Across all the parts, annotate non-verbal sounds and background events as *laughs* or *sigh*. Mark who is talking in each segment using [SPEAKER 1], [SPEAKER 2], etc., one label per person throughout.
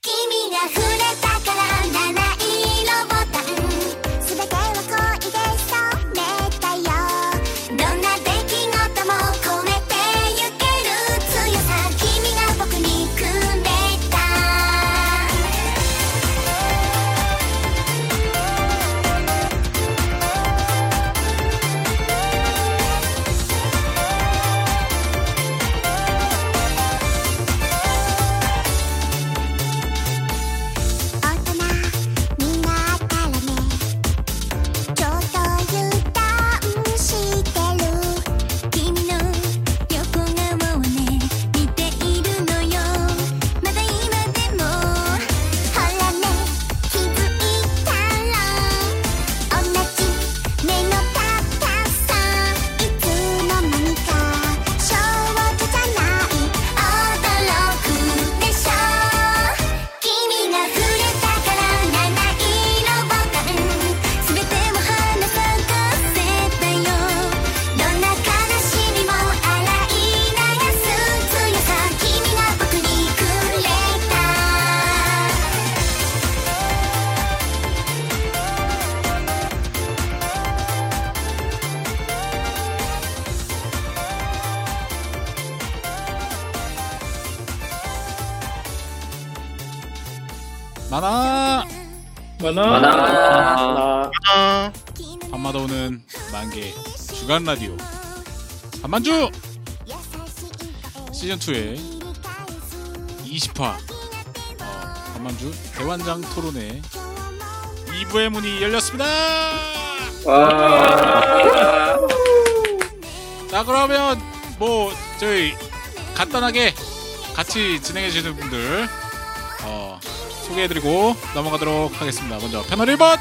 [SPEAKER 1] 君が触れたから七色ボタンすべては恋で染めたよどんな出来事も込めてゆける強さ君が僕にくれた大人になったらねちょっと油断してる君の横顔をね見ているのよまだ今でもほらね気づいたろ同じ目の高さいつの間にか少女じゃない驚くでしょ君が触れたから七色ボタン全てを花咲かせたよどんな悲しみも洗い流す強さ君が僕にくれた
[SPEAKER 2] 만화
[SPEAKER 3] 만화.
[SPEAKER 4] 만화.
[SPEAKER 2] 밤마다 오는 만개 주간 라디오 밤만주 시즌 2의 20화 어, 밤만주 대환장 토론회 2부의 문이 열렸습니다.
[SPEAKER 4] 와.
[SPEAKER 2] 자 그러면 뭐 저희 간단하게 같이 진행해 주시는 분들 어, 소개해드리고 넘어가도록 하겠습니다. 먼저 패널 1번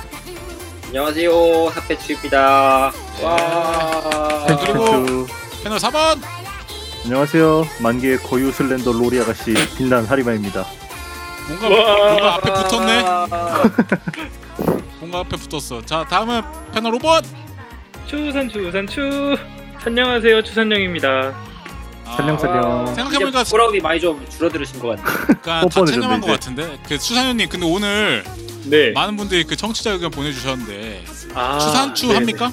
[SPEAKER 4] 안녕하세요. 핫패츠입니다. 와.
[SPEAKER 2] 그리고 패널 4번
[SPEAKER 3] 안녕하세요. 만개의 고유 슬렌더 로리 아가씨 빛난
[SPEAKER 2] *laughs*
[SPEAKER 3] 하리마입니다.
[SPEAKER 2] 뭔가 뭔가 앞에 붙었네. 뭔가 앞에 붙었어. 자 다음은 패널 5번.
[SPEAKER 5] 추산 추산 추 안녕하세요 추산영입니다
[SPEAKER 2] 아,
[SPEAKER 3] 설령 설령.
[SPEAKER 2] 생각해보니까
[SPEAKER 4] 이제 부러움이 많이 좀 줄어들으신 것 같네요.
[SPEAKER 2] 약간 아, 다
[SPEAKER 3] 뽀뽀를 좀
[SPEAKER 2] 체념한
[SPEAKER 3] 이제.
[SPEAKER 2] 것 같은데. 그 수산현님 근데 오늘
[SPEAKER 5] 네
[SPEAKER 2] 많은 분들이 그 청취자 의견 보내주셨는데
[SPEAKER 5] 아,
[SPEAKER 2] 추산추
[SPEAKER 5] 네.
[SPEAKER 2] 합니까?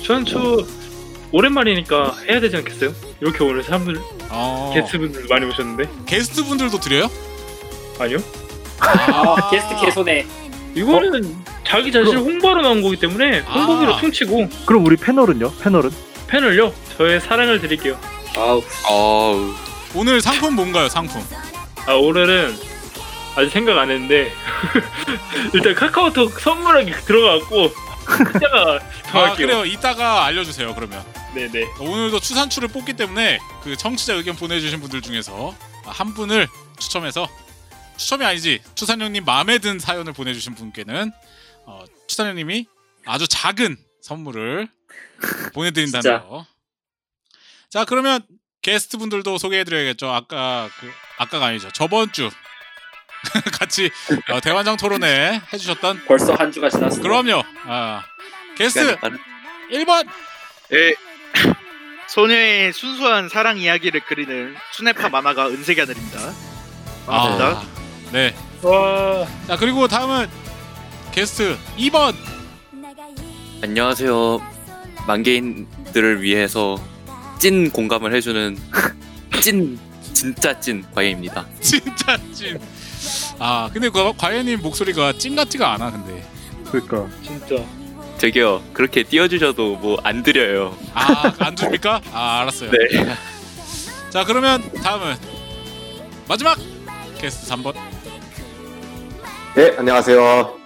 [SPEAKER 5] 추산 추 오랜만이니까 해야 되지 않겠어요? 이렇게 오늘 사람들
[SPEAKER 2] 어,
[SPEAKER 5] 게스트분들 많이 오셨는데
[SPEAKER 2] 게스트 분들도 드려요?
[SPEAKER 5] 아니요
[SPEAKER 4] 아, *laughs* 게스트 개소네.
[SPEAKER 5] 이거는 자기 자신 을 홍보하러 나온 거기 때문에 홍보비로
[SPEAKER 2] 아.
[SPEAKER 5] 퉁치고
[SPEAKER 3] 그럼 우리 패널은요? 패널은?
[SPEAKER 5] 팬을요 저의 사랑을 드릴게요
[SPEAKER 4] 아우.
[SPEAKER 6] 어우
[SPEAKER 2] 오늘 상품 뭔가요? 상품.
[SPEAKER 5] 아 오늘은 아직 생각 안 했는데 *laughs* 일단 카카오톡 선물하기
[SPEAKER 2] *laughs*
[SPEAKER 5] 들어가고 이따가
[SPEAKER 2] 아
[SPEAKER 5] 정할게요
[SPEAKER 2] 그래요. 이따가 알려주세요. 그러면
[SPEAKER 5] 네네
[SPEAKER 2] 오늘도 추산추를 뽑기 때문에 그 청취자 의견 보내주신 분들 중에서 한 분을 추첨해서 추첨이 아니지 추산형님 마음에 든 사연을 보내주신 분께는 어, 추산형님이 아주 작은 선물을 보내드린다는
[SPEAKER 4] 진짜.
[SPEAKER 2] 거. 자 그러면 게스트 분들도 소개해드려야겠죠. 아까 그 아까가 아니죠. 저번 주 *laughs* 같이 어, 대환장 토론회 해주셨던
[SPEAKER 4] 벌써 한 주가 지났어.
[SPEAKER 2] 그럼요. 아, 게스트
[SPEAKER 6] 시간이 많은-
[SPEAKER 2] 1번
[SPEAKER 7] 예, 소녀의 순수한 사랑 이야기를 그리는 수네파 만화가 은색 하늘입니다.
[SPEAKER 3] 아.
[SPEAKER 7] 반갑습니다.
[SPEAKER 2] 아, 네.
[SPEAKER 5] 와
[SPEAKER 2] 자 그리고 다음은 게스트 2번
[SPEAKER 6] 안녕하세요 만개인들을 위해서 찐 공감을 해주는 *laughs* 찐 진짜 찐 과외입니다
[SPEAKER 2] 진짜 찐. 아 근데 그 과연님 목소리가 찐 같지가 않아 근데.
[SPEAKER 3] 그러니까
[SPEAKER 5] 진짜
[SPEAKER 6] 저기요 그렇게 띄워주셔도 뭐 안 드려요
[SPEAKER 2] 아안 줍니까? 아 알았어요.
[SPEAKER 6] 네
[SPEAKER 2] *laughs* 자 그러면 다음은 마지막 게스트 3번.
[SPEAKER 8] 네, 안녕하세요.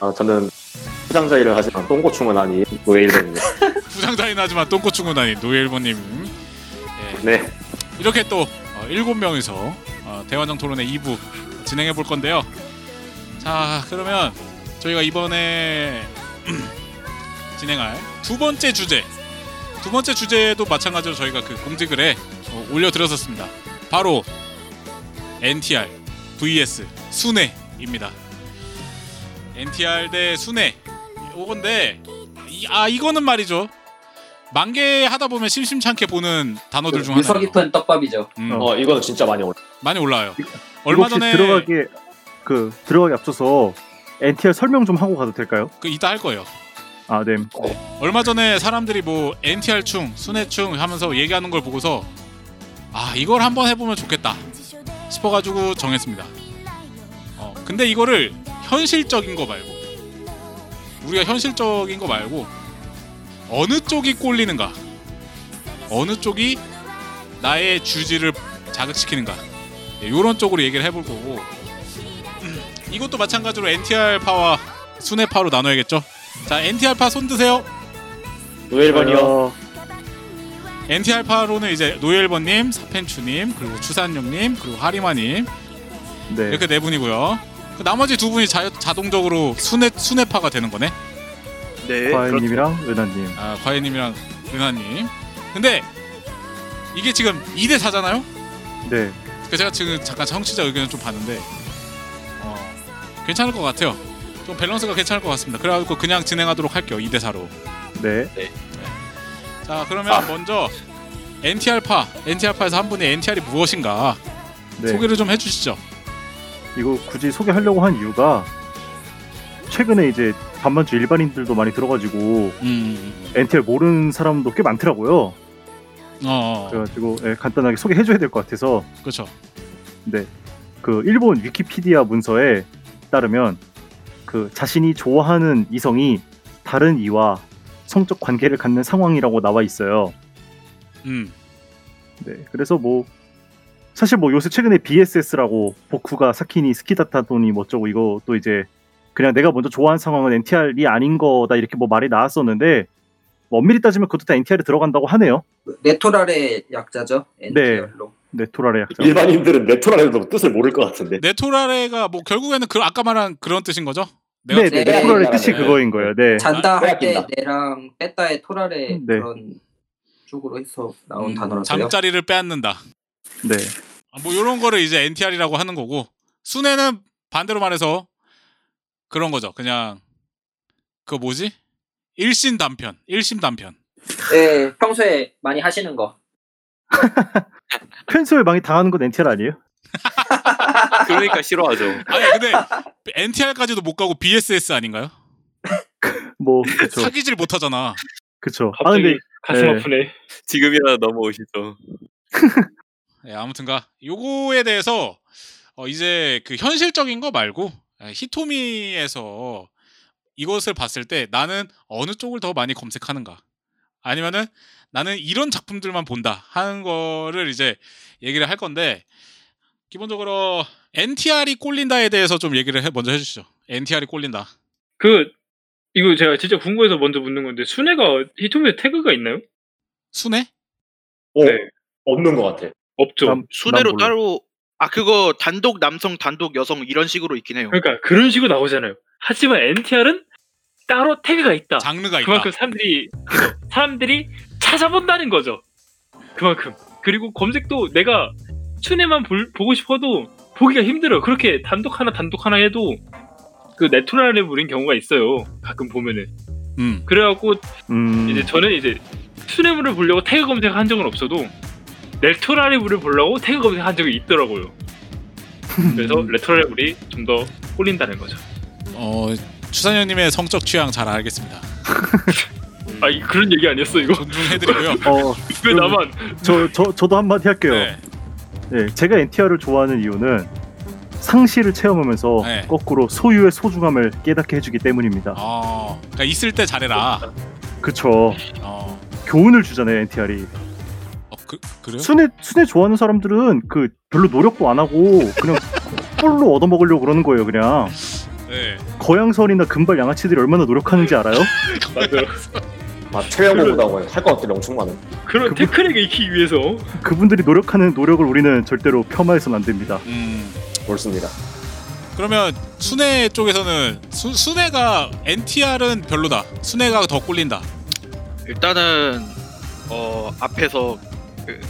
[SPEAKER 8] 아, 저는 포장자 일을 하지만 똥고충은 아닌 노예일본입니다.
[SPEAKER 2] 부장자인 하지만 똥꼬충은 아닌 노예일보님. 예,
[SPEAKER 8] 네,
[SPEAKER 2] 이렇게 또 어, 7명이서 어, 대화장 토론회 2부 진행해 볼 건데요. 자, 그러면 저희가 이번에 *clears throat* 진행할 두 번째 주제. 두 번째 주제도 마찬가지로 저희가 그 공지글에 어, 올려드렸었습니다. 바로 NTR vs 순회입니다. NTR 대 순회. 요건데, 이- 아, 이거는 말이죠. 만개 하다 보면 심심찮게 보는 단어들 중 하나예요.
[SPEAKER 4] 그 떡밥이죠.
[SPEAKER 2] 음,
[SPEAKER 3] 어.
[SPEAKER 8] 어, 이거는 진짜 많이 올라.
[SPEAKER 2] 많이 올라와요. 얼마
[SPEAKER 3] 혹시
[SPEAKER 2] 전에
[SPEAKER 3] 들어가기 그 들어가기 앞서서 NTR 설명 좀 하고 가도 될까요?
[SPEAKER 2] 그 이따 할 거예요.
[SPEAKER 3] 아, 네.
[SPEAKER 2] 얼마 전에 사람들이 뭐 NTR 충, 순회 충 하면서 얘기하는 걸 보고서 아 이걸 한번 해보면 좋겠다 싶어가지고 정했습니다. 어, 근데 이거를 현실적인 거 말고 우리가 현실적인 거 말고 어느 쪽이 꼴리는가, 어느 쪽이 나의 주지를 자극시키는가 이런 쪽으로 얘기를 해볼 거고 음, 이것도 마찬가지로 NTR 파와 순회 파로 나눠야겠죠. 자 NTR 파손 드세요.
[SPEAKER 1] 노엘번이요.
[SPEAKER 3] 어,
[SPEAKER 2] NT 알파로는 이제 노엘버님, 사펜추님, 그리고 추산용님, 그리고 하리마님
[SPEAKER 3] 네.
[SPEAKER 2] 이렇게 네 분이고요. 그 나머지 두 분이 자, 자동적으로 순회 순회파가 되는 거네.
[SPEAKER 7] 네.
[SPEAKER 3] 과연 님이랑 은하 님.
[SPEAKER 2] 아, 과연님이랑 은하님. 근데 이게 지금 2대 4잖아요.
[SPEAKER 3] 네.
[SPEAKER 2] 그 제가 지금 잠깐 청취자 의견을 좀 봤는데 어, 괜찮을 것 같아요. 좀 밸런스가 괜찮을 것 같습니다. 그래가지고 그냥 진행하도록 할게요. 2대 4로.
[SPEAKER 3] 네.
[SPEAKER 2] 자 그러면
[SPEAKER 9] 아.
[SPEAKER 5] 아,
[SPEAKER 2] 먼저 NT 알파, NT 알파에서 한 분이 NTR이 무엇인가
[SPEAKER 3] 네.
[SPEAKER 2] 소개를 좀 해주시죠.
[SPEAKER 3] 이거 굳이 소개하려고 한 이유가 최근에 이제 반만주 일반인들도 많이 들어가지고
[SPEAKER 2] 음,
[SPEAKER 3] NTR 모르는 사람도 꽤 많더라고요.
[SPEAKER 2] 어, 어,
[SPEAKER 3] 그래가지고 예, 간단하게 소개해줘야 될 것 같아서
[SPEAKER 2] 그렇죠.
[SPEAKER 3] 그 일본 위키피디아 문서에 따르면 그 자신이 좋아하는 이성이 다른 이와 성적 관계를 갖는 상황이라고 나와 있어요.
[SPEAKER 2] 음,
[SPEAKER 3] 네, 그래서 뭐 사실 뭐 요새 최근에 BSS라고 보쿠가 사키니 스키다타돈이 뭐 어쩌고 이거 또 이제 그냥 내가 먼저 좋아하는 상황은 NTR이 아닌 거다 이렇게 뭐 말이 나왔었는데 뭐 엄밀히 따지면 그것도 다 NTR에 들어간다고 하네요.
[SPEAKER 9] 레토랄의 약자죠. NTR로.
[SPEAKER 3] 네, 토라레 약자.
[SPEAKER 8] 일반인들은 레토라에도 뜻을 모를 것 같은데.
[SPEAKER 2] 네토라레가 뭐 결국에는 그 아까 말한 그런 뜻인 거죠? 내가 음,
[SPEAKER 3] 네, 네, 네, 토라레 뜻이 그거인 거예요. 네.
[SPEAKER 9] 잔다 할 때
[SPEAKER 8] 빼앗긴다.
[SPEAKER 9] 내랑 뺐다의 토랄의
[SPEAKER 3] 네.
[SPEAKER 9] 그런 쪽으로 해서 나온 단어라서요.
[SPEAKER 2] 음, 잠자리를 빼앗는다.
[SPEAKER 3] 네.
[SPEAKER 2] 아, 뭐 이런 거를 이제 NTR이라고 하는 거고 순애는 반대로 말해서 그런 거죠. 그냥 그 뭐지? 일신 단편, 일심 단편.
[SPEAKER 9] 네.
[SPEAKER 1] 평소에 많이 하시는 거.
[SPEAKER 3] 편수에 많이 당하는 건 NTR 아니에요?
[SPEAKER 6] 그러니까 싫어하죠.
[SPEAKER 2] *laughs* 아니 근데 NTR까지도 못 가고 BSS 아닌가요? *laughs*
[SPEAKER 3] 뭐 그렇죠.
[SPEAKER 2] 사귀질 못하잖아.
[SPEAKER 3] 그렇죠. 아
[SPEAKER 5] 갑자기
[SPEAKER 3] 근데
[SPEAKER 5] 가슴
[SPEAKER 3] 네.
[SPEAKER 5] 아프네.
[SPEAKER 6] 지금이라도 넘어오시죠.
[SPEAKER 2] 예, 아무튼가 요거에 대해서 어, 이제 그 현실적인 거 말고 아, 히토미에서 이것을 봤을 때 나는 어느 쪽을 더 많이 검색하는가 아니면은 나는 이런 작품들만 본다 하는 거를 이제 얘기를 할 건데 기본적으로 NTR이 꼴린다에 대해서 좀 얘기를 해- 먼저 해주시죠. NTR이 꼴린다.
[SPEAKER 5] 그 이거 제가 진짜 궁금해서 먼저 묻는 건데 순애가 히토미에 태그가 있나요?
[SPEAKER 2] 순회?
[SPEAKER 8] 어,
[SPEAKER 5] 네.
[SPEAKER 8] 없는 것 같아.
[SPEAKER 5] 없죠.
[SPEAKER 3] 난-
[SPEAKER 7] 순회로
[SPEAKER 3] 난 몰라.
[SPEAKER 7] 따로 아 그거 단독 남성, 단독 여성 이런 식으로 있긴 해요.
[SPEAKER 5] 그러니까 그런 식으로 나오잖아요. 하지만 NTR은 따로 태그가 있다.
[SPEAKER 2] 장르가 있다.
[SPEAKER 5] 그만큼 사람들이 사람들이 찾아본다는 거죠. 그만큼 그리고 검색도 내가 춘에만 볼- 보고 싶어도 보기가 힘들어. 그렇게 단독 하나 단독 하나 해도 그 네토라를 부린 경우가 있어요. 가끔 보면은
[SPEAKER 2] 음.
[SPEAKER 5] 그래갖고
[SPEAKER 3] 음,
[SPEAKER 5] 이제 저는 이제 춘에물을 보려고 태그 검색한 적은 없어도 레토라리 물을 보려고 태그 검색한 적이 있더라고요. 그래서 레토라리 물이 좀 더 홀린다는 거죠.
[SPEAKER 2] 어 추산현님의 성적 취향 잘
[SPEAKER 5] *laughs*
[SPEAKER 2] 알겠습니다.
[SPEAKER 5] 아 이- 그런 얘기 아니었어 이거? *laughs*
[SPEAKER 2] 존중해드리고요.
[SPEAKER 3] 어,
[SPEAKER 5] 왜
[SPEAKER 3] 음.
[SPEAKER 5] 나만
[SPEAKER 3] 저, 저, 저도 한마디 할게요.
[SPEAKER 2] 네.
[SPEAKER 3] 네, 제가 NTR을 좋아하는 이유는 상실을 체험하면서
[SPEAKER 2] 네.
[SPEAKER 3] 거꾸로 소유의 소중함을 깨닫게 해주기 때문입니다.
[SPEAKER 2] 어, 그러니까 있을 때 잘해라.
[SPEAKER 3] 그쵸.
[SPEAKER 2] 어.
[SPEAKER 3] 교훈을 주잖아요, NTR이.
[SPEAKER 2] 어, 그, 그래요?
[SPEAKER 3] 순회, 순회 좋아하는 사람들은 그 별로 노력도 안 하고 그냥 *laughs* 꿀로 얻어먹으려고 그러는 거예요, 그냥.
[SPEAKER 2] 네.
[SPEAKER 3] 거양설이나 금발 양아치들이 얼마나 노력하는지 알아요?
[SPEAKER 5] 맞아요.
[SPEAKER 8] 아, 최영호보다 할것 같은 게 엄청 많아.
[SPEAKER 5] 그런
[SPEAKER 3] 그분-
[SPEAKER 5] 테크닉을 익히기 위해서
[SPEAKER 3] 그분들이 노력하는 노력을 우리는 절대로 폄하해서는 안 됩니다.
[SPEAKER 2] 음.
[SPEAKER 8] 옳습니다.
[SPEAKER 2] 그러면 순회 쪽에서는 수, 순회가 NTR은 별로다. 순회가 더 꿀린다.
[SPEAKER 7] 일단은 어 앞에서 그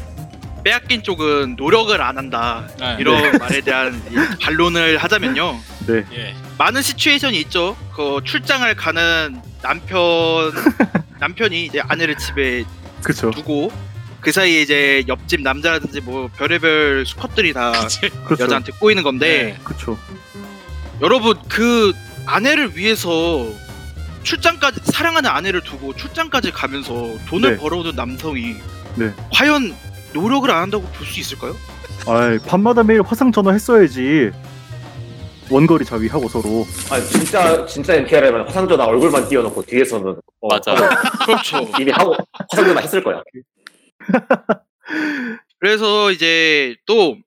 [SPEAKER 7] 빼앗긴 쪽은 노력을 안 한다
[SPEAKER 5] 아,
[SPEAKER 2] 네.
[SPEAKER 7] 이런 말에 대한 이 반론을 하자면요.
[SPEAKER 3] 네.
[SPEAKER 2] 예.
[SPEAKER 7] 많은 시츄에이션이 있죠. 그 출장을
[SPEAKER 3] *laughs*
[SPEAKER 7] 가는 남편 남편이 이제 아내를 집에
[SPEAKER 3] 그쵸.
[SPEAKER 7] 두고 그 사이에 이제 옆집 남자라든지 뭐 별의별 수컷들이 다
[SPEAKER 3] 그렇죠.
[SPEAKER 7] 여자한테 꼬이는 건데
[SPEAKER 3] 그렇죠.
[SPEAKER 7] 여러분 그 아내를 위해서 출장까지 사랑하는 아내를 두고 출장까지 가면서 돈을
[SPEAKER 3] 네.
[SPEAKER 7] 벌어오는 남성이
[SPEAKER 3] 네.
[SPEAKER 7] 과연 노력을 안 한다고 볼 수 있을까요?
[SPEAKER 3] 아이, 밤마다 매일 화상 전화 했어야지. 원거리 자위하고 서로.
[SPEAKER 8] 아 진짜 진짜 NTR에만 화상전화 얼굴만 띄워놓고 뒤에서는 어,
[SPEAKER 6] 맞아.
[SPEAKER 7] 그렇죠.
[SPEAKER 8] 이미 하고 화상전화 했을 거야.
[SPEAKER 7] 그래서 이제 또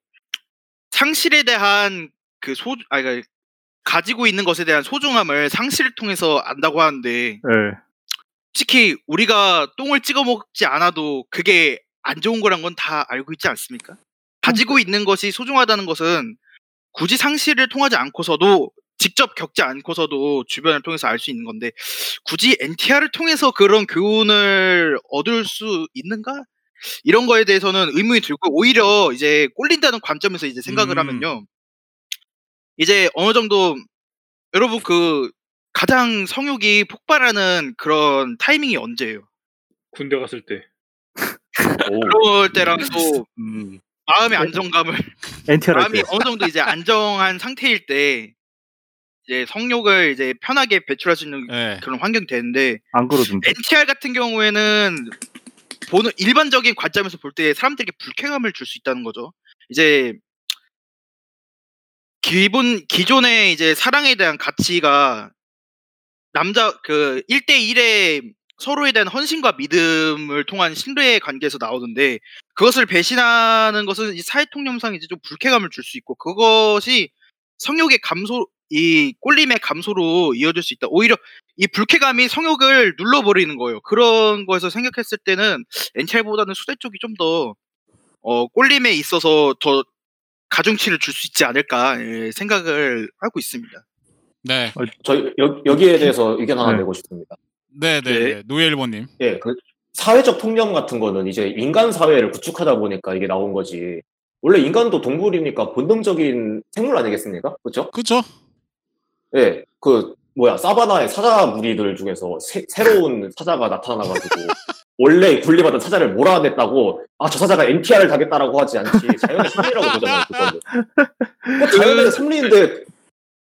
[SPEAKER 7] 상실에 대한 그 소, 아니, 그러니까 가지고 있는 것에 대한 소중함을 상실을 통해서 안다고 하는데
[SPEAKER 3] 예.
[SPEAKER 7] 솔직히 우리가 똥을 찍어 먹지 않아도 그게 안 좋은 거란 건 다 알고 있지 않습니까? 가지고 있는 것이 소중하다는 것은 굳이 상실을 통하지 않고서도 직접 겪지 않고서도 주변을 통해서 알 수 있는 건데 굳이 NTR을 통해서 그런 교훈을 얻을 수 있는가? 이런 거에 대해서는 의문이 들고 오히려 이제 꼴린다는 관점에서 이제 생각을
[SPEAKER 2] 음.
[SPEAKER 7] 하면요. 이제 어느 정도 여러분 그 가장 성욕이 폭발하는 그런 타이밍이 언제예요?
[SPEAKER 5] 군대 갔을 때
[SPEAKER 7] 그럴 때랑
[SPEAKER 3] *laughs*
[SPEAKER 7] 또
[SPEAKER 2] 음.
[SPEAKER 7] 마음의
[SPEAKER 3] 어.
[SPEAKER 7] 안정감을 *laughs*
[SPEAKER 3] NTR 할
[SPEAKER 7] 마음이
[SPEAKER 3] 때.
[SPEAKER 7] 어느 정도 이제 안정한 상태일 때 이제 성욕을 이제 편하게 배출할 수 있는
[SPEAKER 2] 네.
[SPEAKER 7] 그런 환경이 되는데
[SPEAKER 3] 예. 안 그러던데.
[SPEAKER 7] NTR 같은 경우에는 보는 일반적인 관점에서 볼 때 사람들에게 불쾌감을 줄 수 있다는 거죠. 이제 기본 기존의 이제 사랑에 대한 가치가 남자 그 1대 1의 서로에 대한 헌신과 믿음을 통한 신뢰의 관계에서 나오는데 그것을 배신하는 것은 이 사회 통념상 이제 좀 불쾌감을 줄 수 있고 그것이 성욕의 감소 이 꼴림의 감소로 이어질 수 있다. 오히려 이 불쾌감이 성욕을 눌러버리는 거예요. 그런 거에서 생각했을 때는 NTR보다는 수대 쪽이 좀 더 어, 꼴림에 있어서 더 가중치를 줄 수 있지 않을까 예, 생각을 하고 있습니다.
[SPEAKER 2] 네.
[SPEAKER 8] 저 여, 여기에 대해서 의견 하나
[SPEAKER 3] 네.
[SPEAKER 8] 내고 싶습니다.
[SPEAKER 2] 네, 네,
[SPEAKER 7] 네.
[SPEAKER 2] 네. 노예일보님.
[SPEAKER 8] 예, 그 사회적 통념 같은 거는 이제 인간 사회를 구축하다 보니까 이게 나온 거지. 원래 인간도 동물이니까 본능적인 생물 아니겠습니까? 그렇죠?
[SPEAKER 2] 그쵸?
[SPEAKER 8] 예, 그 뭐야 사바나의 사자 무리들 중에서 새, 로운 사자가
[SPEAKER 2] *laughs*
[SPEAKER 8] 나타나가지고 원래 군림하던 사자를 몰아냈다고 아 저 사자가 NTR을 당했다라고 하지 않지 자연의 섭리라고 보잖아요 그거는 그거 자연의 섭리인데 뭐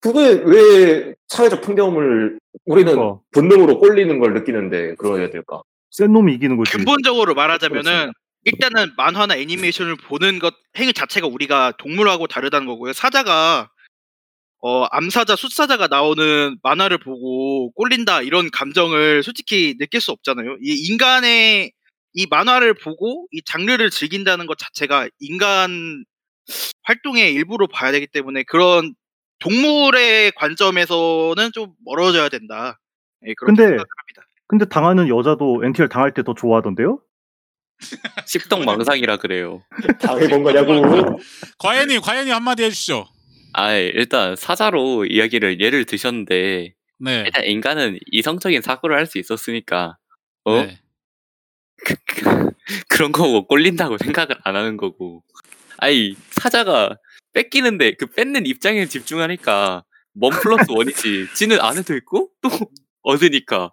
[SPEAKER 8] 그게 왜 사회적 풍경을 우리는
[SPEAKER 3] 어,
[SPEAKER 8] 본능으로 꼴리는 걸 느끼는데 그러야 될까?
[SPEAKER 3] 센 놈이 이기는 거지.
[SPEAKER 7] 근본적으로 말하자면은
[SPEAKER 8] 네. 그렇습니다.
[SPEAKER 7] 일단은 만화나 애니메이션을 보는 것 행위 자체가 우리가 동물하고 다르다는 거고요. 사자가 어 암사자, 숫사자가 나오는 만화를 보고 꼴린다 이런 감정을 솔직히 느낄 수 없잖아요. 이 인간의 이 만화를 보고 이 장르를 즐긴다는 것 자체가 인간 활동의 일부로 봐야 되기 때문에 그런 동물의 관점에서는 좀 멀어져야 된다. 예, 그런
[SPEAKER 3] 근데-
[SPEAKER 7] 생각을 합니다.
[SPEAKER 3] 근데 당하는 여자도 NTR 당할 때 더 좋아하던데요?
[SPEAKER 6] 십덕 망상이라 그래요.
[SPEAKER 8] 당해본 거냐고
[SPEAKER 2] 과연님, 과연님 한마디 해주시죠.
[SPEAKER 6] 아 일단 사자로 이야기를 예를 드셨는데
[SPEAKER 2] 네.
[SPEAKER 6] 일단 인간은 이성적인 사고를 할 수 있었으니까 어
[SPEAKER 2] 네.
[SPEAKER 6] *laughs* 그런 거고 꼴린다고 생각을 안 하는 거고 아이 사자가 뺏기는데 그 뺏는 입장에 집중하니까 원 플러스
[SPEAKER 2] *laughs*
[SPEAKER 6] 원이지 지는 안에도 있고 또 얻으니까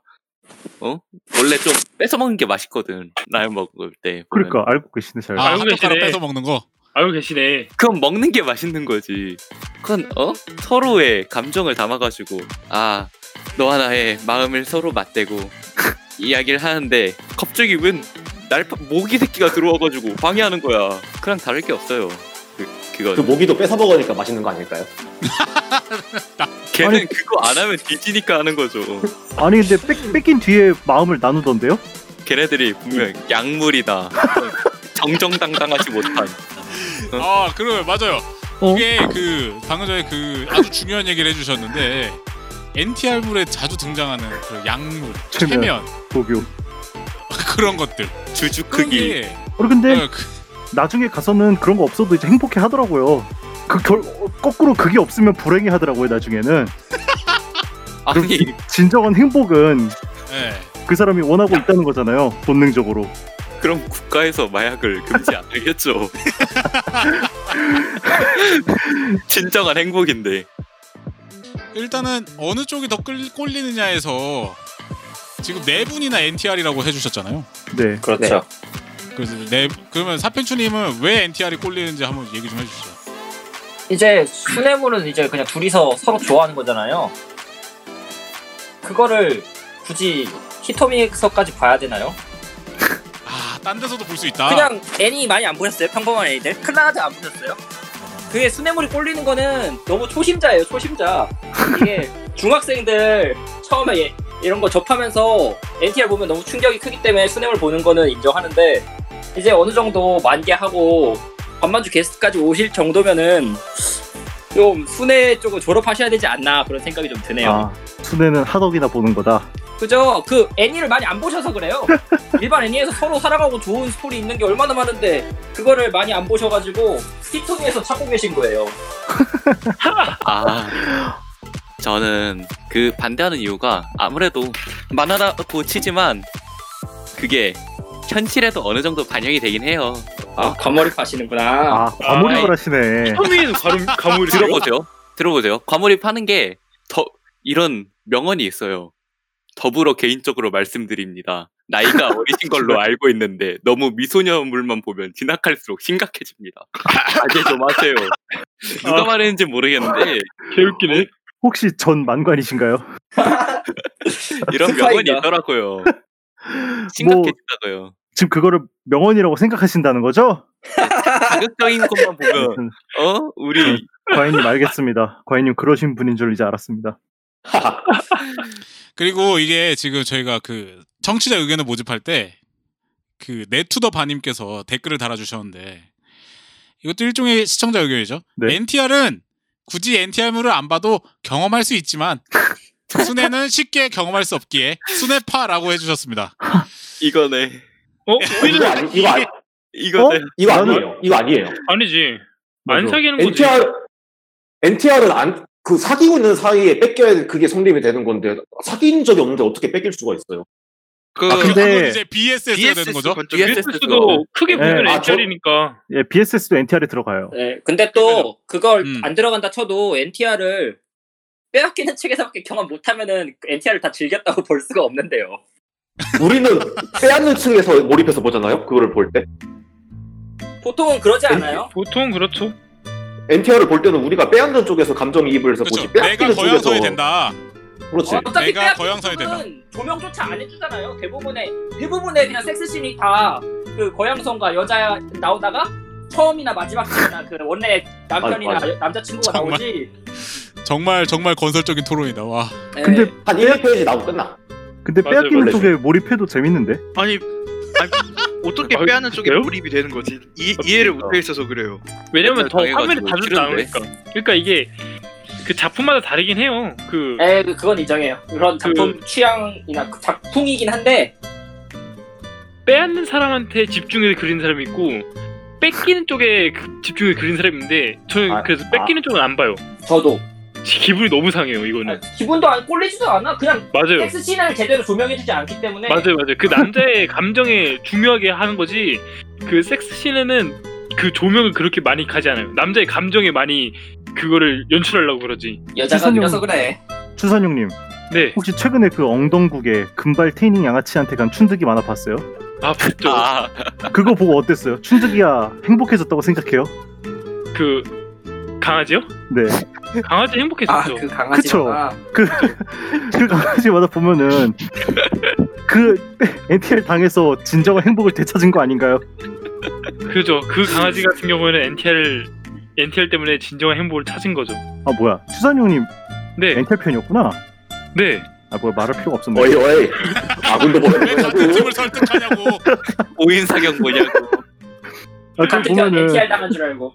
[SPEAKER 6] 어 원래 좀 뺏어 먹는 게 맛있거든 라면 먹을 때 보면.
[SPEAKER 3] 그러니까 알고 계시네 잘.
[SPEAKER 2] 아,
[SPEAKER 5] 알고
[SPEAKER 2] 핫도그랑
[SPEAKER 5] 계시네.
[SPEAKER 2] 뺏어 먹는 거.
[SPEAKER 5] 알고 계시네.
[SPEAKER 6] 그건 먹는 게 맛있는 거지 그건 어 서로의 감정을 담아가지고 아 너 하나의 마음을 서로 맞대고 *laughs* 이야기를 하는데 갑자기 웬 날파 모기 새끼가 들어와가지고 방해하는 거야 그랑 다를 게 없어요 그 그건
[SPEAKER 8] 그 모기도 뺏어 먹으니까 맛있는 거 아닐까요?
[SPEAKER 6] 걔는
[SPEAKER 3] 아니.
[SPEAKER 6] 그거 안 하면 뒤지니까 하는 거죠.
[SPEAKER 7] 뭐.
[SPEAKER 3] 아니 근데 뺏, 뺏긴 뒤에 마음을 나누던데요?
[SPEAKER 6] 걔네들이 분명 약물이다. 정정당당하지 못한. 어.
[SPEAKER 2] 아, 그러면 맞아요.
[SPEAKER 5] 어?
[SPEAKER 2] 이게 그 방금 전에 그 아주 중요한 얘기를 해주셨는데 NTR물에 자주 등장하는 그 약물,
[SPEAKER 3] 최면.
[SPEAKER 2] 최면
[SPEAKER 3] 도교.
[SPEAKER 2] 그런 것들.
[SPEAKER 6] 주주
[SPEAKER 2] 그런
[SPEAKER 6] 크기.
[SPEAKER 2] 게
[SPEAKER 3] 그리고 근데
[SPEAKER 2] 어, 그-
[SPEAKER 3] 나중에 가서는 그런 거 없어도 이제 행복해 하더라고요. 그 결, 어, 거꾸로 그게 없으면 불행해 하더라고요 나중에는.
[SPEAKER 6] 아니
[SPEAKER 3] 진정한 행복은
[SPEAKER 2] 네.
[SPEAKER 3] 그 사람이 원하고 있다는 거잖아요 본능적으로.
[SPEAKER 6] 그럼 국가에서 마약을 금지 안 하겠죠.
[SPEAKER 2] *laughs*
[SPEAKER 6] *laughs* 진정한 행복인데.
[SPEAKER 2] 일단은 어느 쪽이 더 끌, 꼴리느냐에서 지금 네 분이나 NTR이라고 해주셨잖아요.
[SPEAKER 3] 네.
[SPEAKER 9] 그렇죠.
[SPEAKER 2] 그래서 네 그러면 사펜추님은 왜 NTR이 꼴리는지 한번 얘기 좀 해주시죠.
[SPEAKER 1] 이제 수뇌물은 이제 그냥 둘이서 서로 좋아하는 거잖아요. 그거를 굳이 히토미에서까지 봐야 되나요?
[SPEAKER 2] *laughs* 아딴 데서도 볼 수 있다.
[SPEAKER 4] 그냥 애니 많이 안 보셨어요? 평범한 애니들? 클라하드 안 보셨어요? 그게 수뇌물이 꼴리는 거는 너무 초심자예요, 초심자.
[SPEAKER 2] *laughs*
[SPEAKER 4] 이게 중학생들 처음에 얘- 이런 거 접하면서 NTR 보면 너무 충격이 크기 때문에 수뇌물 보는 거는 인정하는데 이제 어느 정도 만개하고 반만주 게스트까지 오실 정도면은 좀 순회 쪽을 졸업하셔야 되지 않나 그런 생각이 좀 드네요.
[SPEAKER 3] 아, 순회는 하덕이나 보는 거다.
[SPEAKER 4] 그죠? 그 애니를 많이 안 보셔서
[SPEAKER 3] *laughs*
[SPEAKER 4] 그래요. 일반 애니에서 서로 사랑하고 좋은 스토리 있는 게 얼마나 많은데 그거를 많이 안 보셔가지고 히토미에서 찾고 계신 거예요.
[SPEAKER 6] 아 저는 그 반대하는 이유가 아무래도 만화라고 치지만 그게 현실에도 어느 정도 반영이 되긴 해요.
[SPEAKER 4] 아 과몰입 하시는구나.
[SPEAKER 3] 아, 과몰입을
[SPEAKER 6] *laughs*
[SPEAKER 3] 하시네.
[SPEAKER 5] 처음에는 과몰, 과몰이
[SPEAKER 6] 들어보세요. 들어보세요. 과몰입하는 게 더 이런 명언이 있어요. 더불어 개인적으로 말씀드립니다.
[SPEAKER 5] *laughs*
[SPEAKER 6] 나이가 어리신 걸로 알고 있는데 너무 미소녀물만 보면 지나갈수록 심각해집니다. 자제 좀
[SPEAKER 5] *laughs*
[SPEAKER 6] 하세요. 누가
[SPEAKER 5] 아.
[SPEAKER 6] 말했는지 모르겠는데
[SPEAKER 5] 개웃기네.
[SPEAKER 3] 혹시 전 만관이신가요?
[SPEAKER 6] 이런 명언이
[SPEAKER 4] 스파이다.
[SPEAKER 6] 있더라고요. 심각해진다고요.
[SPEAKER 5] 뭐.
[SPEAKER 3] 지금 그거를 명언이라고 생각하신다는 거죠?
[SPEAKER 6] 자극적인 것만 보면
[SPEAKER 3] 아무튼
[SPEAKER 6] 어 우리
[SPEAKER 3] 네, 과인님 알겠습니다. 과인님 그러신 분인 줄 이제 알았습니다.
[SPEAKER 2] 그리고 이게 지금 저희가 그 청취자 의견을 모집할 때 그 네투더 바님께서 댓글을 달아주셨는데 이것도 일종의 시청자 의견이죠.
[SPEAKER 3] 네.
[SPEAKER 2] NTR은 굳이 NTR물을 안 봐도 경험할
[SPEAKER 3] *laughs*
[SPEAKER 2] 수 있지만 순애는 쉽게 경험할 수 없기에 순애파라고 해주셨습니다.
[SPEAKER 6] 이거네
[SPEAKER 5] 어?
[SPEAKER 8] 이거
[SPEAKER 5] 우리는
[SPEAKER 8] 아니 이거 아니
[SPEAKER 6] 이거네
[SPEAKER 8] 이거
[SPEAKER 3] 나는-
[SPEAKER 8] 아니에요. 이거 아니에요.
[SPEAKER 5] 아니지. 안
[SPEAKER 3] 맞아.
[SPEAKER 5] 사귀는 거지.
[SPEAKER 8] NTR NTR은 안 그 사귀고 있는 사이에 뺏겨야 그게 성립이 되는 건데 사귄 적이 없는데 어떻게 뺏길 수가 있어요?
[SPEAKER 7] 그
[SPEAKER 2] 아,
[SPEAKER 3] 근데-
[SPEAKER 2] 근데 이제 BSS가 되는
[SPEAKER 7] BSS
[SPEAKER 2] 거죠?
[SPEAKER 7] 관점.
[SPEAKER 6] BSS
[SPEAKER 5] 뉴스도 크게 보면
[SPEAKER 3] 네.
[SPEAKER 8] 아, 저-
[SPEAKER 5] NTR이니까.
[SPEAKER 3] 예, BSS도 NTR에 들어가요.
[SPEAKER 4] 네, 근데 또 그걸
[SPEAKER 2] 음.
[SPEAKER 4] 안 들어간다 쳐도 NTR을 빼앗기는 *laughs* 책에서밖에 경험 못하면은 NTR을 다 즐겼다고 *laughs* 볼 수가 없는데요.
[SPEAKER 8] 우리는 빼앗는 층에서 몰입해서 보잖아요. 그거를 볼 때.
[SPEAKER 4] 보통은 그러지 않아요?
[SPEAKER 5] 보통 그렇죠.
[SPEAKER 8] NTR을 볼 때는 우리가 빼앗는 쪽에서 감정이입을 해서
[SPEAKER 2] 그렇죠.
[SPEAKER 8] 보지
[SPEAKER 2] 내가
[SPEAKER 8] 빼앗기는 쪽에서
[SPEAKER 2] 거양성이 된다.
[SPEAKER 8] 그렇지.
[SPEAKER 4] 어, 어차피
[SPEAKER 2] 내가
[SPEAKER 4] 빼앗기는
[SPEAKER 2] 거양성이 된다.
[SPEAKER 4] 거는 조명조차 안 해주잖아요. 대부분의 대부분의 그냥 섹스씬이 다 그 거양성과 여자 나오다가 처음이나 마지막 씬이나 그 원래 남편이나
[SPEAKER 8] 맞아,
[SPEAKER 4] 남자친구가
[SPEAKER 2] 정말.
[SPEAKER 4] 나오지.
[SPEAKER 2] 정말 정말 건설적인 토론이다. 와.
[SPEAKER 4] 네.
[SPEAKER 3] 근데
[SPEAKER 8] 한 1페이지 나오고 끝나.
[SPEAKER 3] 근데
[SPEAKER 5] 맞아요,
[SPEAKER 3] 빼앗기는
[SPEAKER 8] 원래.
[SPEAKER 3] 쪽에 몰입해도 재밌는데?
[SPEAKER 7] 아니, 아니 어떻게
[SPEAKER 5] 아니,
[SPEAKER 7] 빼앗는 쪽에
[SPEAKER 5] 그래요?
[SPEAKER 7] 몰입이 되는 거지? 이, 이해를 못해있어서 그래요.
[SPEAKER 5] 왜냐면 더
[SPEAKER 6] 당해가지고
[SPEAKER 5] 화면이 네, 자주
[SPEAKER 6] 싫은데.
[SPEAKER 5] 나오니까. 그러니까 이게 그 작품마다 다르긴 해요. 그
[SPEAKER 4] 에 그- 그건 인정해요. 그런 작품 취향이나 그 작품이긴 한데
[SPEAKER 5] 빼앗는 사람한테 집중해서 그린 사람이 있고 뺏기는 쪽에 그 집중해서 그린 사람이 있는데 저는
[SPEAKER 8] 아,
[SPEAKER 5] 그래서
[SPEAKER 8] 아.
[SPEAKER 5] 뺏기는 쪽은 안 봐요.
[SPEAKER 4] 저도
[SPEAKER 5] 지- 기분이 너무 상해요 이거는.
[SPEAKER 4] 아니, 기분도 안 꼴리지도 않아. 그냥
[SPEAKER 5] 맞아요.
[SPEAKER 4] 섹스 씬을 제대로 조명해주지 않기 때문에
[SPEAKER 5] 맞아요, 맞아요. 그 남자의 감정에 중요하게 하는 거지. 그 섹스 씬에는 그 조명을 그렇게 많이 가지 않아요. 남자의 감정에 많이 그거를 연출하려고 그러지.
[SPEAKER 4] 여자가
[SPEAKER 3] 시선용-
[SPEAKER 4] 느려서 그래.
[SPEAKER 3] 추선용님
[SPEAKER 5] 네.
[SPEAKER 3] 혹시 최근에 그 엉덩국에 금발 테이닝 양아치한테 간 춘득이 만화 봤어요?
[SPEAKER 5] 아, 봤죠.
[SPEAKER 6] 아
[SPEAKER 3] 그거 보고 어땠어요? 춘득이야 행복해졌다고 생각해요?
[SPEAKER 5] 그 강아지요?
[SPEAKER 3] 네.
[SPEAKER 5] 강아지 행복했었죠.
[SPEAKER 9] 아그 강아지가
[SPEAKER 3] 그 강아지마다 보면은 그 NTR 당해서 진정한 행복을 되찾은 거 아닌가요?
[SPEAKER 5] 그죠. 그 강아지 같은 경우에는 NTR NTR 때문에 진정한 행복을 찾은 거죠.
[SPEAKER 3] 아 뭐야 추선용님
[SPEAKER 5] 네,
[SPEAKER 3] NTR 편이었구나.
[SPEAKER 5] 네.
[SPEAKER 3] 아 뭐야 말할 필요가 없었네.
[SPEAKER 8] 어이 어이. 아군도 뭐 보는
[SPEAKER 2] 왜 같은 팀을 설득하냐고.
[SPEAKER 6] 오인 사격
[SPEAKER 4] *laughs*
[SPEAKER 6] 뭐냐고
[SPEAKER 3] 아, 그거
[SPEAKER 4] 같은 편
[SPEAKER 3] 보면은
[SPEAKER 4] NTR 당한 줄 알고.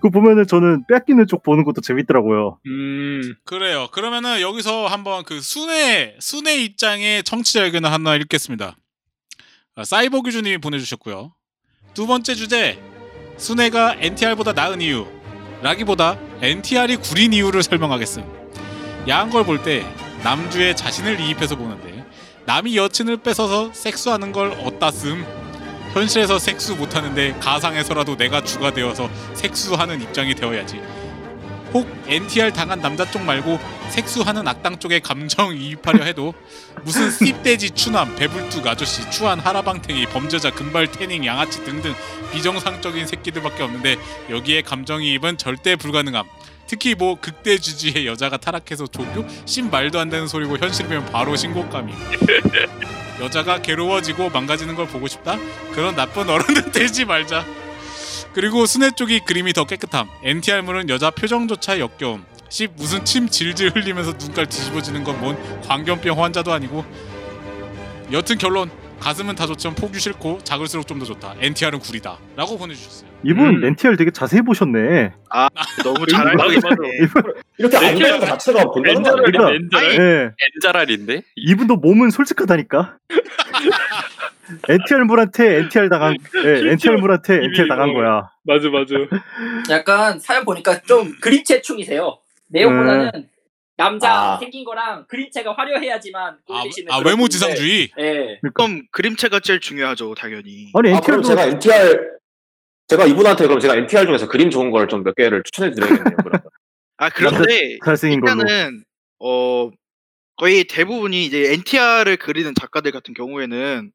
[SPEAKER 3] 그 보면은 저는 뺏기는 쪽 보는 것도 재밌더라고요.
[SPEAKER 5] 음,
[SPEAKER 2] 그래요. 그러면은 여기서 한번 그 순회 순회 입장의 청취자 의견을 하나 읽겠습니다. 아, 사이버 규주님이 보내주셨고요. 두 번째 주제 순회가 NTR보다 나은 이유 라기보다 NTR이 구린 이유를 설명하겠음. 야한 걸 볼 때 남주의 자신을 이입해서 보는데 남이 여친을 뺏어서 섹스하는 걸 어따 씀. 현실에서 섹스 못하는데 가상에서라도 내가 주가 되어서 섹스하는 입장이 되어야지. 혹 NTR 당한 남자 쪽 말고 색수하는 악당 쪽에 감정 이입하려 해도 무슨 씹돼지 추남, 배불뚝 아저씨, 추한 하라방탱이, 범죄자, 금발 태닝, 양아치 등등 비정상적인 새끼들밖에 없는데 여기에 감정이입은 절대 불가능함. 특히 뭐 극대 주지의 여자가 타락해서 조교? 신 말도 안 되는 소리고 현실이면 바로 신고감이. 여자가 괴로워지고 망가지는 걸 보고 싶다? 그런 나쁜 어른은 되지 말자. 그리고 순회 쪽이 그림이 더 깨끗함. NTR물은 여자 표정조차 역겨움. 씹 무슨 침 질질 흘리면서 눈깔 뒤집어지는 건 뭔 광견병 환자도 아니고. 여튼 결론 가슴은 다 좋지만 폭유 싫고 작을수록 좀 더 좋다. NTR은 구리다. 라고 보내주셨어요.
[SPEAKER 3] 이분
[SPEAKER 5] 음.
[SPEAKER 3] 렌티얼 되게 자세히 보셨네.
[SPEAKER 7] 너무 잘 알고
[SPEAKER 5] 그 맞아, 맞아.
[SPEAKER 7] 있네.
[SPEAKER 8] 이렇게 안
[SPEAKER 5] 렌트를-
[SPEAKER 8] 되는 것 자체가 본다는 네. 거
[SPEAKER 5] 엔저럴
[SPEAKER 8] 아닙니까?
[SPEAKER 3] 그러니까-
[SPEAKER 5] 엔저럴
[SPEAKER 3] 예.
[SPEAKER 6] 엔자랄인데?
[SPEAKER 3] 이분도 몸은 솔직하다니까. NTR 물한테 NTR 당한, 예, NTR 물한테 NTR 당한 거야.
[SPEAKER 5] 맞아 맞아
[SPEAKER 4] 약간 사연 보니까 좀 그림체충이세요. 음. 내용보다는 남자
[SPEAKER 8] 아.
[SPEAKER 4] 생긴 거랑 그림체가 화려해야지만
[SPEAKER 2] 아,
[SPEAKER 4] 꼴리시는
[SPEAKER 2] 아
[SPEAKER 4] 그런
[SPEAKER 2] 외모
[SPEAKER 4] 분인데,
[SPEAKER 2] 지상주의.
[SPEAKER 4] 예.
[SPEAKER 3] 그러니까.
[SPEAKER 7] 그럼 그림체가 제일 중요하죠, 당연히.
[SPEAKER 3] 아니
[SPEAKER 8] 아, 그럼
[SPEAKER 3] NTR도
[SPEAKER 8] 제가 NTR 제가 이분한테 그럼 제가 NTR 중에서 그림 좋은 걸 좀 몇 개를 추천해 드려야겠네요. 그러면.
[SPEAKER 7] 아 그런데
[SPEAKER 3] 잘생긴 걸로.
[SPEAKER 7] 일단은 어 거의 대부분이 이제 NTR을 그리는 작가들 같은 경우에는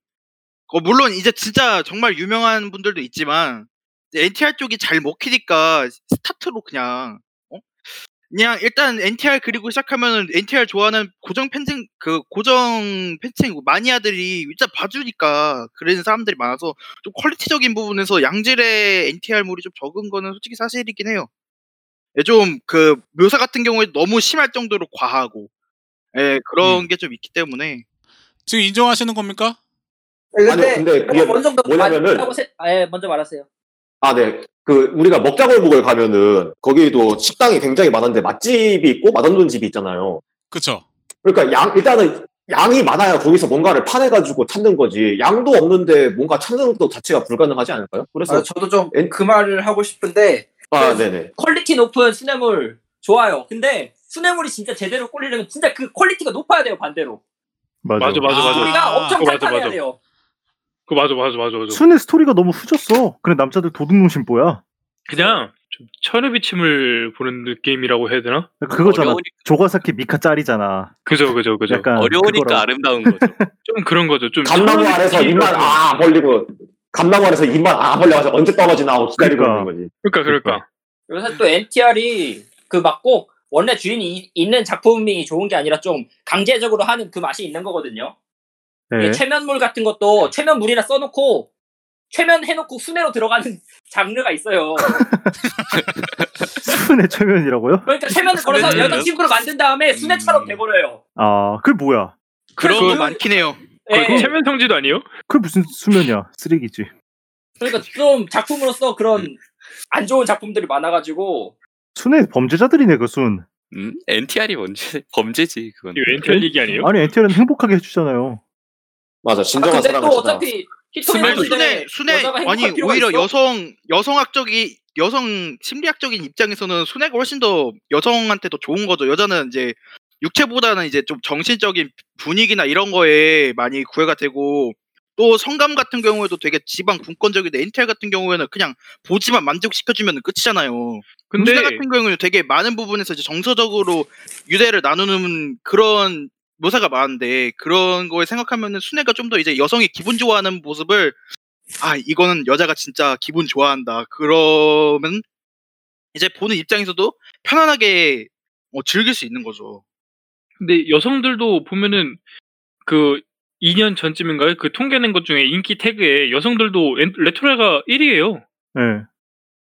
[SPEAKER 7] 어, 물론 이제 진짜 정말 유명한 분들도 있지만 NTR 쪽이 잘 먹히니까 스타트로 그냥 어? 그냥 일단 NTR 그리고 시작하면은 NTR 좋아하는 고정 팬층 그 고정 팬층 마니아들이 일단 봐주니까 그리는 사람들이 많아서 좀 퀄리티적인 부분에서 양질의 NTR물이 좀 적은 거는 솔직히 사실이긴 해요. 좀 그 묘사 같은 경우에 너무 심할 정도로 과하고 예 그런 게 좀 있기 때문에
[SPEAKER 2] 음. 지금 인정하시는 겁니까?
[SPEAKER 4] 근데,
[SPEAKER 8] 아니, 근데 그게
[SPEAKER 4] 어느 정도
[SPEAKER 8] 뭐냐면은-
[SPEAKER 4] 맞다고 세... 아, 예, 먼저 말하세요.
[SPEAKER 8] 아, 네. 그 우리가 먹자골목을 가면은 거기도 식당이 굉장히 많은데 맛집이 있고 맛없는 집이 있잖아요.
[SPEAKER 2] 그쵸.
[SPEAKER 8] 그러니까 양 일단은 양이 많아야 거기서 뭔가를 파내가지고 찾는 거지. 양도 없는데 뭔가 찾는 것도 자체가 불가능하지 않을까요? 그래서
[SPEAKER 9] 아, 저도 좀
[SPEAKER 8] 엔-
[SPEAKER 9] 그 말을 하고 싶은데 그
[SPEAKER 8] 아, 네네.
[SPEAKER 4] 퀄리티 높은 수뇌물 좋아요. 근데 수뇌물이 진짜 제대로 꼴리려면 진짜 그 퀄리티가 높아야 돼요 반대로.
[SPEAKER 3] 맞아.
[SPEAKER 5] *laughs* 맞아 맞아 맞아
[SPEAKER 4] 우리가 엄청
[SPEAKER 5] 그거 맞아,
[SPEAKER 4] 탄탄해야
[SPEAKER 5] 맞아.
[SPEAKER 4] 돼요.
[SPEAKER 5] 그거 맞아 맞아 맞아 맞아
[SPEAKER 3] 순의 스토리가 너무 후졌어. 그래 남자들 도둑놈신 뭐야?
[SPEAKER 5] 그냥 좀 천의 비침을 보는 느낌이라고 해야 되나?
[SPEAKER 3] 그러니까 그거잖아.
[SPEAKER 6] 어려우니까,
[SPEAKER 3] 조가사키 미카 짤이잖아.
[SPEAKER 5] 그죠 그죠 그죠
[SPEAKER 3] 약간
[SPEAKER 6] 어려우니까
[SPEAKER 3] 그거랑.
[SPEAKER 6] 아름다운
[SPEAKER 3] *laughs*
[SPEAKER 6] 거죠.
[SPEAKER 5] 좀 그런 거죠 좀
[SPEAKER 8] 감나무
[SPEAKER 5] 천의
[SPEAKER 8] 아래서
[SPEAKER 5] 비침이라고.
[SPEAKER 8] 입만 아 벌리고 감나무 아래서 입만 아 벌려가지고 언제 떨어지나 하고 기다리고
[SPEAKER 3] 그러니까.
[SPEAKER 8] 있는 거지.
[SPEAKER 5] 그러니까 그러니까
[SPEAKER 4] 요새 또 NTR이 그 맞고 원래 주인이 이- 있는 작품이 좋은 게 아니라 좀 강제적으로 하는 그 맛이 있는 거거든요.
[SPEAKER 3] 예.
[SPEAKER 5] 네.
[SPEAKER 4] 이 최면물 같은 것도 최면물이나 써놓고 최면해놓고 순회로 들어가는 *laughs* 장르가 있어요.
[SPEAKER 3] 순의 최면이라고요?
[SPEAKER 4] 그러니까 최면을 걸어서
[SPEAKER 5] 순회는
[SPEAKER 4] 여자친구로 만든 다음에 순회처럼
[SPEAKER 6] 음.
[SPEAKER 4] 돼버려요.
[SPEAKER 3] 아, 그게 뭐야?
[SPEAKER 7] 그런
[SPEAKER 5] 그거
[SPEAKER 7] 거 많긴 해요.
[SPEAKER 4] 예,
[SPEAKER 5] 그거 체면 성지도 네, 아니에요?
[SPEAKER 3] 그게 무슨 수면이야? 쓰레기지.
[SPEAKER 4] 그러니까 좀 작품으로서 그런 안 좋은 작품들이 많아가지고
[SPEAKER 3] 순의 범죄자들이네 그 순.
[SPEAKER 6] 음? NTR이 뭔지 범죄지 그건.
[SPEAKER 5] 이거 엔티얼 얘기 아니에요?
[SPEAKER 3] 아니 NTR은 행복하게 해주잖아요.
[SPEAKER 8] 맞아
[SPEAKER 4] 아,
[SPEAKER 8] 진정한
[SPEAKER 4] 근데
[SPEAKER 8] 사랑은
[SPEAKER 4] 또
[SPEAKER 8] 진짜
[SPEAKER 4] 어차피
[SPEAKER 7] 순애
[SPEAKER 4] 히토미는
[SPEAKER 7] 순애 순애 아니 오히려 여성 여성학적인 여성 심리학적인 입장에서는 순애가 훨씬 더 여성한테 더 좋은 거죠. 여자는 이제 육체보다는 이제 좀 정신적인 분위기나 이런 거에 많이 구애가 되고 또 성감 같은 경우에도 되게 지방 분권적인데 엔텔 같은 경우에는 그냥 보지만 만족시켜주면 끝이잖아요. 근데
[SPEAKER 5] 근데
[SPEAKER 7] 같은 경우는 되게 많은 부분에서 이제 정서적으로 유대를 나누는 그런 묘사가 많은데 그런 거에 생각하면은 순애가 좀 더 이제 여성이 기분 좋아하는 모습을 아 이거는 여자가 진짜 기분 좋아한다 그러면 이제 보는 입장에서도 편안하게 어, 즐길 수 있는 거죠.
[SPEAKER 5] 근데 여성들도 보면은 그 2년 전쯤인가요? 그 통계낸 것 중에 인기 태그에 여성들도 엔- 레토레가 1위예요.
[SPEAKER 3] 예.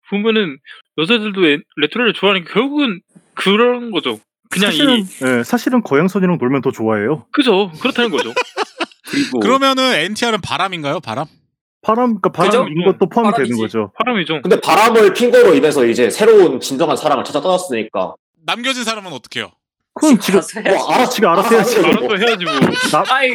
[SPEAKER 5] 보면은 여자들도 엔- 레토레를 좋아하니까 결국은 그런 거죠. 그냥
[SPEAKER 3] 사실은,
[SPEAKER 5] 이
[SPEAKER 3] 예, 사실은 거양선이랑 놀면 더 좋아해요.
[SPEAKER 5] 그죠? 그렇다는 거죠.
[SPEAKER 6] 그리고
[SPEAKER 2] 그러면은 NTR은 바람인가요? 바람?
[SPEAKER 3] 바람, 그러니까 바람인
[SPEAKER 5] 그죠?
[SPEAKER 3] 것도 포함이
[SPEAKER 4] 바람이지.
[SPEAKER 3] 되는 거죠.
[SPEAKER 5] 바람이죠.
[SPEAKER 8] 근데 바람을 핑계로 인해서 이제 새로운 진정한 사랑을 찾아 떠났으니까
[SPEAKER 2] 남겨진 사람은 어떻게요?
[SPEAKER 3] 그건 지금
[SPEAKER 8] 뭐 알아
[SPEAKER 3] 지금 알아서 해야지.
[SPEAKER 8] 하는 거지, 뭐.
[SPEAKER 5] 알아서 해야지 뭐.
[SPEAKER 4] 아니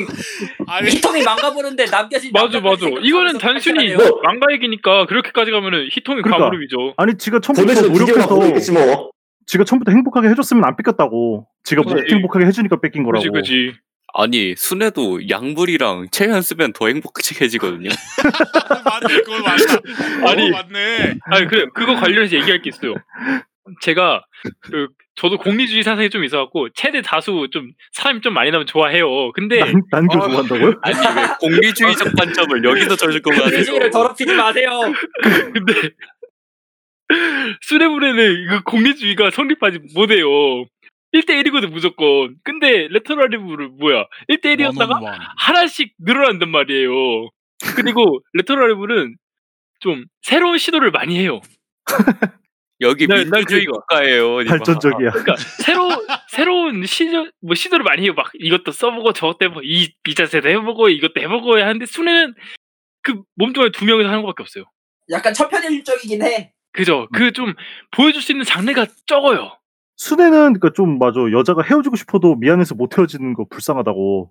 [SPEAKER 2] 아니
[SPEAKER 4] 히토미 망가보는데 남겨진
[SPEAKER 5] 맞아 맞아.
[SPEAKER 4] 남자들
[SPEAKER 5] 이거는
[SPEAKER 4] 생각하면서
[SPEAKER 5] 단순히
[SPEAKER 4] 발전하네요.
[SPEAKER 8] 뭐.
[SPEAKER 5] 망가 얘기니까 그렇게까지 가면은 히통이
[SPEAKER 3] 그러니까.
[SPEAKER 5] 가무름이죠.
[SPEAKER 3] 아니 지가 처음부터
[SPEAKER 8] 보내주는 비디오가
[SPEAKER 3] 노력해서
[SPEAKER 8] 보이겠지 뭐.
[SPEAKER 3] 지가 처음부터 행복하게 해줬으면 안 뺏겼다고. 지가 못
[SPEAKER 5] 그치.
[SPEAKER 3] 행복하게 해주니까 뺏긴 거라고.
[SPEAKER 5] 그지 그지.
[SPEAKER 6] 아니 순애도 양불이랑 체면 쓰면 더 행복해지거든요. *laughs*
[SPEAKER 2] 맞네 그건 맞다.
[SPEAKER 5] 아니.
[SPEAKER 2] 아니 맞네.
[SPEAKER 5] 아니 그래 그거 관련해서 얘기할 게 있어요. 제가 그 저도 공리주의 사상이 좀 있어갖고 최대 다수 좀 사람이 좀 많이 나면 좋아해요. 근데 아,
[SPEAKER 3] 난, 난교
[SPEAKER 7] 어,
[SPEAKER 3] 좋아한다고요?
[SPEAKER 6] 아니 왜 공기주의적 관점을 여기서 저질 거면 안 돼요.
[SPEAKER 4] 민주주의를 더럽히지 마세요.
[SPEAKER 5] 근데 수레브레는 그 공리주의가 성립하지 못해요. 1대1이거든 무조건. 근데 레터럴리브를 뭐야 1대1이었다가
[SPEAKER 2] 원온원.
[SPEAKER 5] 하나씩 늘어난단 말이에요.
[SPEAKER 2] *laughs*
[SPEAKER 5] 그리고 레터럴리브는 좀 새로운 시도를 많이 해요.
[SPEAKER 6] 여기
[SPEAKER 7] 네,
[SPEAKER 5] 나- 나
[SPEAKER 6] 민주주의
[SPEAKER 7] 그러니까.
[SPEAKER 5] 그-
[SPEAKER 6] 국가예요. 이봐.
[SPEAKER 3] 발전적이야.
[SPEAKER 5] 그러니까
[SPEAKER 2] *laughs*
[SPEAKER 5] 새로 새로운 시도 뭐 시도를 많이 해요. 막 이것도 써보고 저것도 해보고 이 비자세도 해보고 이것도 해보고 하는데 순회는 그 몸뚱아리 두 명이서 하는 것밖에 없어요.
[SPEAKER 9] 약간 천편일률적이긴 해.
[SPEAKER 5] 그죠?
[SPEAKER 2] 음.
[SPEAKER 5] 그 좀 보여줄 수 있는 장르가 적어요.
[SPEAKER 3] 순애는 그니까 좀 맞아 여자가 헤어지고 싶어도 미안해서 못 헤어지는 거 불쌍하다고.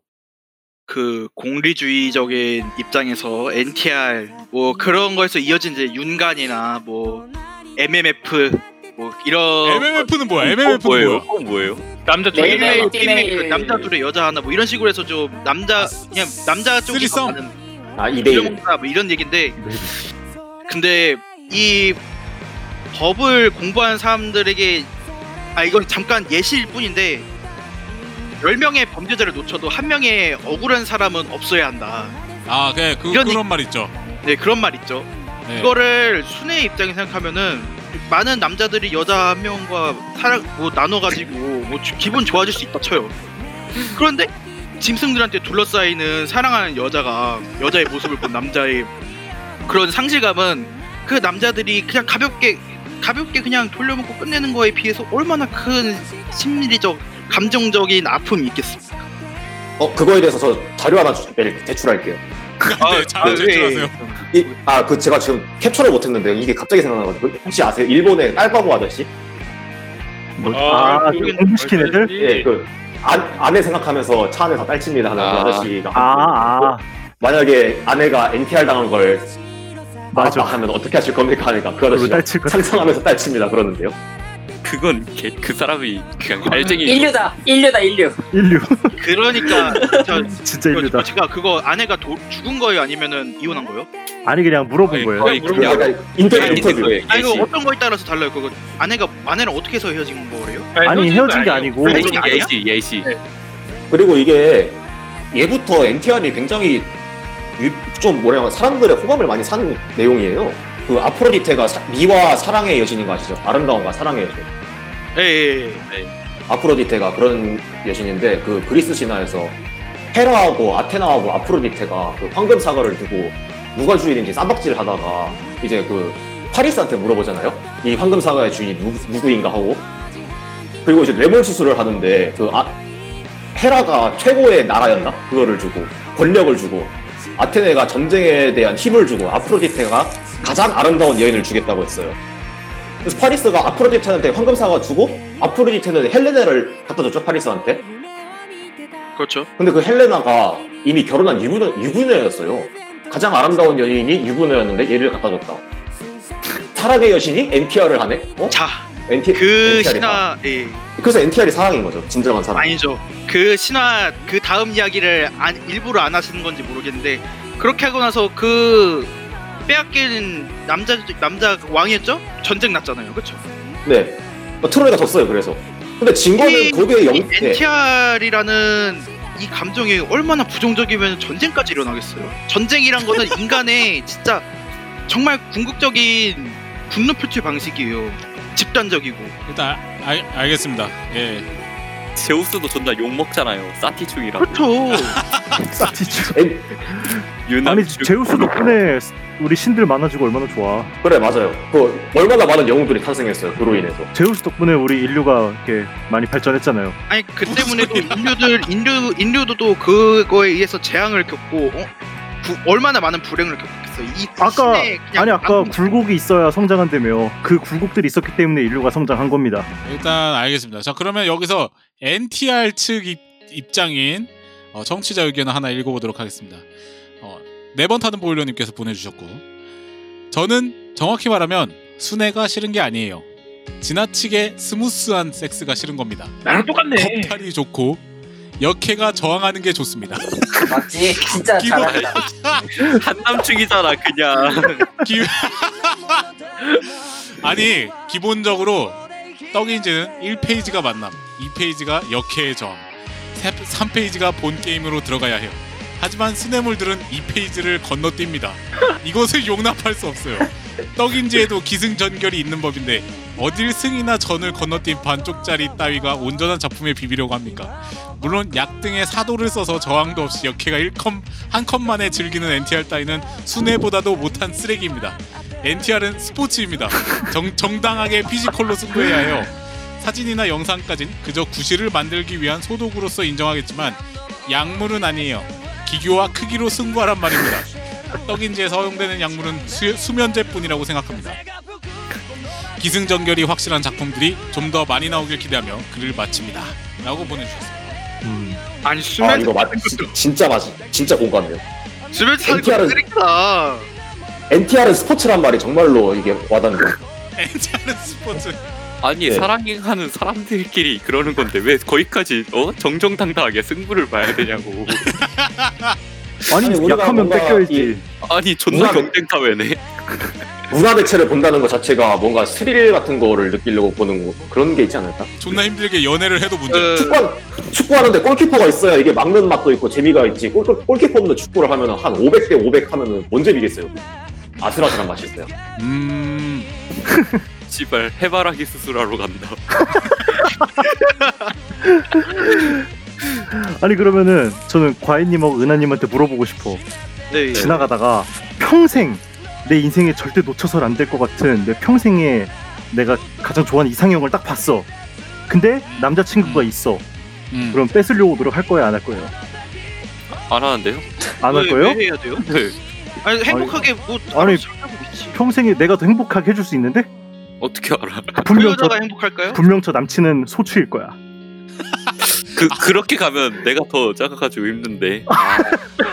[SPEAKER 7] 그 공리주의적인 입장에서 NTR 뭐 그런 거에서 이어진 이제 윤간이나 뭐 MMF 뭐 이런 음,
[SPEAKER 2] MMF는 뭐야?
[SPEAKER 6] 어,
[SPEAKER 2] MMF는
[SPEAKER 6] 뭐예요?
[SPEAKER 2] 뭐야?
[SPEAKER 6] 어, 뭐예요?
[SPEAKER 5] 남자
[SPEAKER 7] 네,
[SPEAKER 5] 쪽
[SPEAKER 4] 매일매일
[SPEAKER 5] 에
[SPEAKER 7] 매일매일
[SPEAKER 4] 띠메일.
[SPEAKER 7] 띠메일, 그 남자 둘에 여자 하나 뭐 이런 식으로 해서 좀 남자 그냥 남자 쪽이
[SPEAKER 2] 쓰리썸.
[SPEAKER 7] 가는
[SPEAKER 8] 아, 네, 2대1.
[SPEAKER 7] 이런 뭐 이런 얘긴데 근데 이 법을 공부한 사람들에게 아 이건 잠깐 예시일 뿐인데 10명의 범죄자를 놓쳐도 한 명의 억울한 사람은 없어야 한다.
[SPEAKER 2] 아, 네, 그,
[SPEAKER 7] 이런
[SPEAKER 2] 그런 말 있죠.
[SPEAKER 7] 네, 그런 말 있죠.
[SPEAKER 2] 네.
[SPEAKER 7] 이거를 순애의 입장에 생각하면은 많은 남자들이 여자 한 명과 사랑 뭐 나눠가지고 뭐 주- 기분 좋아질 수 있다 쳐요. 그런데 짐승들한테 둘러싸이는 사랑하는 여자가 여자의 모습을 본 남자의 그런 상실감은 그 남자들이 그냥 가볍게 가볍게 그냥 돌려먹고 끝내는 거에 비해서 얼마나 큰 심리적 감정적인 아픔이 있겠습니까?
[SPEAKER 8] 어, 그거에 대해서 저 자료 하나 주- 내일 대출할게요.
[SPEAKER 2] 네, 잘 제출하세요.
[SPEAKER 8] 이, 아, 그 제가 지금 캡처를 못했는데 이게 갑자기 생각나가지고 혹시 아세요? 일본의 딸바보 아저씨?
[SPEAKER 3] 뭐, 아, 그 공부시킨 애들?
[SPEAKER 8] 예, 그 안, 아내 생각하면서 차 안에서 딸칩니다 하는
[SPEAKER 6] 아.
[SPEAKER 8] 그 아저씨가
[SPEAKER 3] 아, 아,
[SPEAKER 8] 만약에 아내가 NTR 당한 걸
[SPEAKER 3] 맞아.
[SPEAKER 8] 맞아 하면 어떻게 하실 겁니까? 하니까 그
[SPEAKER 3] 그리고
[SPEAKER 8] 아저씨가
[SPEAKER 3] 딸칠 거.
[SPEAKER 8] 상상하면서 딸칩니다 그러는데요.
[SPEAKER 6] 그건 개, 그 사람이 그냥 알쟁이.
[SPEAKER 4] 인류다, 인류다, 인류.
[SPEAKER 3] 인류.
[SPEAKER 7] 그러니까 저
[SPEAKER 3] *laughs* 진짜 인류다.
[SPEAKER 7] 제가 그거 아내가 도- 죽은 거예요? 아니면은 이혼한 거예요?
[SPEAKER 3] 아니 그냥 물어본
[SPEAKER 6] 아니,
[SPEAKER 3] 거예요.
[SPEAKER 6] 거의
[SPEAKER 8] 그
[SPEAKER 6] 그냥
[SPEAKER 8] 약간 인터뷰 인터뷰.
[SPEAKER 6] 예시.
[SPEAKER 7] 아니 그 어떤 거에 따라서 달라요. 그거 아내가 아내랑 어떻게 해서 헤어진 거래요?
[SPEAKER 3] 아니 헤어진 게 아니고
[SPEAKER 7] 아니, 아니야?
[SPEAKER 6] 예시 예시.
[SPEAKER 7] 그
[SPEAKER 8] 그리고 이게 예부터 NTR이 굉장히 유- 좀 뭐냐 사람들의 호감을 많이 사는 내용이에요. 그 아프로디테가 사- 미와 사랑의 여신인 거 아시죠? 아름다움과 사랑의 여신.
[SPEAKER 7] 예, 예, 예.
[SPEAKER 8] 네. 아프로디테가 그런 여신인데 그 그리스 신화에서 헤라하고 아테나하고 아프로디테가 그 황금 사과를 두고 누가 주인인지 쌈박질 하다가 이제 그 파리스한테 물어보잖아요. 이 황금 사과의 주인이 누, 누구인가 하고 그리고 이제 뇌물 수술을 하는데 그 아, 헤라가 최고의 나라였나 그거를 주고 권력을 주고 아테네가 전쟁에 대한 힘을 주고 아프로디테가 가장 아름다운 여인을 주겠다고 했어요. 그래서 파리스가 아프로디테한테 황금 사과 주고 아프로디테는 헬레나를 갖다 줬죠 파리스한테.
[SPEAKER 7] 그렇죠.
[SPEAKER 8] 근데 그 헬레나가 이미 결혼한 유부녀, 유부녀였어요. 가장 아름다운 여인이 유부녀였는데 얘를 갖다 줬다. 사랑의 여신이 NTR을 하네. 어?
[SPEAKER 7] 자,
[SPEAKER 8] NT,
[SPEAKER 7] 그
[SPEAKER 8] NTR 이 사랑.
[SPEAKER 7] 신화 예,
[SPEAKER 8] 그래서 NTR이 사랑인 거죠. 진정한 사랑.
[SPEAKER 7] 아니죠. 그 신화 그 다음 이야기를 안- 일부러 안 하시는 건지 모르겠는데 그렇게 하고 나서 그 빼앗긴 남자 남자 왕이었죠? 전쟁 났잖아요, 그렇죠?
[SPEAKER 8] 네. 어, 트로이가 졌어요. 그래서. 근데 진 거는
[SPEAKER 7] 이-
[SPEAKER 8] 거기에
[SPEAKER 7] 이
[SPEAKER 8] 영. 네.
[SPEAKER 7] NTR이라는 이 감정이 얼마나 부정적이면 전쟁까지 일어나겠어요. 전쟁이란
[SPEAKER 8] *laughs*
[SPEAKER 7] 거는 인간의 진짜 정말 궁극적인 분노 표출 방식이에요. 집단적이고.
[SPEAKER 2] 일단 알, 알겠습니다. 예.
[SPEAKER 6] 제우스도 존나 욕 먹잖아요. 사티충이랑
[SPEAKER 7] 그렇죠.
[SPEAKER 3] 싹티죠.
[SPEAKER 8] 엔-
[SPEAKER 6] 유난.
[SPEAKER 3] 아니 제우스 덕분에 우리 신들 많아지고 얼마나 좋아.
[SPEAKER 8] 그래 맞아요. 그 얼마나 많은 영웅들이 탄생했어요. 그로 인해서.
[SPEAKER 3] 제우스 덕분에 우리 인류가 이렇게 많이 발전했잖아요.
[SPEAKER 7] 아니 그 때문에도 인류들 인류 인류도 그거에 의해서 재앙을 겪고 어? 부- 얼마나 많은 불행을 겪었어. 이
[SPEAKER 3] 아까-
[SPEAKER 7] 신의 그냥
[SPEAKER 3] 아니 아까
[SPEAKER 7] 아픔.
[SPEAKER 3] 굴곡이 있어야 성장한다며 그 굴곡들이 있었기 때문에 인류가 성장한 겁니다.
[SPEAKER 2] 일단 알겠습니다. 자, 그러면 여기서 NTR 측 입, 입장인 어, 청취자 의견을 하나 읽어보도록 하겠습니다. 어, 네번 타는 보일러님께서 보내주셨고, 저는 정확히 말하면 순애가 싫은 게 아니에요. 지나치게 스무스한 섹스가 싫은 겁니다.
[SPEAKER 5] 나랑 똑같네.
[SPEAKER 2] 겉팔이 좋고 역해가 저항하는 게 좋습니다. *laughs*
[SPEAKER 9] 맞지? 진짜
[SPEAKER 2] 기본-
[SPEAKER 9] 잘한다.
[SPEAKER 6] *laughs* 한남충이잖아
[SPEAKER 2] *laughs*
[SPEAKER 6] 그냥.
[SPEAKER 2] 아니 기본적으로 떡인지는 1페이지가 만남, 2페이지가 역해의 저항, 3페이지가 본 게임으로 들어가야 해요. 하지만 스네물들은 2페이지를 건너뜁니다. 이것을 용납할 수 없어요. 떡인지에도 기승전결이 있는 법인데 어딜 승이나 전을 건너뛴 반쪽짜리 따위가 온전한 작품에 비비려고 합니까? 물론 약 등의 사도를 써서 저항도 없이 역해가 1컴 한 컴만에 즐기는 NTR 따위는 순회보다도 못한 쓰레기입니다. NTR은 스포츠입니다. 정, 정당하게 피지컬로 승부해야 해요. 사진이나 영상까진 그저 구실을 만들기 위한 소독으로서 인정하겠지만 약물은 아니에요. 기교와 크기로 승부하란 말입니다. 떡인지에 사용되는 약물은 수, 수면제뿐이라고 생각합니다. 기승전결이 확실한 작품들이 좀 더 많이 나오길 기대하며 글을 마칩니다. 라고 보내주셨어요.
[SPEAKER 7] 아니
[SPEAKER 8] 아
[SPEAKER 7] 수면
[SPEAKER 8] 이거 맞 진짜 맞 진짜 공감해요.
[SPEAKER 7] 수면 사는
[SPEAKER 8] NTR
[SPEAKER 7] 거
[SPEAKER 8] 은-
[SPEAKER 7] 쓰레기다.
[SPEAKER 8] NTR은 스포츠란 말이 정말로 이게 와닿는 거.
[SPEAKER 2] 엔차는 스포츠.
[SPEAKER 6] 아니
[SPEAKER 8] 네.
[SPEAKER 6] 사랑하는 사람들끼리 그러는 건데 왜 거기까지 어 정정당당하게 승부를 봐야 되냐고.
[SPEAKER 3] 아니,
[SPEAKER 8] 아니, 우리가
[SPEAKER 3] 약하면
[SPEAKER 8] 뭔가
[SPEAKER 3] 뺏겨야지.
[SPEAKER 6] 아니 존나
[SPEAKER 8] 우와.
[SPEAKER 6] 경쟁 사회네.
[SPEAKER 8] 문화 대체를 본다는 것 자체가 뭔가 스릴 같은 거를 느끼려고 보는 거, 그런 게 있지 않을까?
[SPEAKER 2] 존나 힘들게 연애를 해도 문제.
[SPEAKER 7] 그
[SPEAKER 8] 축구 축구하는데 골키퍼가 있어야 이게 막는 맛도 있고 재미가 있지. 골, 골- 골키퍼 없는 축구를 하면 한 500대 500 하면은 뭔지 이겠어요. *laughs* 아슬아슬한 맛이 있어요.
[SPEAKER 2] 음.
[SPEAKER 6] *laughs* 씨발 해바라기 수술하러 간다.
[SPEAKER 3] 아니 그러면은 저는 과인님하고 은하님한테 물어보고 싶어.
[SPEAKER 7] 네.
[SPEAKER 3] 지나가다가 평생 내 인생에 절대 놓쳐선 안 될 것 같은 내 평생에 내가 가장 좋아하는 이상형을 딱 봤어. 근데 남자친구가 있어.
[SPEAKER 2] 음.
[SPEAKER 3] 그럼 뺏으려고 노력할 거예요, 안 할 거예요?
[SPEAKER 6] 안 하는데요?
[SPEAKER 3] 안 할
[SPEAKER 7] 왜-
[SPEAKER 3] 거예요?
[SPEAKER 7] 왜 해야 돼요?
[SPEAKER 6] 네.
[SPEAKER 7] 아니 행복하게 뭐
[SPEAKER 3] 아니,
[SPEAKER 7] 아니 있지.
[SPEAKER 3] 평생에 내가 더 행복하게 해줄 수 있는데
[SPEAKER 6] 어떻게 알아? *laughs*
[SPEAKER 7] 그
[SPEAKER 3] 분명 저
[SPEAKER 7] 여자가 행복할까요?
[SPEAKER 3] 분명 저 남친은 소추일 거야.
[SPEAKER 6] 그 그렇게 가면 내가 더 작아가지고 힘든데.
[SPEAKER 3] *laughs*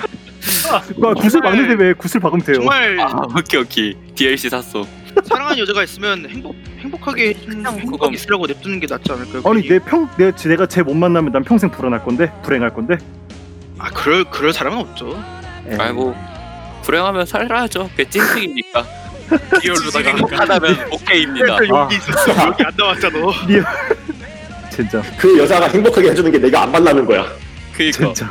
[SPEAKER 3] 그러니까 구슬
[SPEAKER 7] 정말-
[SPEAKER 3] 막는데 왜 구슬 박으면 돼요?
[SPEAKER 7] 정말
[SPEAKER 6] 아 오케이 오케이 DLC 샀어.
[SPEAKER 7] 사랑하는 여자가 있으면 행복 행복하게
[SPEAKER 6] 그건-
[SPEAKER 7] 행복하게 있으려고 냅두는 게 낫지 않을까요?
[SPEAKER 3] 아니
[SPEAKER 7] 괜히?
[SPEAKER 3] 내 평 내 내가 쟤 못 만나면 난 평생 불안할 건데 불행할 건데.
[SPEAKER 7] 아 그럴 그럴 사람은 없죠.
[SPEAKER 8] 네.
[SPEAKER 3] 에이.
[SPEAKER 6] 아이고 뭐, 불행하면 살아야죠. 그게
[SPEAKER 7] *laughs*
[SPEAKER 6] 찐득이니까. 리얼로다가
[SPEAKER 2] 찐득이니까.
[SPEAKER 6] 행복하다면 오케이입니다.
[SPEAKER 3] 아.
[SPEAKER 7] 여기 그러니까 있었어
[SPEAKER 3] *laughs*
[SPEAKER 7] 여기 안 나왔잖아.
[SPEAKER 3] 네. 진짜
[SPEAKER 8] 그 여자가 행복하게 해주는 게 내가 안 만나는 거야.
[SPEAKER 6] 그니까
[SPEAKER 3] 진짜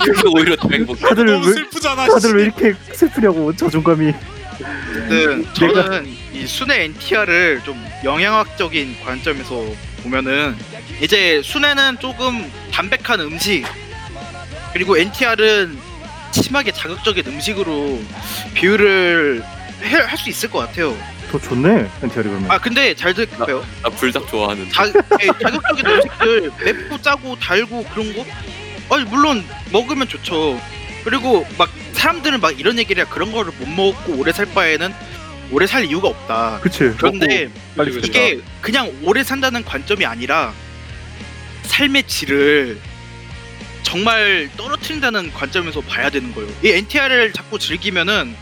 [SPEAKER 6] 그래서 오히려 더 행복해.
[SPEAKER 3] 다들
[SPEAKER 2] 너무
[SPEAKER 3] 왜
[SPEAKER 2] 슬프잖아.
[SPEAKER 3] 다들 왜 이렇게 슬프냐고 자존감이
[SPEAKER 7] 어쨌든 저는 이 순회 NTR을 좀 영양학적인 관점에서 보면은 이제 순회는 조금 담백한 음식 그리고 NTR은 심하게 자극적인 음식으로 비유를 할 수 있을 것 같아요.
[SPEAKER 3] 더 좋네 엔티아리 그러면.
[SPEAKER 7] 아 근데 잘 들을까요?
[SPEAKER 6] 나 불닭 좋아하는데.
[SPEAKER 7] 자, 예, 자극적인 음식들 맵고 짜고 달고 그런 거? 아니 물론 먹으면 좋죠. 그리고 막 사람들은 막 이런 얘기를 해 그런 거를 못 먹고 오래 살 바에는 오래 살 이유가 없다.
[SPEAKER 3] 그치.
[SPEAKER 7] 그런데
[SPEAKER 5] 빨리
[SPEAKER 7] 이게 그냥 오래 산다는 관점이 아니라 삶의 질을 정말 떨어뜨린다는 관점에서 봐야 되는 거예요. 이 NTR을 자꾸 즐기면은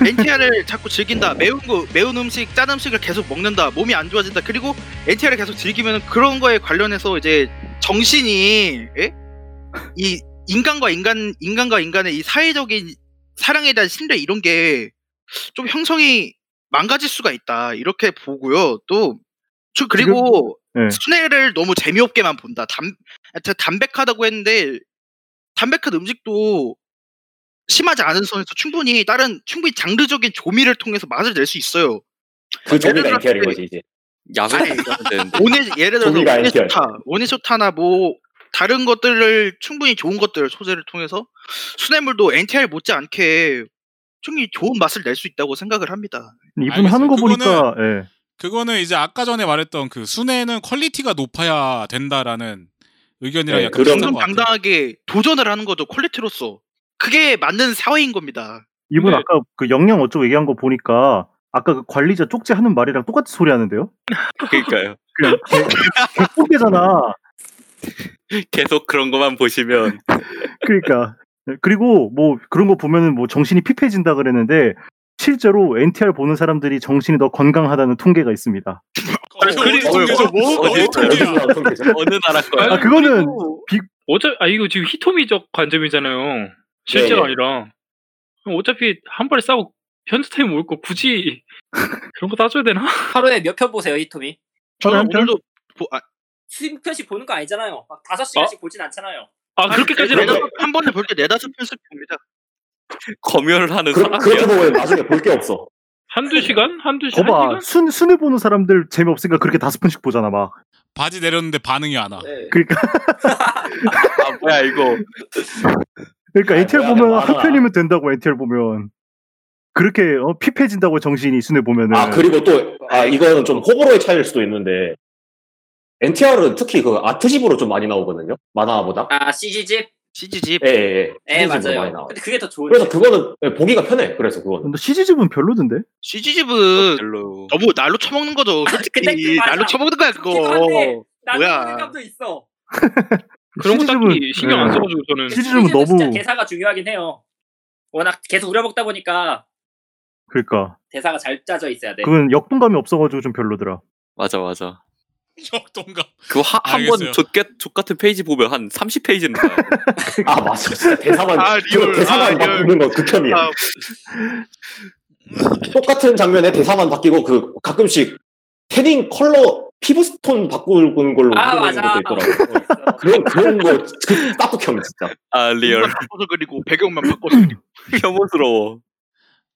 [SPEAKER 7] NTR을 자꾸 즐긴다. 매운 거, 매운 음식, 짠 음식을 계속 먹는다. 몸이 안 좋아진다. 그리고 NTR을 계속 즐기면은 그런 거에 관련해서 이제 정신이 예? 이 인간과 인간, 인간과 인간의 이 사회적인 사랑에 대한 신뢰 이런 게 좀 형성이 망가질 수가 있다. 이렇게 보고요. 또, 저 그리고
[SPEAKER 3] 예.
[SPEAKER 7] 순회를 너무 재미없게만 본다. 담, 하여튼 담백하다고 했는데, 담백한 음식도 심하지 않은 선에서 충분히 다른, 충분히 장르적인 조미를 통해서 맛을 낼 수 있어요.
[SPEAKER 8] 그 종류가
[SPEAKER 7] 예를 들어서
[SPEAKER 8] NTR인 거지 이제.
[SPEAKER 6] 야외
[SPEAKER 7] *laughs*
[SPEAKER 6] 되는데.
[SPEAKER 7] 아, 네. 오늘 예를 들어서
[SPEAKER 8] 종이가
[SPEAKER 7] 원의
[SPEAKER 8] NTR.
[SPEAKER 7] 쇼타, 원의 쇼타나 뭐 다른 것들을 충분히 좋은 것들을 소재를 통해서 수뇌물도 NTR 못지않게 충분히 좋은 맛을 낼 수 있다고 생각을 합니다.
[SPEAKER 3] 이분
[SPEAKER 2] 알겠어요.
[SPEAKER 3] 하는 거
[SPEAKER 2] 그거는-
[SPEAKER 3] 보니까 예.
[SPEAKER 2] 그거는 이제 아까 전에 말했던 그 순회는 퀄리티가 높아야 된다라는 의견이랑
[SPEAKER 8] 네,
[SPEAKER 2] 약간
[SPEAKER 8] 그런-
[SPEAKER 2] 비슷한
[SPEAKER 7] 정정
[SPEAKER 2] 것 같아요.
[SPEAKER 7] 당당하게 도전을 하는 것도 퀄리티로서 그게 맞는 사회인 겁니다.
[SPEAKER 3] 이분
[SPEAKER 5] 근데-
[SPEAKER 3] 아까 그 영양 어쩌고 얘기한 거 보니까 아까 그 관리자 쪽지 하는 말이랑 똑같은 소리 하는데요?
[SPEAKER 6] 그러니까요.
[SPEAKER 3] 그냥 개,
[SPEAKER 2] *laughs*
[SPEAKER 3] 개뽀개잖아.
[SPEAKER 6] *laughs* 계속 그런 것만 보시면
[SPEAKER 3] 그러니까 그리고 뭐 그런 거 보면은 뭐 정신이 피폐해진다 그랬는데 실제로 NTR 보는 사람들이 정신이 더 건강하다는 통계가 있습니다.
[SPEAKER 2] 어느
[SPEAKER 5] 그리고-
[SPEAKER 2] 통계죠?
[SPEAKER 6] 뭐?
[SPEAKER 2] 어느
[SPEAKER 6] 어디-
[SPEAKER 2] 통계야?
[SPEAKER 6] 어느 나라 거야.
[SPEAKER 3] 아 그거는
[SPEAKER 5] 어차 아 이거 지금 히토미적 관점이잖아요. 실제가
[SPEAKER 8] 예, 예.
[SPEAKER 6] 네.
[SPEAKER 5] 아니라 그럼 어차피 한 발에 싸고 현재 타임 올거 굳이 그런 거 따져야 되나?
[SPEAKER 4] 하루에 몇 편 보세요 히토미?
[SPEAKER 3] 저는
[SPEAKER 7] 저는
[SPEAKER 3] 한편?
[SPEAKER 7] 오늘도 보, 아,
[SPEAKER 4] 수입 편씩 보는 거 아니잖아요. 막 다섯 시간씩 보진 않잖아요.
[SPEAKER 5] 어? 아 그렇게까지는
[SPEAKER 7] 네다섯- 한 번에 볼 때 네다섯 편씩 봅니다.
[SPEAKER 6] 검열을 하는
[SPEAKER 8] 그,
[SPEAKER 6] 사람이야.
[SPEAKER 8] 그렇게 보면 나중에 볼 게 없어.
[SPEAKER 2] 네.
[SPEAKER 5] 한두 시간? 한두 시간? 한
[SPEAKER 3] 거봐
[SPEAKER 5] 시간?
[SPEAKER 3] 순 순위 보는 사람들 재미없으니까 그렇게 다섯 번씩 보잖아 막.
[SPEAKER 2] 바지 내렸는데 반응이 안 와.
[SPEAKER 4] 네.
[SPEAKER 3] 그러니까
[SPEAKER 6] 아 뭐야 이거.
[SPEAKER 3] 그러니까
[SPEAKER 8] 아이,
[SPEAKER 3] NTR
[SPEAKER 8] 뭐야,
[SPEAKER 3] 보면
[SPEAKER 8] 말아.
[SPEAKER 3] 한 편이면 된다고 NTR 보면 그렇게 어, 피폐해진다고 정신이 순위 보면은.
[SPEAKER 8] 아 그리고 또 아 이거는 좀 호불호의 차이일 수도 있는데 NTR은 특히 그 아트집으로 좀 많이 나오거든요. 만화보다.
[SPEAKER 4] 아 CG집?
[SPEAKER 7] CG집
[SPEAKER 5] 네.
[SPEAKER 8] 예, 예, 예.
[SPEAKER 4] 에
[SPEAKER 8] 아트집으로 많이
[SPEAKER 4] 네, 맞아요.
[SPEAKER 8] 나와요.
[SPEAKER 4] 근데 그게 더 좋은데.
[SPEAKER 8] 그래서 그거는 예, 보기가 편해. 그래서 그거는.
[SPEAKER 3] 근데 CG집은 별로던데.
[SPEAKER 7] CG집은
[SPEAKER 6] 별로.
[SPEAKER 7] 너무 날로 쳐먹는 거죠.
[SPEAKER 4] 근데 그
[SPEAKER 7] 솔직히
[SPEAKER 4] 맞아.
[SPEAKER 7] 날로 쳐먹는 거야
[SPEAKER 4] 그렇긴 한데
[SPEAKER 7] 그거.
[SPEAKER 4] 나는
[SPEAKER 7] 뭐야.
[SPEAKER 4] 그런 감도 있어.
[SPEAKER 5] 그런 거 딱히
[SPEAKER 3] CG집은
[SPEAKER 5] 신경 안 써가지고 저는
[SPEAKER 3] CG집은
[SPEAKER 4] CGV 는 진짜
[SPEAKER 3] 네. 너무
[SPEAKER 4] 대사가 중요하긴 해요. 워낙 계속 우려먹다 보니까
[SPEAKER 3] 그러니까
[SPEAKER 4] 대사가 잘 짜져 있어야
[SPEAKER 8] 네.
[SPEAKER 4] 돼.
[SPEAKER 3] *laughs* 그건 역동감이 없어가지고 좀 별로더라.
[SPEAKER 6] 맞아 맞아.
[SPEAKER 2] 역동감.
[SPEAKER 6] 그거
[SPEAKER 2] 알겠어요.
[SPEAKER 6] 한번 족같 족같은 페이지 보면 한 30페이지는 나와요.
[SPEAKER 8] *laughs* 아 맞아. 진짜 대사만
[SPEAKER 7] 아, 리얼.
[SPEAKER 8] 대사만
[SPEAKER 7] 아, 리얼.
[SPEAKER 8] 바꾸는 건 극혐이야.
[SPEAKER 7] 아,
[SPEAKER 8] 그 *laughs* 똑같은 장면에 대사만 바뀌고 그 가끔씩 패딩 컬러 피부톤 바꾸는 걸로
[SPEAKER 4] 아,
[SPEAKER 8] 바꾸는 것도
[SPEAKER 4] 맞아.
[SPEAKER 8] 있더라고. 그런 그런 거딱 극혐 진짜.
[SPEAKER 6] 아 리얼.
[SPEAKER 7] 이름만 바꿔서 그리고 배경만 바꿔서
[SPEAKER 3] *laughs*
[SPEAKER 7] 그리고.
[SPEAKER 6] 혐오스러워.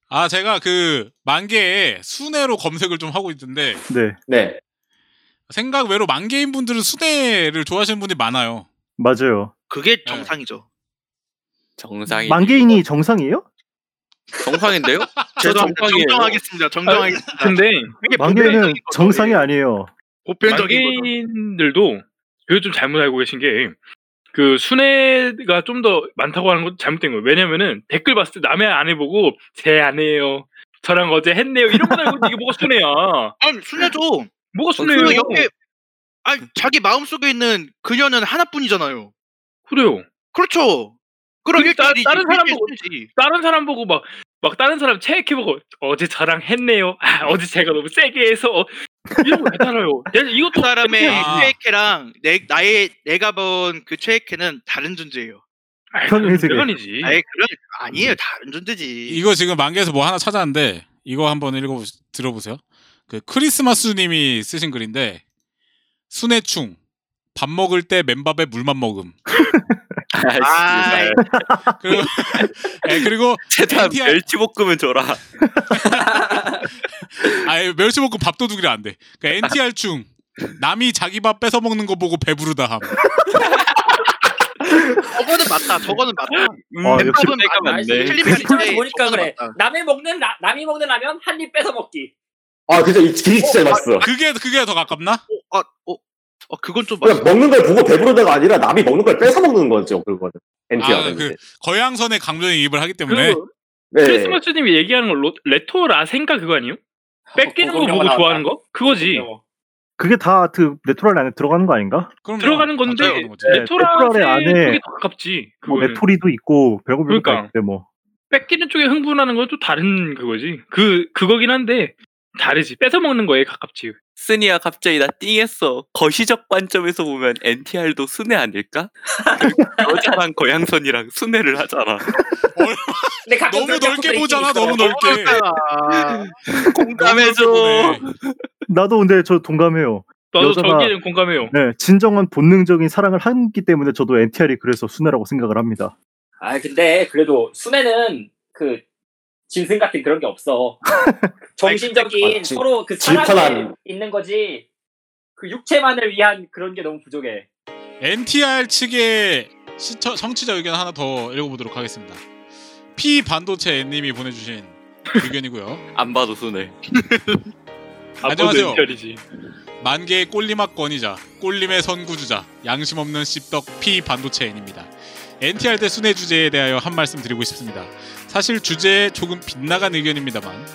[SPEAKER 2] 아 제가 그 만개에 순회로 검색을 좀 하고 있는데
[SPEAKER 3] 네
[SPEAKER 8] 네.
[SPEAKER 2] 생각 외로 만개인 분들은 순회를 좋아하시는 분이 많아요. 네.
[SPEAKER 3] 맞아요.
[SPEAKER 7] 그게 정상이죠.
[SPEAKER 8] 네.
[SPEAKER 6] 정상이.
[SPEAKER 3] 만개인이 정상이에요?
[SPEAKER 6] 정상인데요? 저
[SPEAKER 7] 죄송합니다.
[SPEAKER 6] 정상이에요.
[SPEAKER 7] 정정하겠습니다. 정정하겠습니다.
[SPEAKER 5] 근데
[SPEAKER 7] 그게
[SPEAKER 3] 만개인은
[SPEAKER 7] 보편적인 거죠.
[SPEAKER 3] 정상이 아니에요.
[SPEAKER 7] 보편적인 거죠.
[SPEAKER 5] 만개인들도 그게 좀 잘못 알고 계신 게 그 순애가 좀 더 많다고 하는 것도 잘못된 거예요. 왜냐면은 댓글 봤을 때 남의 아내 보고 제 아내예요. 저랑 어제 했네요. 이런 거 알고 이게 뭐가 순애야.
[SPEAKER 7] 아니 순애죠.
[SPEAKER 5] 네. 뭐가 순애예요.
[SPEAKER 7] 순애 어, 옆에 아니 자기 마음 속에 있는 그녀는 하나뿐이잖아요.
[SPEAKER 5] 그래요.
[SPEAKER 7] 그렇죠. 그럼
[SPEAKER 5] 근데 따-
[SPEAKER 7] 일주일이
[SPEAKER 5] 다른 사람은
[SPEAKER 7] 지
[SPEAKER 5] 다른 사람 보고 막, 막 다른 사람 체크해보고 어제 저랑 했네요. 아, 어제 제가 너무 세게 해서 어, 이런 거 괜찮아요.
[SPEAKER 7] 그
[SPEAKER 5] 이것도
[SPEAKER 7] 사람의
[SPEAKER 2] 아.
[SPEAKER 7] 최애캐랑 내 나의 내가 본 그 최애캐는 다른 존재예요.
[SPEAKER 3] 편의 세계.
[SPEAKER 5] 편이지.
[SPEAKER 7] 아예 그런 아니에요 다른 존재지.
[SPEAKER 2] 이거 지금 만개에서 뭐 하나 찾았는데 이거 한번 읽어 들어보세요. 그 크리스마스님이 쓰신 글인데 순애충 밥 먹을 때 맨밥에 물만 먹음.
[SPEAKER 7] 아,
[SPEAKER 6] 아,
[SPEAKER 2] *laughs* 그리고, 예, 그리고
[SPEAKER 6] 최대한
[SPEAKER 2] NTR.
[SPEAKER 6] 멸치볶음은 줘라.
[SPEAKER 2] *laughs* 아예 멸치 먹고 밥도둑이라 안 돼. 그러니까 NTR 충 남이 자기 밥 뺏어 먹는 거 보고 배부르다 함.
[SPEAKER 7] 저거는 맞다. 저거는 맞다.
[SPEAKER 6] 음,
[SPEAKER 3] 아, 역시
[SPEAKER 7] 맵밥은
[SPEAKER 6] 때가
[SPEAKER 7] 맞다.
[SPEAKER 6] 많네.
[SPEAKER 7] 틀린
[SPEAKER 4] 그
[SPEAKER 7] 말인데
[SPEAKER 4] 걸 보니까
[SPEAKER 7] 저거는
[SPEAKER 4] 그래.
[SPEAKER 7] 맞다.
[SPEAKER 4] 남의 먹는 라, 남이 먹는 라면 한 입 뺏어 먹기.
[SPEAKER 8] 아 그죠. 이 길이 진짜 맛있어.
[SPEAKER 2] 그게 그게 더 가깝나?
[SPEAKER 7] 어, 아, 어, 어, 그건 좀
[SPEAKER 8] 그냥
[SPEAKER 7] 맞다.
[SPEAKER 8] 먹는 걸 보고 배부르다가 아니라 남이 먹는 걸 뺏어 먹는 거죠. 그거는. NTR은.
[SPEAKER 2] 아, 그- 거양선의 강조의 입을 하기 때문에
[SPEAKER 5] 그리고
[SPEAKER 8] 네.
[SPEAKER 5] 크리스마스님이 얘기하는 거 로- 레토 라생가 그거 아니에요? 뺏기는
[SPEAKER 4] 그거
[SPEAKER 5] 거
[SPEAKER 4] 이런
[SPEAKER 5] 보고
[SPEAKER 4] 거
[SPEAKER 5] 좋아하는
[SPEAKER 4] 나왔다.
[SPEAKER 5] 거? 그거지.
[SPEAKER 4] 귀여워.
[SPEAKER 3] 그게 다그 네토랄 안에 들어가는 거 아닌가?
[SPEAKER 2] 그럼
[SPEAKER 5] 들어가는 건데
[SPEAKER 2] 들어가는 거지.
[SPEAKER 3] 네,
[SPEAKER 5] 레토 라생
[SPEAKER 3] 레토라의 안에
[SPEAKER 5] 쪽이 더 가깝지.
[SPEAKER 3] 뭐
[SPEAKER 5] 그거는.
[SPEAKER 3] 메토리도 있고 별거 별거 다
[SPEAKER 5] 그러니까.
[SPEAKER 3] 있는데 뭐.
[SPEAKER 5] 뺏기는 쪽에 흥분하는 건 또 다른 그거지. 그 그거긴 한데 다르지. 뺏어 먹는 거에 가깝지.
[SPEAKER 6] 스니야 갑자기 나 띵했어. 거시적 관점에서 보면 NTR도
[SPEAKER 8] *laughs*
[SPEAKER 6] 순회 아닐까? 여자랑 고양선이랑 순회를 하잖아.
[SPEAKER 4] 근데 가끔
[SPEAKER 2] 너무
[SPEAKER 4] 그렇게
[SPEAKER 2] 넓게
[SPEAKER 4] 하고도
[SPEAKER 2] 보잖아.
[SPEAKER 4] 있긴
[SPEAKER 2] 너무
[SPEAKER 4] 있어.
[SPEAKER 2] 넓게.
[SPEAKER 6] *laughs*
[SPEAKER 7] 아,
[SPEAKER 6] 공감해줘.
[SPEAKER 3] 나도 근데 저 동감해요.
[SPEAKER 5] 나도
[SPEAKER 3] 여자가-
[SPEAKER 5] 저기에는 공감해요.
[SPEAKER 3] 네, 진정한 본능적인 사랑을 하기 때문에 저도 NTR이 그래서 순애라고 생각을 합니다.
[SPEAKER 4] 아 근데 그래도 순애는 그 짐승 같은 그런 게
[SPEAKER 6] *laughs*
[SPEAKER 4] 없어. 정신적인
[SPEAKER 8] 아, 지-
[SPEAKER 4] 서로 그 사랑에
[SPEAKER 8] 질펀한-
[SPEAKER 4] 있는 거지. 그 육체만을 위한 그런 게 너무 부족해.
[SPEAKER 2] NTR 측의 시청, 청취자 의견 하나 더 읽어보도록 하겠습니다. P 반도체 N님이 보내주신 의견이고요.
[SPEAKER 6] 안 봐도 순회.
[SPEAKER 2] *laughs* 안녕하세요.
[SPEAKER 5] 아빠도 인별이지.
[SPEAKER 2] 만개의 꼴리막 권위자, 꼴림의 선구주자, 양심 없는 씹덕 P 반도체 N입니다. NTR 대 순회 주제에 대하여 한 말씀 드리고 싶습니다. 사실 주제에 조금 빗나간 의견입니다만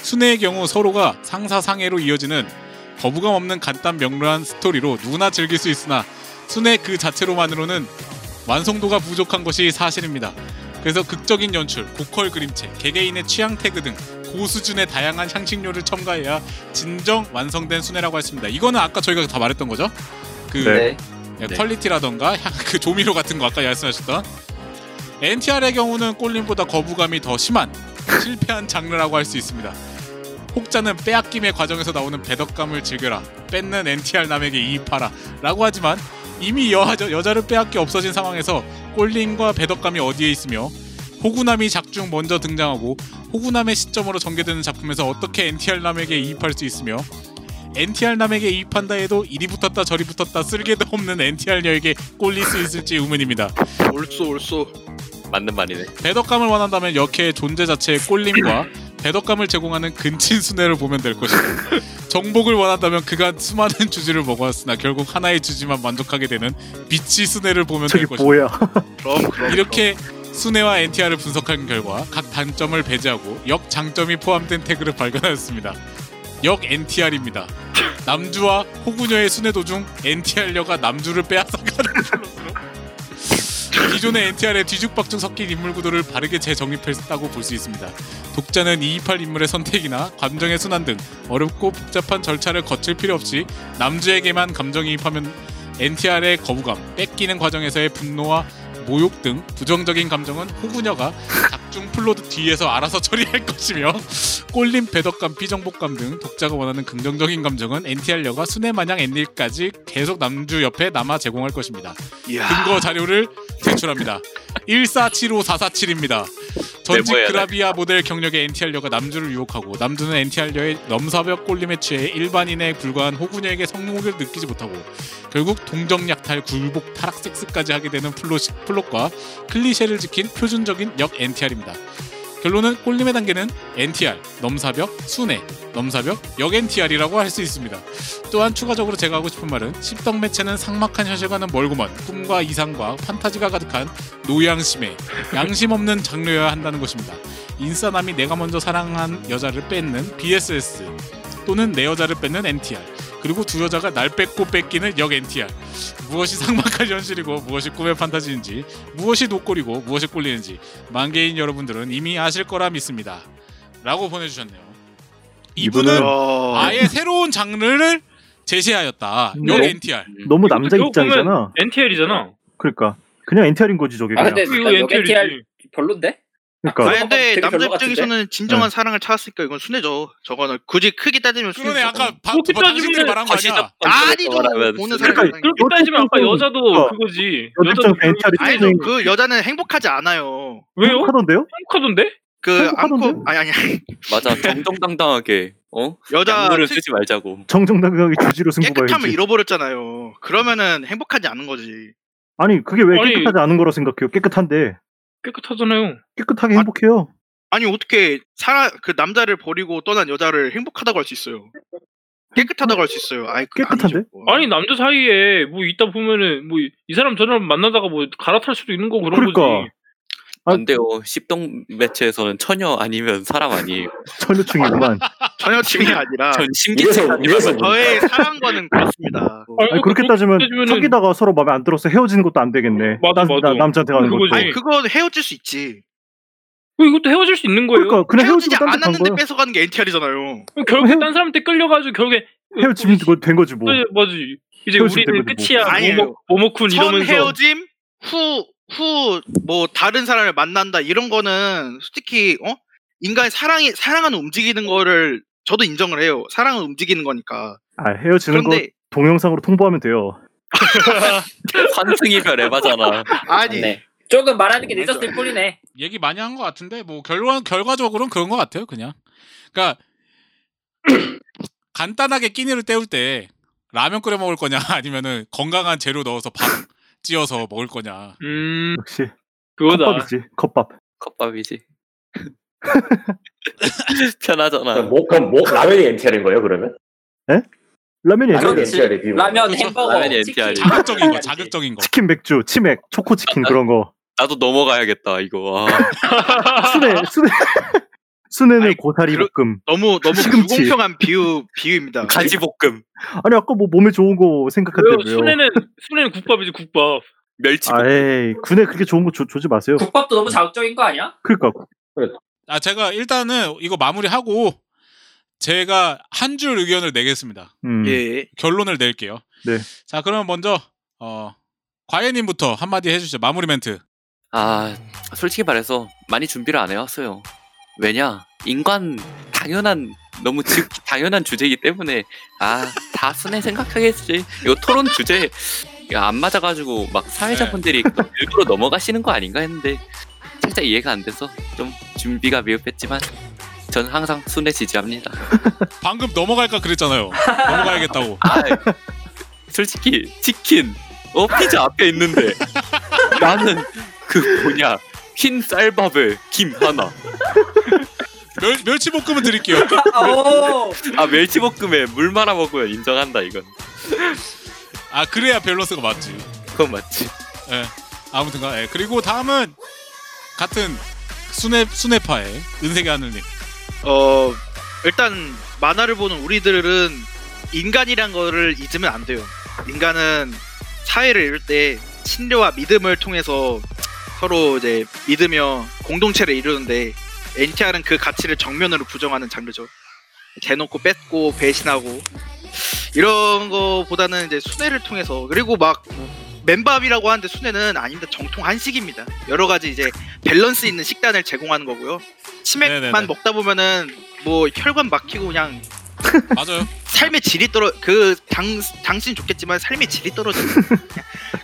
[SPEAKER 2] 순회의 경우 서로가 상사 상해로 이어지는 거부감 없는 간단 명료한 스토리로 누구나 즐길 수 있으나 순회 그 자체로만으로는 완성도가 부족한 것이 사실입니다. 그래서 극적인 연출, 보컬 그림체, 개개인의 취향 태그 등 고수준의 다양한 향신료를 첨가해야 진정 완성된 순회라고 했습니다. 이거는 아까 저희가 다 말했던 거죠? 그
[SPEAKER 9] 네.
[SPEAKER 2] 예,
[SPEAKER 6] 네.
[SPEAKER 2] 퀄리티라던가 향- 그 조미료 같은 거 아까 말씀하셨던 NTR의 경우는 꼴림보다 거부감이 더 심한 실패한 장르라고 할 수 있습니다. 혹자는 빼앗김의 과정에서 나오는 배덕감을 즐겨라. 뺏는 NTR 남에게 이입하라. 라고 하지만 이미 여, 여자를 빼앗기 없어진 상황에서 꼴링과 배덕감이 어디에 있으며 호구남이 작중 먼저 등장하고 호구남의 시점으로 전개되는 작품에서 어떻게 NTR 남에게 이입할 수 있으며 NTR 남에게 이입한다 해도 이리 붙었다 저리 붙었다 쓸개도 없는 NTR 여에게 꼴릴 수 있을지 의문입니다.
[SPEAKER 7] 올쏘 올쏘
[SPEAKER 6] 맞는 말이네.
[SPEAKER 2] 배덕감을 원한다면 역해의 존재 자체의 꼴림과 배덕감을 제공하는 근친 순애를 보면 될 것이다. 정복을 원한다면 그간 수많은 주지를 먹어왔으나 결국 하나의 주지만 만족하게 되는 빛이 순애를 보면
[SPEAKER 3] 저기
[SPEAKER 2] 될 것이다.
[SPEAKER 3] 뭐야? *laughs*
[SPEAKER 7] 그럼 그럼
[SPEAKER 2] 이렇게 순애와 NTR을 분석한 결과 각 단점을 배제하고 역 장점이 포함된 태그를 발견하였습니다. 역 NTR입니다. 남주와 호구녀의 순애 도중 NTR녀가 남주를 빼앗아가는 걸로 기존의 NTR의 뒤죽박죽 섞인 인물 구도를 바르게 재정립했다고 볼 수 있습니다. 독자는 이입할 인물의 선택이나 감정의 순환 등 어렵고 복잡한 절차를 거칠 필요 없이 남주에게만 감정이입하면 NTR의 거부감, 뺏기는 과정에서의 분노와 모욕 등 부정적인 감정은 호구녀가 작중 플로드 뒤에서 알아서 *laughs* 처리할 것이며 꼴림, 배덕감, 비정복감 등 독자가 원하는 긍정적인 감정은 NTR녀가 순애마냥 엔딜까지 계속 남주 옆에 남아 제공할 것입니다.
[SPEAKER 7] 이야
[SPEAKER 2] 근거 자료를 제출합니다. *laughs* 1475447입니다. 전직
[SPEAKER 6] 메모해야 돼.
[SPEAKER 2] 그라비아 모델 경력의 NTR녀가 남주를 유혹하고 남주는 NTR녀의 넘사벽 꼴림에 취해 일반인에 불과한 호구녀에게 성욕을 느끼지 못하고 결국 동정약탈, 굴복, 타락 섹스까지 하게 되는 플롯, 플롯과 클리셰를 지킨 표준적인 역 NTR입니다. 결론은 꼴림의 단계는 NTR, 넘사벽, 순회, 넘사벽, 역 NTR이라고 할 수 있습니다. 또한 추가적으로 제가 하고 싶은 말은 십덕 매체는 상막한 현실과는 멀구먼 꿈과 이상과 판타지가 가득한 노양심에 양심 없는 장르여야 한다는 것입니다. 인싸남이 내가 먼저 사랑한 여자를 뺏는 BSS 또는 내 여자를 뺏는 NTR 그리고 두 여자가 날 뺏고 뺏기는 역 NTR 무엇이 상막한 현실이고 무엇이 꿈의 판타지인지 무엇이 노골이고 무엇이 꼴리는지 만개인 여러분들은 이미 아실 거라 믿습니다. 라고 보내주셨네요. 이분은
[SPEAKER 7] 어...
[SPEAKER 2] 아예 새로운 장르를 제시하였다.
[SPEAKER 3] 네.
[SPEAKER 2] 역 NTR.
[SPEAKER 3] 너무 남자
[SPEAKER 5] 이거
[SPEAKER 3] 입장이잖아.
[SPEAKER 5] NTR이잖아.
[SPEAKER 3] 그러니까 그냥 NTR인 거지 저게
[SPEAKER 9] 아
[SPEAKER 3] 그냥.
[SPEAKER 9] 근데
[SPEAKER 5] 이거
[SPEAKER 9] 역 NTR
[SPEAKER 5] NTR이지.
[SPEAKER 9] 별론데?
[SPEAKER 3] 그러니까
[SPEAKER 7] 아니 근데
[SPEAKER 9] 되게
[SPEAKER 7] 남자
[SPEAKER 9] 별로 같은데?
[SPEAKER 7] 입장에서는 진정한 사랑을 찾았으니까 이건 순애죠 저거는 굳이 크게 따지면 순애죠
[SPEAKER 2] 그러네 아까 바,
[SPEAKER 5] 그렇게
[SPEAKER 2] 바, 당신들이
[SPEAKER 5] 따지면은
[SPEAKER 2] 말한 거 아니야?
[SPEAKER 7] 아니죠
[SPEAKER 6] 그러니까
[SPEAKER 7] 보는 사람
[SPEAKER 5] 그렇게 따지면 아까 여자도
[SPEAKER 3] 어.
[SPEAKER 5] 그거지.
[SPEAKER 3] 여자 입장 NTR이
[SPEAKER 7] 아니죠 그 여자는 행복하지 않아요
[SPEAKER 5] 왜요?
[SPEAKER 3] 하던데요?
[SPEAKER 5] 행복하던데?
[SPEAKER 7] 그
[SPEAKER 3] 행복하던데?
[SPEAKER 7] 안고 아니 아니 아니.
[SPEAKER 6] 맞아. 정정당당하게 어
[SPEAKER 7] 여자
[SPEAKER 6] 양물을
[SPEAKER 7] 특-
[SPEAKER 6] 쓰지 말자고.
[SPEAKER 3] 정정당당하게 주지로
[SPEAKER 7] 깨끗함을
[SPEAKER 3] 승부가야지.
[SPEAKER 7] 잃어버렸잖아요 그러면은 행복하지 않은 거지
[SPEAKER 3] 아니 그게 왜
[SPEAKER 5] 아니.
[SPEAKER 3] 깨끗하지 않은 거라 생각해요? 깨끗한데
[SPEAKER 5] 깨끗하잖아요.
[SPEAKER 3] 깨끗하게
[SPEAKER 7] 아,
[SPEAKER 3] 행복해요.
[SPEAKER 7] 아니 어떻게 사람 그 남자를 버리고 떠난 여자를 행복하다고 할 수 있어요 깨끗하다고 할 수 있어요 아이 그건
[SPEAKER 3] 깨끗한데?
[SPEAKER 7] 아니죠, 그건.
[SPEAKER 5] 아니 남자 사이에 뭐 있다 보면은 뭐 이 사람 저 사람 만나다가 뭐 갈아탈 수도 있는 거 그런
[SPEAKER 3] 그러니까.
[SPEAKER 5] 거지.
[SPEAKER 3] 아.
[SPEAKER 6] 안 돼요. 십동 매체에서는 처녀 아니면 사람 아니에요.
[SPEAKER 3] 천여충이구만.
[SPEAKER 7] 전혀 팀이 아니라
[SPEAKER 6] 전
[SPEAKER 8] 이래서
[SPEAKER 6] 심기체
[SPEAKER 8] 이래서 뭐
[SPEAKER 7] 저의 사랑과는 그렇습니다
[SPEAKER 5] 아니,
[SPEAKER 3] 아니, 그렇게 따지면
[SPEAKER 5] 따지면은-
[SPEAKER 3] 사귀다가 서로 마음에 안 들어서 헤어지는 것도 안 되겠네.
[SPEAKER 5] 맞아,
[SPEAKER 3] 남-
[SPEAKER 5] 맞아.
[SPEAKER 3] 나- 남자한테 가는
[SPEAKER 5] 그거지.
[SPEAKER 3] 거지.
[SPEAKER 7] 아니 그건 헤어질 수 있지
[SPEAKER 5] 어, 이것도 헤어질 수 있는 거예요.
[SPEAKER 3] 그러니까 그냥 헤어지고
[SPEAKER 7] 헤어지지
[SPEAKER 3] 딴 데간
[SPEAKER 7] 않았는데
[SPEAKER 3] 거야.
[SPEAKER 7] 뺏어가는 게 NTR이잖아요
[SPEAKER 5] 그럼 결국에
[SPEAKER 3] 헤어-
[SPEAKER 5] 딴 사람한테 끌려가지고 결국에
[SPEAKER 3] 헤어지면 그거 된 거지 뭐.
[SPEAKER 5] 네, 맞지. 이제
[SPEAKER 3] 헤어질
[SPEAKER 5] 우리는 그
[SPEAKER 3] 때까지
[SPEAKER 5] 끝이야.
[SPEAKER 7] 뭐. 아니에요.
[SPEAKER 5] 모모- 모모쿤
[SPEAKER 7] 첫
[SPEAKER 5] 이러면서
[SPEAKER 7] 헤어짐 후 후 뭐 다른 사람을 만난다 이런 거는 솔직히 어 인간의 사랑이 사랑은 움직이는 거를 저도 인정을 해요 사랑은 움직이는
[SPEAKER 5] *laughs*
[SPEAKER 7] 거니까
[SPEAKER 3] 아 헤어지는 거
[SPEAKER 7] 그런데
[SPEAKER 3] 동영상으로 통보하면 돼요.
[SPEAKER 6] 환승이별 에바잖아.
[SPEAKER 7] 아니
[SPEAKER 4] 맞네. 조금 말하는
[SPEAKER 8] 음,
[SPEAKER 4] 게 늦었을 뿐이네.
[SPEAKER 2] 얘기 많이 한 것 같은데 뭐 결론 결과적으로는 그런 것 같아요 그냥. 그러니까 *coughs* 간단하게 끼니를 때울 때 라면 끓여 먹을 거냐 *laughs* 아니면은 건강한 재료 넣어서 밥 *laughs* 찌어서 먹을 거냐.
[SPEAKER 5] 음
[SPEAKER 3] 역시
[SPEAKER 5] 그거다.
[SPEAKER 3] 컵밥이지. 컵밥.
[SPEAKER 7] *laughs*
[SPEAKER 6] 컵밥이지. 편하잖아.
[SPEAKER 8] 뭐 그럼 뭐 라면이 NTR인 거예요 그러면?
[SPEAKER 3] 라면이
[SPEAKER 8] 라면이
[SPEAKER 3] 아니라
[SPEAKER 4] 그렇지.
[SPEAKER 8] NTR이 비유.
[SPEAKER 4] 라면, 햄버거,
[SPEAKER 6] 라면이
[SPEAKER 4] 치킨.
[SPEAKER 6] NTR 이지.
[SPEAKER 2] 자극적인 거 자극적인 거.
[SPEAKER 3] 치킨 맥주, 치맥, 초코 치킨 그런 거.
[SPEAKER 6] 나도 넘어가야겠다 이거. 아.
[SPEAKER 3] 순회 순회 *laughs* 순회는
[SPEAKER 7] 아이,
[SPEAKER 3] 고사리
[SPEAKER 7] 그러-
[SPEAKER 3] 볶음.
[SPEAKER 7] 너무 너무
[SPEAKER 3] 시금치.
[SPEAKER 7] 불공평한 비유
[SPEAKER 3] 네.
[SPEAKER 7] 비유입니다
[SPEAKER 6] 가지볶음,
[SPEAKER 3] 아니 아까 뭐 몸에 좋은 거
[SPEAKER 5] 그리고
[SPEAKER 3] 생각한대요.
[SPEAKER 5] 순애는 순애는 국밥이지 국밥.
[SPEAKER 6] 멸치볶음.
[SPEAKER 3] 아, 에이 군에 그렇게 좋은 거 줘, 주지 마세요.
[SPEAKER 4] 국밥도 너무 자극적인 거 아니야?
[SPEAKER 3] 그러니까
[SPEAKER 2] 아 제가 일단은 이거 마무리하고 제가 한 줄 의견을 내겠습니다.
[SPEAKER 3] 음,
[SPEAKER 7] 예
[SPEAKER 2] 결론을 낼게요.
[SPEAKER 3] 네.
[SPEAKER 2] 자, 그러면 먼저 어, 과외님부터 한마디 해주시죠. 마무리 멘트.
[SPEAKER 6] 아 솔직히 말해서 많이 준비를 안 해왔어요. 왜냐? 인간 당연한 너무 즉 *laughs* 당연한 주제이기 때문에 아 다순에 생각하겠지. 이거 토론 주제 이거 안 맞아가지고 막
[SPEAKER 2] 네.
[SPEAKER 6] 사회자분들이 일부러 넘어가시는 거 아닌가 했는데 살짝 이해가 안 돼서 좀 준비가 미흡했지만 전 항상 순회 지지합니다.
[SPEAKER 2] *laughs* 방금 넘어갈까 그랬잖아요. 넘어가야겠다고.
[SPEAKER 6] 아, 솔직히 치킨, 어 피자
[SPEAKER 4] *laughs*
[SPEAKER 6] 앞에 있는데 나는 그 뭐냐 흰 쌀밥에 김 하나,
[SPEAKER 2] 멸, 멸치볶음은 드릴게요.
[SPEAKER 4] 오,
[SPEAKER 6] 아 멸치볶음에 물 말아 먹으면 인정한다 이건.
[SPEAKER 2] 아 그래야 밸런스가 맞지. 예.
[SPEAKER 6] 그건 맞지.
[SPEAKER 2] 아무튼가 예. 그리고 다음은 같은 순회 순회파의 은색의 하늘님.
[SPEAKER 7] 어 일단 만화를 보는 우리들은 인간이란 거를 잊으면 안 돼요. 인간은 사회를 이룰 때 신뢰와 믿음을 통해서 서로 이제 믿으며 공동체를 이루는데 NTR은 그 가치를 정면으로 부정하는 장르죠. 대놓고 뺏고 배신하고 이런 거보다는 이제 순회를 통해서 그리고 막 맨밥이라고 하는데 순회는 아닙니다. 정통 한식입니다. 여러 가지 이제 밸런스 있는 식단을 제공하는 거고요. 치맥만
[SPEAKER 2] 네네네.
[SPEAKER 7] 먹다 보면은 뭐 혈관 막히고 그냥
[SPEAKER 2] *laughs* 맞아요.
[SPEAKER 7] 삶의 질이 떨어 그 당, 당신 좋겠지만 삶의 질이
[SPEAKER 3] *laughs*
[SPEAKER 7] 떨어지는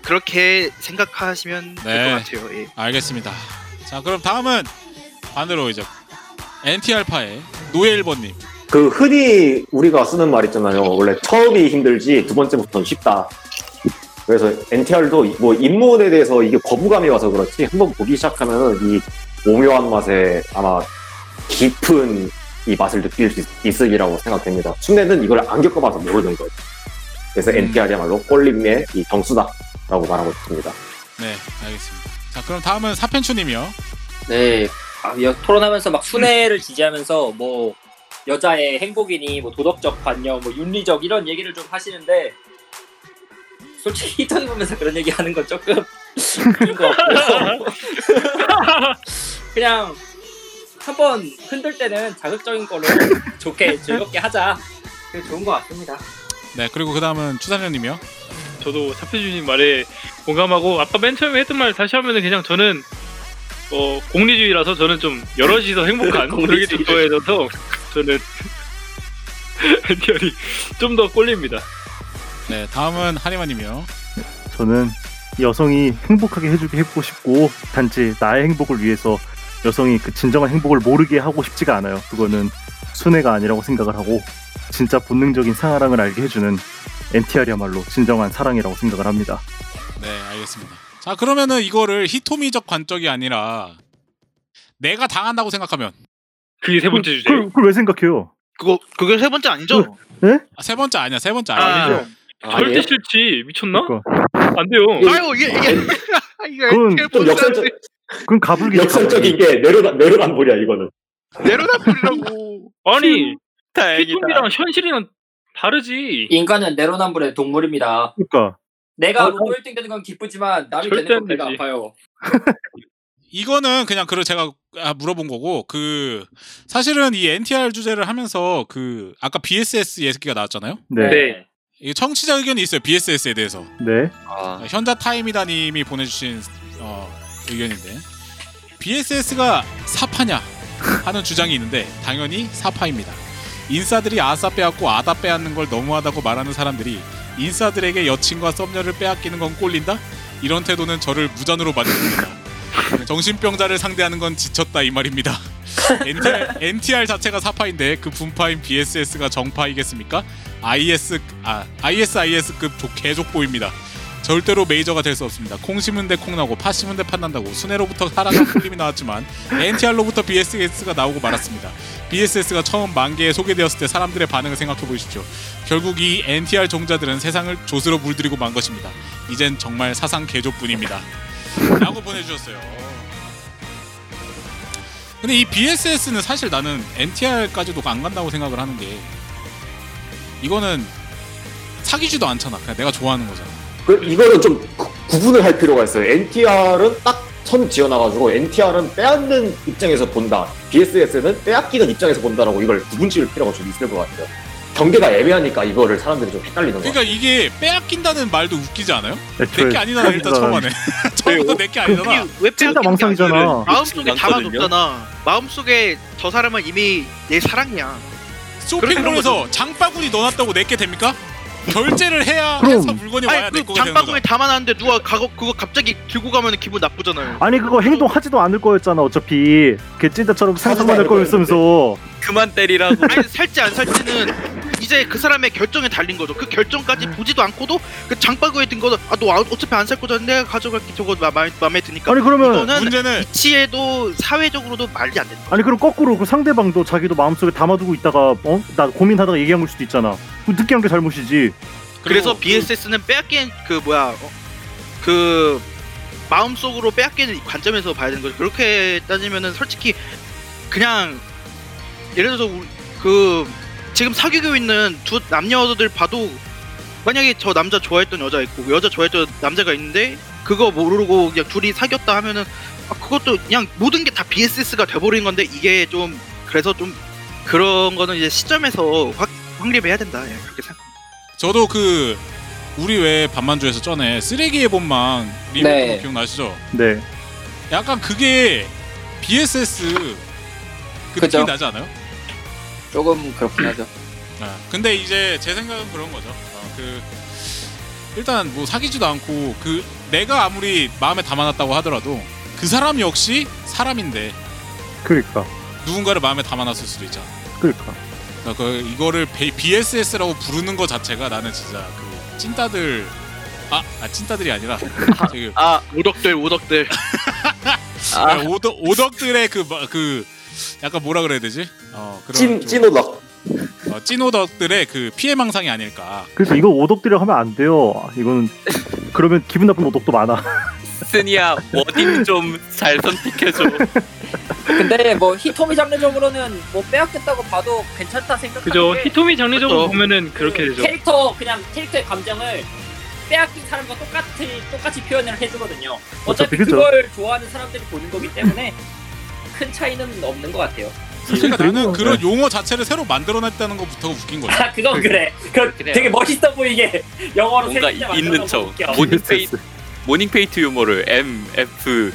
[SPEAKER 7] 그렇게 생각하시면
[SPEAKER 2] 네.
[SPEAKER 7] 될 것 같아요. 예.
[SPEAKER 2] 알겠습니다. 자 그럼 다음은 반으로 이제 NTR파의 노예 1번님.
[SPEAKER 8] 그 흔히 우리가 쓰는 말 있잖아요. 원래 처음이 힘들지 두 번째부터는 쉽다. 그래서 NTR도 뭐 입문에 대해서 이게 거부감이 와서 그렇지 한번 보기 시작하면 이 오묘한 맛에 아마 깊은 이 맛을 느낄 수 있- 있으리라고 생각됩니다. 순례는 이걸 안 겪어봐서 모르는 거예요. 그래서 NTR이야말로 꼴림의 이 정수다라고 말하고 싶습니다.
[SPEAKER 2] 네 알겠습니다. 자 그럼 다음은 사편추님이요.
[SPEAKER 4] 네. 아, 여- 토론하면서 막 순애를 지지하면서 뭐 여자의 행복이니 뭐 도덕적 관념, 뭐 윤리적 이런 얘기를 좀 하시는데 솔직히 *laughs* 히터기 보면서 그런 얘기 하는 건 조금 *laughs* 웃긴 것 같고 *laughs* 그냥 한번 흔들 때는 자극적인 걸로 좋게 즐겁게 하자. 그게 좋은 것 같습니다.
[SPEAKER 2] 네 그리고 그 다음은 추상현님이요.
[SPEAKER 5] 저도 사표주님 말에 공감하고 아까 맨 처음에 했던 말 다시 하면은 그냥 저는 어, 공리주의라서 저는 좀 여럿이서
[SPEAKER 7] *laughs*
[SPEAKER 5] 행복한 그런 게좀 좋아해져서 저는 엔티얼이 좀 더 꼴립니다.
[SPEAKER 2] 네 다음은 하리마님이요.
[SPEAKER 3] 저는 여성이 행복하게 해주게 해보고 싶고 단지 나의 행복을 위해서 여성이 그 진정한 행복을 모르게 하고 싶지가 않아요. 그거는 순애가 아니라고 생각을 하고 진짜 본능적인 사랑을 알게 해주는 NTR이야말로 진정한 사랑이라고 생각을 합니다.
[SPEAKER 2] 네, 알겠습니다. 자, 그러면은 이거를 히토미적 관적이 아니라 내가 당한다고 생각하면
[SPEAKER 5] 그게 세 번째 주제.
[SPEAKER 3] 그걸, 그걸 왜 생각해요?
[SPEAKER 7] 그거 그게 세 번째 아니죠?
[SPEAKER 3] 네?
[SPEAKER 2] 아, 세 번째 아니야, 세 번째 아니야.
[SPEAKER 7] 아,
[SPEAKER 5] 절대 싫지 미쳤나?
[SPEAKER 3] 예? 그거.
[SPEAKER 5] 안 돼요.
[SPEAKER 7] 아유 이게 이게 이게
[SPEAKER 3] 그건
[SPEAKER 8] 좀
[SPEAKER 7] 대본이
[SPEAKER 8] 역설적,
[SPEAKER 3] 그건 가불기
[SPEAKER 8] 역설적인 게 내려다, 내려간불이야, 이거는.
[SPEAKER 7] 내려다보려고
[SPEAKER 5] 아니
[SPEAKER 6] 다행이다.
[SPEAKER 5] 피통이랑 현실이랑 다르지.
[SPEAKER 4] 인간은 내로남불의 동물입니다.
[SPEAKER 3] 그러니까
[SPEAKER 4] 내가
[SPEAKER 5] 어,
[SPEAKER 4] 로또 1등 되는 건 기쁘지만 남이
[SPEAKER 5] 절대
[SPEAKER 4] 되는 건
[SPEAKER 5] 안
[SPEAKER 4] 배가
[SPEAKER 5] 되지.
[SPEAKER 4] 아파요.
[SPEAKER 2] 이거는 그냥 그걸 제가 아, 물어본 거고 그 사실은 이 NTR 주제를 하면서 그 아까 BSS 얘기가 나왔잖아요.
[SPEAKER 3] 네, 네.
[SPEAKER 5] 네.
[SPEAKER 2] 이 청취자 의견이 있어요. BSS에 대해서
[SPEAKER 6] 아
[SPEAKER 2] 현자 타임이다님이 보내주신 어, 의견인데 BSS가 사파냐 하는 주장이 있는데 당연히 사파입니다. 인싸들이 아싸 빼앗고 아다 빼앗는 걸 너무하다고 말하는 사람들이 인싸들에게 여친과 썸녀를 빼앗기는 건 꼴린다? 이런 태도는 저를 무전으로 만듭니다. 정신병자를 상대하는 건 지쳤다 이 말입니다. NTR, NTR 자체가 사파인데 그 분파인 BSS가 정파이겠습니까? IS 아 ISIS급 족 개족보입니다. 절대로 메이저가 될 수 없습니다. 콩 심은 데 콩 나고 파 심은 데 팥 난다고 순회로부터 사랑과 풀림이 나왔지만 NTR로부터 BSS가 나오고 말았습니다. BSS가 처음 만개에 소개되었을 때 사람들의 반응을 생각해 보십시오. 결국 이 NTR 종자들은 세상을 조스로 물들이고 만 것입니다. 이젠 정말 사상 개조뿐입니다. 라고 보내주셨어요. 근데 이 BSS는 사실 나는 NTR까지도 안 간다고 생각을 하는 게 이거는 사귀지도 않잖아. 그냥 내가 좋아하는 거잖아.
[SPEAKER 8] 그, 이거는 좀 구- 구분을 할 필요가 있어요. NTR은 딱 선 지어놔가지고 NTR은 빼앗는 입장에서 본다. BSS는 빼앗기는 입장에서 본다라고 이걸 구분 지을 필요가 좀 있을 것 같아요. 경계가 애매하니까 이거를 사람들이 좀 헷갈리는 거 같아요.
[SPEAKER 2] 그러니까 이게 빼앗긴다는 말도 웃기지 않아요?
[SPEAKER 3] 애초에
[SPEAKER 2] 내게 아니다는 일단 *laughs* 처음 하네. 처음부터 내게 아니잖아.
[SPEAKER 7] 웹툰
[SPEAKER 3] 다 망상이잖아. 그
[SPEAKER 7] 마음속에
[SPEAKER 6] 많거든요.
[SPEAKER 7] 담아줬잖아. 마음속에 저 사람은 이미 내 사랑이야.
[SPEAKER 2] 쇼핑몰에서 장바구니 넣어놨다고
[SPEAKER 7] *laughs*
[SPEAKER 2] 내게 됩니까? 결제를 해야
[SPEAKER 3] 그럼.
[SPEAKER 2] 해서 물건이 와야
[SPEAKER 7] 아니
[SPEAKER 2] 내
[SPEAKER 7] 그
[SPEAKER 2] 거가 되는 거야.
[SPEAKER 7] 장바구니에 담아놨는데 누가 가고 그거 갑자기 들고 가면 기분 나쁘잖아요.
[SPEAKER 3] 아니 그거 행동하지도 않을 거였잖아 어차피 걔 찐따처럼 상상만 할
[SPEAKER 8] 하지도 않을
[SPEAKER 3] 거였으면서
[SPEAKER 6] 그만 때리라고.
[SPEAKER 7] 아니 살지 안 살지는 이제 그 사람의 결정에 달린 거죠. 그
[SPEAKER 6] 음.
[SPEAKER 7] 결정까지 보지도 않고도 그 장바구니에 든 거는 아너 어차피 안 살 거잖아. 내가 가져갈게. 저거 마, 마, 마음에 드니까.
[SPEAKER 3] 아니 그러면
[SPEAKER 7] 이거는
[SPEAKER 2] 문제는
[SPEAKER 7] 치에도 사회적으로도 말이 안 된다.
[SPEAKER 3] 아니 그럼 거꾸로 그 상대방도 자기도 마음속에 담아두고 있다가 어? 나 고민하다가 얘기한 걸 수도 있잖아 그 늦게 한 게 잘못이지
[SPEAKER 7] 그래서
[SPEAKER 2] 그리고
[SPEAKER 7] BSS는 빼앗긴 그 뭐야 어? 그 마음속으로 빼앗기는 관점에서 봐야 되는 거죠. 그렇게 따지면은 솔직히 그냥 예를 들어서 우- 그 지금 사귀고 있는 두 남녀들 봐도 만약에 저 남자 좋아했던 여자 있고 그 여자 좋아했던 남자가 있는데 그거 모르고 그냥 둘이 사귀었다 하면은 아, 그것도 그냥 모든 게 다 BSS가 돼버린 건데 이게 좀 그래서 좀 그런 거는 이제 시점에서 확 확립해야 된다 예, 그렇게 생각.
[SPEAKER 2] 저도 그 우리 왜 반만주에서 전에 쓰레기의 본망 리뷰
[SPEAKER 4] 네.
[SPEAKER 2] 네. 기억나시죠?
[SPEAKER 3] 네
[SPEAKER 2] 약간 그게 BSS 그
[SPEAKER 4] 그죠.
[SPEAKER 2] 느낌이 나지 않아요?
[SPEAKER 4] 조금 그렇긴 하죠.
[SPEAKER 2] 아, 근데 이제 제 생각은 그런 거죠. 어, 그 일단 뭐 사귀지도 않고 그 내가 아무리 마음에 담아놨다고 하더라도 그 사람 역시 사람인데
[SPEAKER 3] 그러니까
[SPEAKER 2] 누군가를 마음에 담아놨을 수도 있잖아.
[SPEAKER 3] 그러니까
[SPEAKER 2] 그러니까 그 이거를 BSS라고 부르는 거 자체가 나는 진짜 그 찐따들 아, 아 찐따들이 아니라 저기
[SPEAKER 6] 아,
[SPEAKER 7] 오덕들 오덕들
[SPEAKER 2] *laughs* 아,
[SPEAKER 6] 아,
[SPEAKER 2] 오덕 오덕들의 그 그 약간 뭐라 그래야 되지? 어 그런
[SPEAKER 8] 찐,
[SPEAKER 2] 좀,
[SPEAKER 8] 찐오덕.
[SPEAKER 2] 어, 찐오덕들의 그 피해망상이 아닐까.
[SPEAKER 3] 그래서 이거 오덕들이라고 하면 안 돼요 이거는 그러면 기분 나쁜 오덕도 많아
[SPEAKER 6] 스니야 워딩 좀 잘 선택해줘.
[SPEAKER 4] 근데 뭐 히토미 장르적으로는 뭐 빼앗겼다고 봐도 괜찮다 생각하는
[SPEAKER 5] *laughs* 그죠.
[SPEAKER 4] 게
[SPEAKER 5] 히토미 장르적으로
[SPEAKER 7] 그쵸.
[SPEAKER 5] 보면은 그렇게 되죠.
[SPEAKER 4] 캐릭터 그냥 캐릭터의 감정을 빼앗긴 사람과 똑같이 똑같이 표현을 해주거든요.
[SPEAKER 3] 어차피
[SPEAKER 4] 어차피
[SPEAKER 3] 그죠.
[SPEAKER 4] 그걸 좋아하는 사람들이 보는 거기 때문에 큰 차이는 없는 것 같아요.
[SPEAKER 2] 사실
[SPEAKER 3] 그리고-
[SPEAKER 2] 그러니까 나는 *laughs* 그런 용어 자체를 새로 만들어냈다는 것부터 웃긴 거죠.
[SPEAKER 4] 아 그건 그래. 그건
[SPEAKER 6] 그래요.
[SPEAKER 4] 되게 멋있어 보이게 영어로
[SPEAKER 6] 뭔가
[SPEAKER 4] 세 글자
[SPEAKER 6] 있는
[SPEAKER 4] 만들어서
[SPEAKER 6] 척.
[SPEAKER 4] 웃겨. *laughs*
[SPEAKER 6] 모닝페이, 모닝페이트 유머를 MF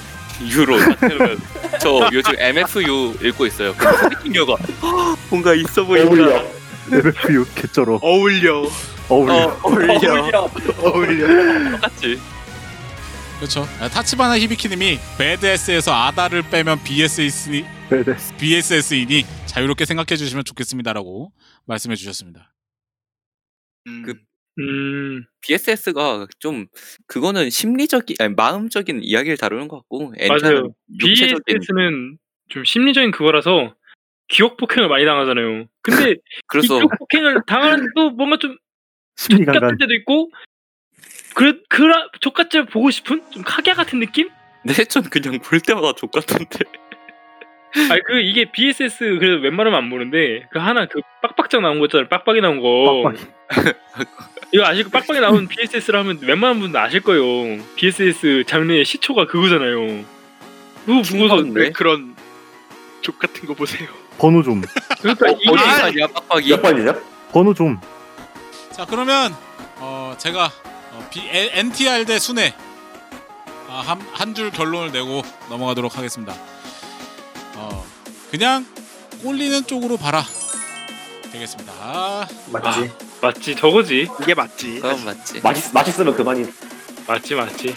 [SPEAKER 6] U로 만들면 저 요즘 MFU 읽고 있어요. 그 소개팅녀가 *laughs* 뭔가 있어 보인다.
[SPEAKER 8] 어울려.
[SPEAKER 3] 네, MFU 개쩔어
[SPEAKER 7] 어울려
[SPEAKER 3] 어울려
[SPEAKER 6] 어, 어울려.
[SPEAKER 4] 어울려.
[SPEAKER 7] 어울려
[SPEAKER 6] 똑같지.
[SPEAKER 2] 그렇죠. 아, 타치바나 히비키님이 배드S에서 아다를 빼면 BSS니
[SPEAKER 3] 네네
[SPEAKER 2] BSS이니 자유롭게 생각해 주시면 좋겠습니다라고 말씀해 주셨습니다.
[SPEAKER 6] 그-
[SPEAKER 5] 음,
[SPEAKER 6] BSS가 좀 그거는 심리적인 아니, 마음적인 이야기를 다루는 것 같고
[SPEAKER 5] 맞아요.
[SPEAKER 6] 엔타는 육체적인
[SPEAKER 5] BSS는 좀 심리적인 그거라서 기억 폭행을 많이 당하잖아요. 근데
[SPEAKER 6] *laughs* 그래서
[SPEAKER 5] 기억 폭행을 당하는데도 뭔가 좀
[SPEAKER 3] 심리
[SPEAKER 5] 같은
[SPEAKER 3] 강간
[SPEAKER 5] 때도 있고 그래 그라 족같이 보고 싶은 좀 카게 같은 느낌?
[SPEAKER 6] 네, 내전 그냥 볼 때마다 족같은데
[SPEAKER 5] *laughs* 아니 그 이게 BSS 그래도 웬만하면 안 보는데 그 하나 그 빡빡장 나온 거 있잖아요. 빡빡이 나온 거.
[SPEAKER 3] 빡빡이.
[SPEAKER 5] *laughs* 이거 아실 거 빡빡이 나온 BSS를 하면 웬만한 분들 아실 거예요. BSS 장르의 시초가 그거잖아요. 그거 보고서
[SPEAKER 6] 킹받네.
[SPEAKER 7] 그런 족 같은 거 보세요
[SPEAKER 3] 번호 좀
[SPEAKER 5] 그러니까
[SPEAKER 6] 어,
[SPEAKER 5] 이게
[SPEAKER 6] 어디 사냐 빡빡이
[SPEAKER 8] 몇 번이냐?
[SPEAKER 3] 번호 좀
[SPEAKER 2] 자 그러면 어, 제가 어, B, L- NTR 대 순회 아, 한한 줄 결론을 내고 넘어가도록 하겠습니다. 어, 그냥 꼴리는 쪽으로 봐라 되겠습니다.
[SPEAKER 9] 맞지?
[SPEAKER 5] 아, 맞지 저거지.
[SPEAKER 7] 이게 맞지
[SPEAKER 6] 그건 맞지
[SPEAKER 8] 맛있, 맛있으면 그만이.
[SPEAKER 5] 맞지 맞지.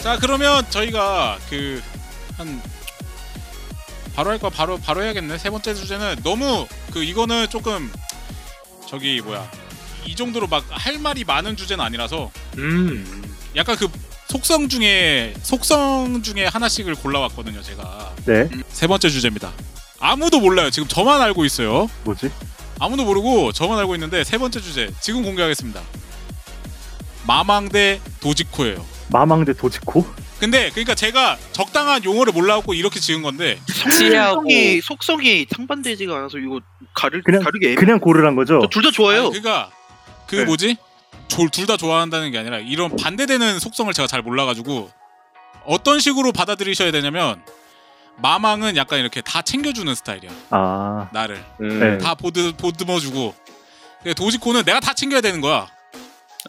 [SPEAKER 2] 자 그러면 저희가 그 한 바로 할까 바로 바로 해야겠네 세 번째 주제는 너무 그 이거는 조금 저기 뭐야 이 정도로 막 할 말이 많은 주제는 아니라서
[SPEAKER 5] 음.
[SPEAKER 2] 약간 그 속성 중에 속성 중에 하나씩을 골라왔거든요 제가 음,
[SPEAKER 3] 네
[SPEAKER 2] 세 번째 주제입니다 아무도 몰라요 지금 저만 알고 있어요
[SPEAKER 3] 뭐지
[SPEAKER 2] 아무도 모르고 저만 알고 있는데 세 번째 주제 지금 공개하겠습니다 마망대 도지코예요
[SPEAKER 3] 마망대 도지코
[SPEAKER 2] 근데 그러니까 제가 적당한 용어를 몰라갖고 이렇게 지은 건데 어.
[SPEAKER 6] 치하고
[SPEAKER 7] 속성이 속성이 상반되지가 않아서 이거 가르
[SPEAKER 3] 그냥-
[SPEAKER 7] 가르게
[SPEAKER 3] 그냥 고르란 거죠
[SPEAKER 7] 둘 다 좋아요
[SPEAKER 2] 아니, 그러니까 그
[SPEAKER 7] 네.
[SPEAKER 2] 뭐지? 둘 다 좋아한다는 게 아니라 이런 반대되는 속성을 제가 잘 몰라가지고 어떤 식으로 받아들이셔야 되냐면 마망은 약간 이렇게 다 챙겨주는 스타일이야
[SPEAKER 3] 아,
[SPEAKER 2] 나를
[SPEAKER 6] 음.
[SPEAKER 3] 네.
[SPEAKER 2] 다 보드 보듬어주고 근데 도지코는 내가 다 챙겨야 되는 거야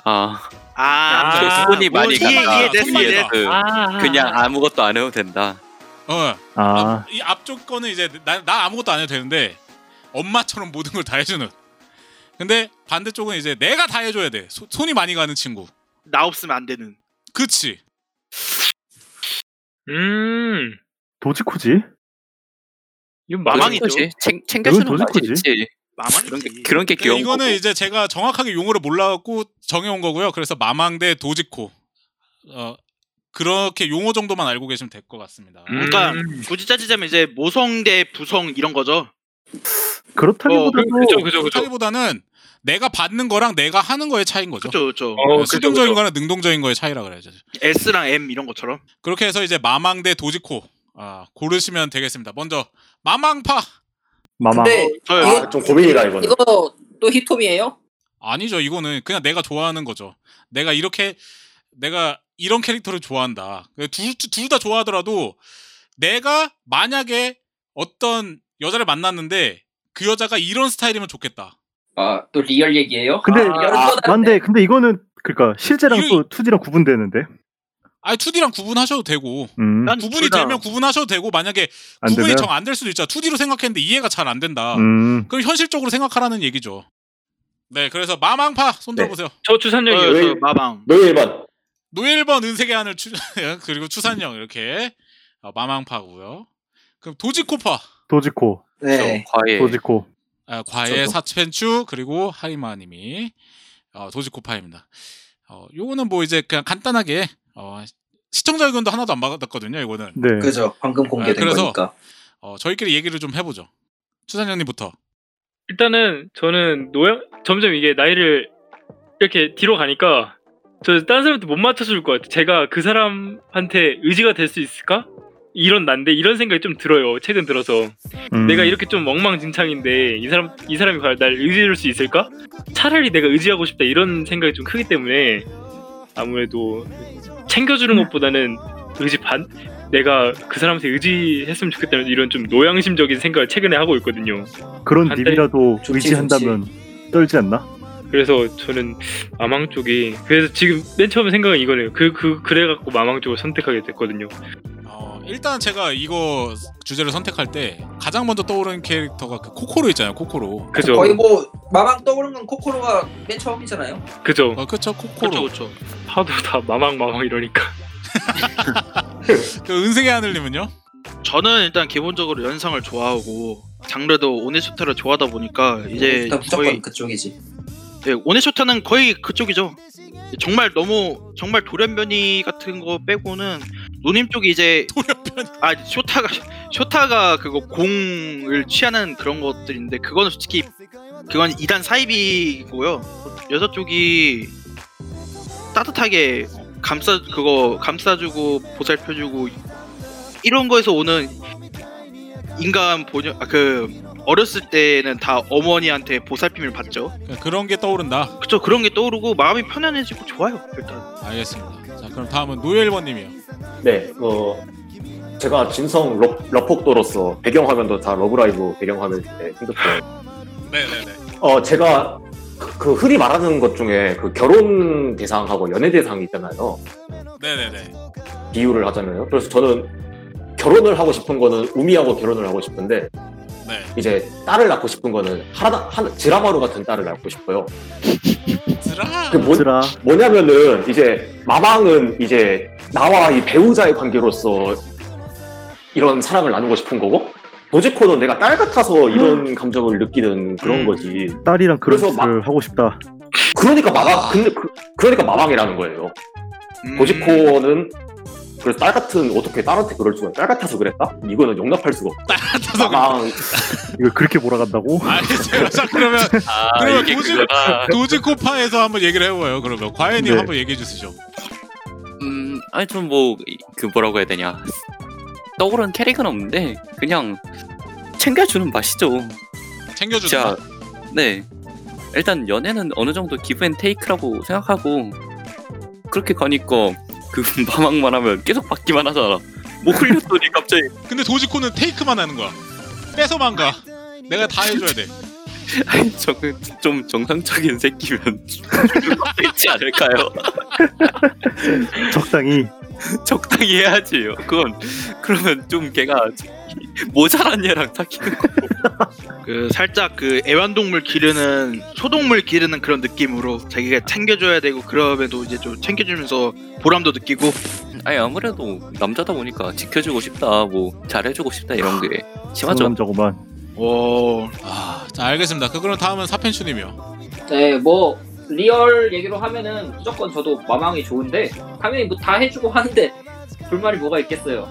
[SPEAKER 6] 아,
[SPEAKER 7] 아,
[SPEAKER 5] 아,
[SPEAKER 6] 그 손이 많이
[SPEAKER 7] 이해,
[SPEAKER 6] 간다.
[SPEAKER 7] 이해 됐어,
[SPEAKER 2] 이해
[SPEAKER 6] 뒤에서 그
[SPEAKER 5] 아,
[SPEAKER 6] 그냥 아무것도 안 해도 된다.
[SPEAKER 2] 어,
[SPEAKER 3] 아,
[SPEAKER 2] 앞, 이 앞쪽 거는 이제 나, 나 아무것도 안 해도 되는데 엄마처럼 모든 걸 다 해주는 근데 반대쪽은 이제 내가 다 해줘야 돼 소- 손이 많이 가는 친구
[SPEAKER 7] 나 없으면 안 되는.
[SPEAKER 2] 그치
[SPEAKER 5] 음
[SPEAKER 3] 도지코지?
[SPEAKER 5] 이건
[SPEAKER 7] 마망이-
[SPEAKER 5] 마망이
[SPEAKER 7] 마망이죠.
[SPEAKER 6] 도지코지? 챙, 챙겨주는
[SPEAKER 3] 이건
[SPEAKER 6] 맛이
[SPEAKER 3] 도지코지.
[SPEAKER 6] 있지. 그런 게,
[SPEAKER 7] 마망이지.
[SPEAKER 6] 그런 게
[SPEAKER 2] 근데
[SPEAKER 6] 귀여운
[SPEAKER 2] 이거는
[SPEAKER 6] 거고.
[SPEAKER 2] 이제 제가 정확하게 용어를 몰라갖고 정해온 거고요. 그래서 마망대 도지코 어 그렇게 용어 정도만 알고 계시면 될 것 같습니다.
[SPEAKER 5] 음.
[SPEAKER 7] 그러니까 굳이 따지자면 이제 모성 대 부성 이런 거죠.
[SPEAKER 3] 그렇다기보다도
[SPEAKER 5] 어, 그죠 그죠 그죠
[SPEAKER 2] 하기보다는 내가 받는 거랑 내가 하는 거의 차이인 거죠.
[SPEAKER 7] 그렇죠, 그렇죠.
[SPEAKER 5] 어, 그죠,
[SPEAKER 2] 수동적인
[SPEAKER 5] 그죠.
[SPEAKER 2] 거랑 능동적인 거의 차이라 그래야죠.
[SPEAKER 7] S랑 M 이런 것처럼.
[SPEAKER 2] 그렇게 해서 이제 마망대 도지코 아, 고르시면 되겠습니다. 먼저 마망파
[SPEAKER 3] 마마.
[SPEAKER 4] 근데
[SPEAKER 7] 어, 저요.
[SPEAKER 4] 이거-
[SPEAKER 8] 아, 좀 고민이다 이거는.
[SPEAKER 4] 이거 또 히톰이에요?
[SPEAKER 2] 아니죠. 이거는 그냥 내가 좋아하는 거죠. 내가 이렇게 내가 이런 캐릭터를 좋아한다. 둘 다 좋아하더라도 내가 만약에 어떤 여자를 만났는데 그 여자가 이런 스타일이면 좋겠다.
[SPEAKER 4] 아, 또 리얼 얘기예요?
[SPEAKER 3] 근데
[SPEAKER 4] 아, 여러 번
[SPEAKER 3] 난데 근데 이거는 그러니까 실제랑
[SPEAKER 2] 이게-
[SPEAKER 3] 또 2D랑 구분되는데.
[SPEAKER 2] 아니 2D랑 구분하셔도 되고
[SPEAKER 3] 음,
[SPEAKER 7] 난
[SPEAKER 2] 구분이
[SPEAKER 7] 둘 다-
[SPEAKER 2] 되면 구분하셔도 되고 만약에
[SPEAKER 3] 안
[SPEAKER 2] 구분이
[SPEAKER 3] 되면.
[SPEAKER 2] 정 안 될 수도 있잖아. 2D로 생각했는데 이해가 잘 안 된다.
[SPEAKER 3] 음,
[SPEAKER 2] 그럼 현실적으로 생각하라는 얘기죠. 네, 그래서 마망파 손
[SPEAKER 8] 네.
[SPEAKER 2] 들어보세요.
[SPEAKER 5] 저 추산력이요.
[SPEAKER 7] 저요,
[SPEAKER 8] 왜-
[SPEAKER 7] 저 마방.
[SPEAKER 8] 너의 1번.
[SPEAKER 2] 노엘번 은색의 하늘 추 *laughs* 그리고 추산형 이렇게 어, 마망파고요. 그럼 도지코파
[SPEAKER 3] 도지코,
[SPEAKER 9] 네.
[SPEAKER 6] 과외.
[SPEAKER 3] 도지코.
[SPEAKER 2] 아, 과외
[SPEAKER 8] 저도.
[SPEAKER 2] 사첸추 그리고 하이마님이 어, 도지코파입니다. 어, 요거는 뭐 이제 그냥 간단하게 어, 시청자 의견도 하나도 안 받았거든요. 이거는
[SPEAKER 3] 네.
[SPEAKER 9] 그죠. 방금 공개된
[SPEAKER 2] 아, 그래서-
[SPEAKER 9] 거니까.
[SPEAKER 2] 어, 저희끼리 얘기를 좀 해보죠. 추산형님부터.
[SPEAKER 5] 일단은 저는 노양 점점 이게 나이를 이렇게 뒤로 가니까 저 다른 사람한테 못 맞춰줄 것 같아요. 제가 그 사람한테 의지가 될 수 있을까? 이런 난데 이런 생각이 좀 들어요. 최근 들어서
[SPEAKER 3] 음,
[SPEAKER 5] 내가 이렇게 좀 엉망진창인데 이 사람 이 사람이 과연 날 의지해줄 수 있을까? 차라리 내가 의지하고 싶다 이런 생각이 좀 크기 때문에 아무래도 챙겨주는 것보다는 의지 반 내가 그 사람한테 의지했으면 좋겠다는 이런 좀 노양심적인 생각을 최근에 하고 있거든요.
[SPEAKER 3] 그런
[SPEAKER 5] 안 돼.
[SPEAKER 3] 님이라도
[SPEAKER 9] 좋지,
[SPEAKER 3] 의지한다면 떨지 않나?
[SPEAKER 5] 그래서 저는 마망 쪽이 그래서 지금 맨 처음에 생각은 이거네요. 그 그 그래 갖고 마망 쪽을 선택하게 됐거든요.
[SPEAKER 2] 어, 일단 제가 이거 주제를 선택할 때 가장 먼저 떠오르는 캐릭터가 그 코코로 있잖아요. 코코로.
[SPEAKER 5] 그죠?
[SPEAKER 9] 거의 뭐 마방 떠오르는 건 코코로가 맨 처음이잖아요.
[SPEAKER 5] 그죠?
[SPEAKER 2] 어,
[SPEAKER 7] 그렇죠,
[SPEAKER 2] 그쵸 코코로.
[SPEAKER 7] 그렇죠.
[SPEAKER 5] 하도 다 마망 마망 이러니까.
[SPEAKER 2] *laughs* 그 은색의 하늘님은요?
[SPEAKER 7] 저는 일단 기본적으로 연상을 좋아하고 장르도 오네쇼타를 좋아하다 보니까 이제
[SPEAKER 9] 일단 무조건
[SPEAKER 7] 거의
[SPEAKER 9] 그쪽이지.
[SPEAKER 7] 네, 오네쇼타는 거의 그쪽이죠. 정말 너무 정말 돌연변이 같은 거 빼고는 누님 쪽이 이제 *laughs* 돌연변이 아 쇼타가 쇼타가 그거 공을 취하는 그런 것들인데 그거는 솔직히 그건 이단 사입이고요. 여자 쪽이 따뜻하게 감싸 그거 감싸주고 보살펴주고 이런 거에서 오는 인간 본연 아그 어렸을 때는 다 어머니한테 보살핌을 받죠.
[SPEAKER 2] 그러니까 그런 게 떠오른다.
[SPEAKER 7] 그쵸 그런 게 떠오르고 마음이 편안해지고 좋아요 일단
[SPEAKER 2] 알겠습니다. 자 그럼 다음은 노엘번님이요.
[SPEAKER 8] 네, 어, 제가 진성 러, 러폭도로서 배경화면도 다 러브라이브 배경화면인데 핸드폰.
[SPEAKER 2] 네네네.
[SPEAKER 8] 어, 제가 그, 그 흔히 말하는 것 중에 그 결혼 대상하고 연애 대상이 있잖아요.
[SPEAKER 2] 네네네.
[SPEAKER 8] 비유를 하자면요. 그래서 저는 결혼을 하고 싶은 거는 우미하고 결혼을 하고 싶은데
[SPEAKER 2] 네.
[SPEAKER 8] 이제 딸을 낳고 싶은 거는 하나, 하나 드라마로 같은 딸을 낳고 싶어요.
[SPEAKER 2] 드라.
[SPEAKER 8] 그 뭐,
[SPEAKER 3] 얘들아,
[SPEAKER 8] 뭐냐면은 이제 마방은 이제 나와 이 배우자의 관계로서 이런 사랑을 나누고 싶은 거고 도지코는 내가 딸 같아서
[SPEAKER 3] 음.
[SPEAKER 8] 이런 감정을 느끼는 그런
[SPEAKER 7] 음.
[SPEAKER 8] 거지.
[SPEAKER 3] 딸이랑 그런
[SPEAKER 8] 그래서
[SPEAKER 3] 짓을 하고 싶다.
[SPEAKER 8] 그러니까 마방 근데 그, 그러니까 마방이라는 거예요. 음.
[SPEAKER 3] 음.
[SPEAKER 8] 도지코는 그래서 딸 같은 어떻게 딸한테 그럴 수가 딸 같아서 그랬다? 이거는 용납할 수가 없고 마방
[SPEAKER 3] 이걸 그렇게 몰아간다고?
[SPEAKER 2] 알겠어요. 자 그러면
[SPEAKER 6] 아,
[SPEAKER 2] 그러면
[SPEAKER 6] 이게
[SPEAKER 2] 도지-
[SPEAKER 6] 그거다.
[SPEAKER 2] 도지코파에서 한번 얘기를 해봐요. 그러면 과연님
[SPEAKER 3] 네.
[SPEAKER 2] 한번 얘기해 주시죠.
[SPEAKER 6] 음, 아니 좀 뭐 그 뭐라고 해야 되냐. 떠오른 캐릭은 없는데 그냥 챙겨주는 맛이죠.
[SPEAKER 2] 챙겨주자.
[SPEAKER 6] 진짜 네 일단 연애는 어느 정도 기브 앤 테이크라고 생각하고 그렇게 가니까 그 *laughs* 마망만 하면 계속 받기만 하잖아. 뭐 흘렸더니 갑자기
[SPEAKER 2] 근데 도지코는 테이크만 하는 거야. 뺏어만 가. 내가 다 해줘야 돼.
[SPEAKER 6] 아니, 그- 정, 좀 정상적인 새끼면 *laughs* 있지 않을까요?
[SPEAKER 3] *laughs*
[SPEAKER 6] *laughs*
[SPEAKER 3] 적당히
[SPEAKER 6] 적당히 해야지요. 그건 그러면 좀 걔가 모자란 얘랑 탁히는 거.
[SPEAKER 7] *laughs* 그 살짝 그 애완동물 기르는 소동물 기르는 그런 느낌으로 자기가 챙겨줘야 되고 그럼에도 이제 좀 챙겨주면서 보람도 느끼고
[SPEAKER 6] 아니 아무래도 남자다 보니까 지켜주고 싶다, 뭐 잘해주고 싶다 이런 게 심하죠.
[SPEAKER 3] 상남자구만.
[SPEAKER 7] 오
[SPEAKER 2] 아, 자 알겠습니다. 그 그럼 다음은 사펜슈님이요.
[SPEAKER 4] 네, 뭐 리얼 얘기로 하면은 무조건 저도 마망이 좋은데 당연히 뭐 다 해주고 하는데 불만이 뭐가 있겠어요.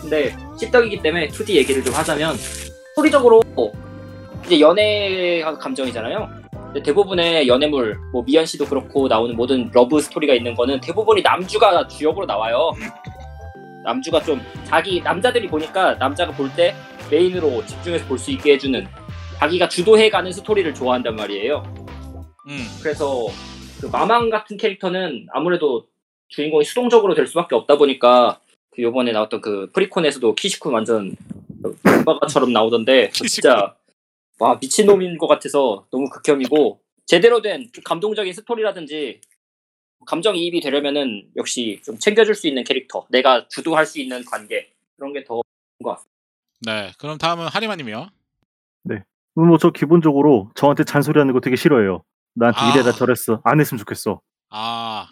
[SPEAKER 4] 근데 씹덕이기 때문에 2D 얘기를 좀 하자면 소리적으로 어, 이제 연애 감정이잖아요. 근데 대부분의 연애물, 뭐 미연 씨도 그렇고 나오는 모든 러브 스토리가 있는 거는 대부분이 남주가 주역으로 나와요. 남주가 좀 자기 남자들이 보니까 남자가 볼 때 메인으로 집중해서 볼 수 있게 해주는 자기가 주도해가는 스토리를 좋아한단 말이에요.
[SPEAKER 2] 음.
[SPEAKER 4] 그래서 그 마망 같은 캐릭터는 아무래도 주인공이 수동적으로 될 수밖에 없다 보니까 그 요번에 나왔던 그 프리콘에서도 키시쿠 완전 오빠가처럼 나오던데 저 진짜 와 미친놈인 것 같아서 너무 극혐이고 제대로 된 감동적인 스토리라든지 감정이입이 되려면은 역시 좀 챙겨줄 수 있는 캐릭터 내가 주도할 수 있는 관계 그런 게 더
[SPEAKER 2] 네. 그럼 다음은 하리마님이요.
[SPEAKER 3] 뭐 저 기본적으로 저한테 잔소리하는 거 되게 싫어해요. 나한테
[SPEAKER 2] 아.
[SPEAKER 3] 이래라 저랬어 안 했으면 좋겠어.
[SPEAKER 2] 아,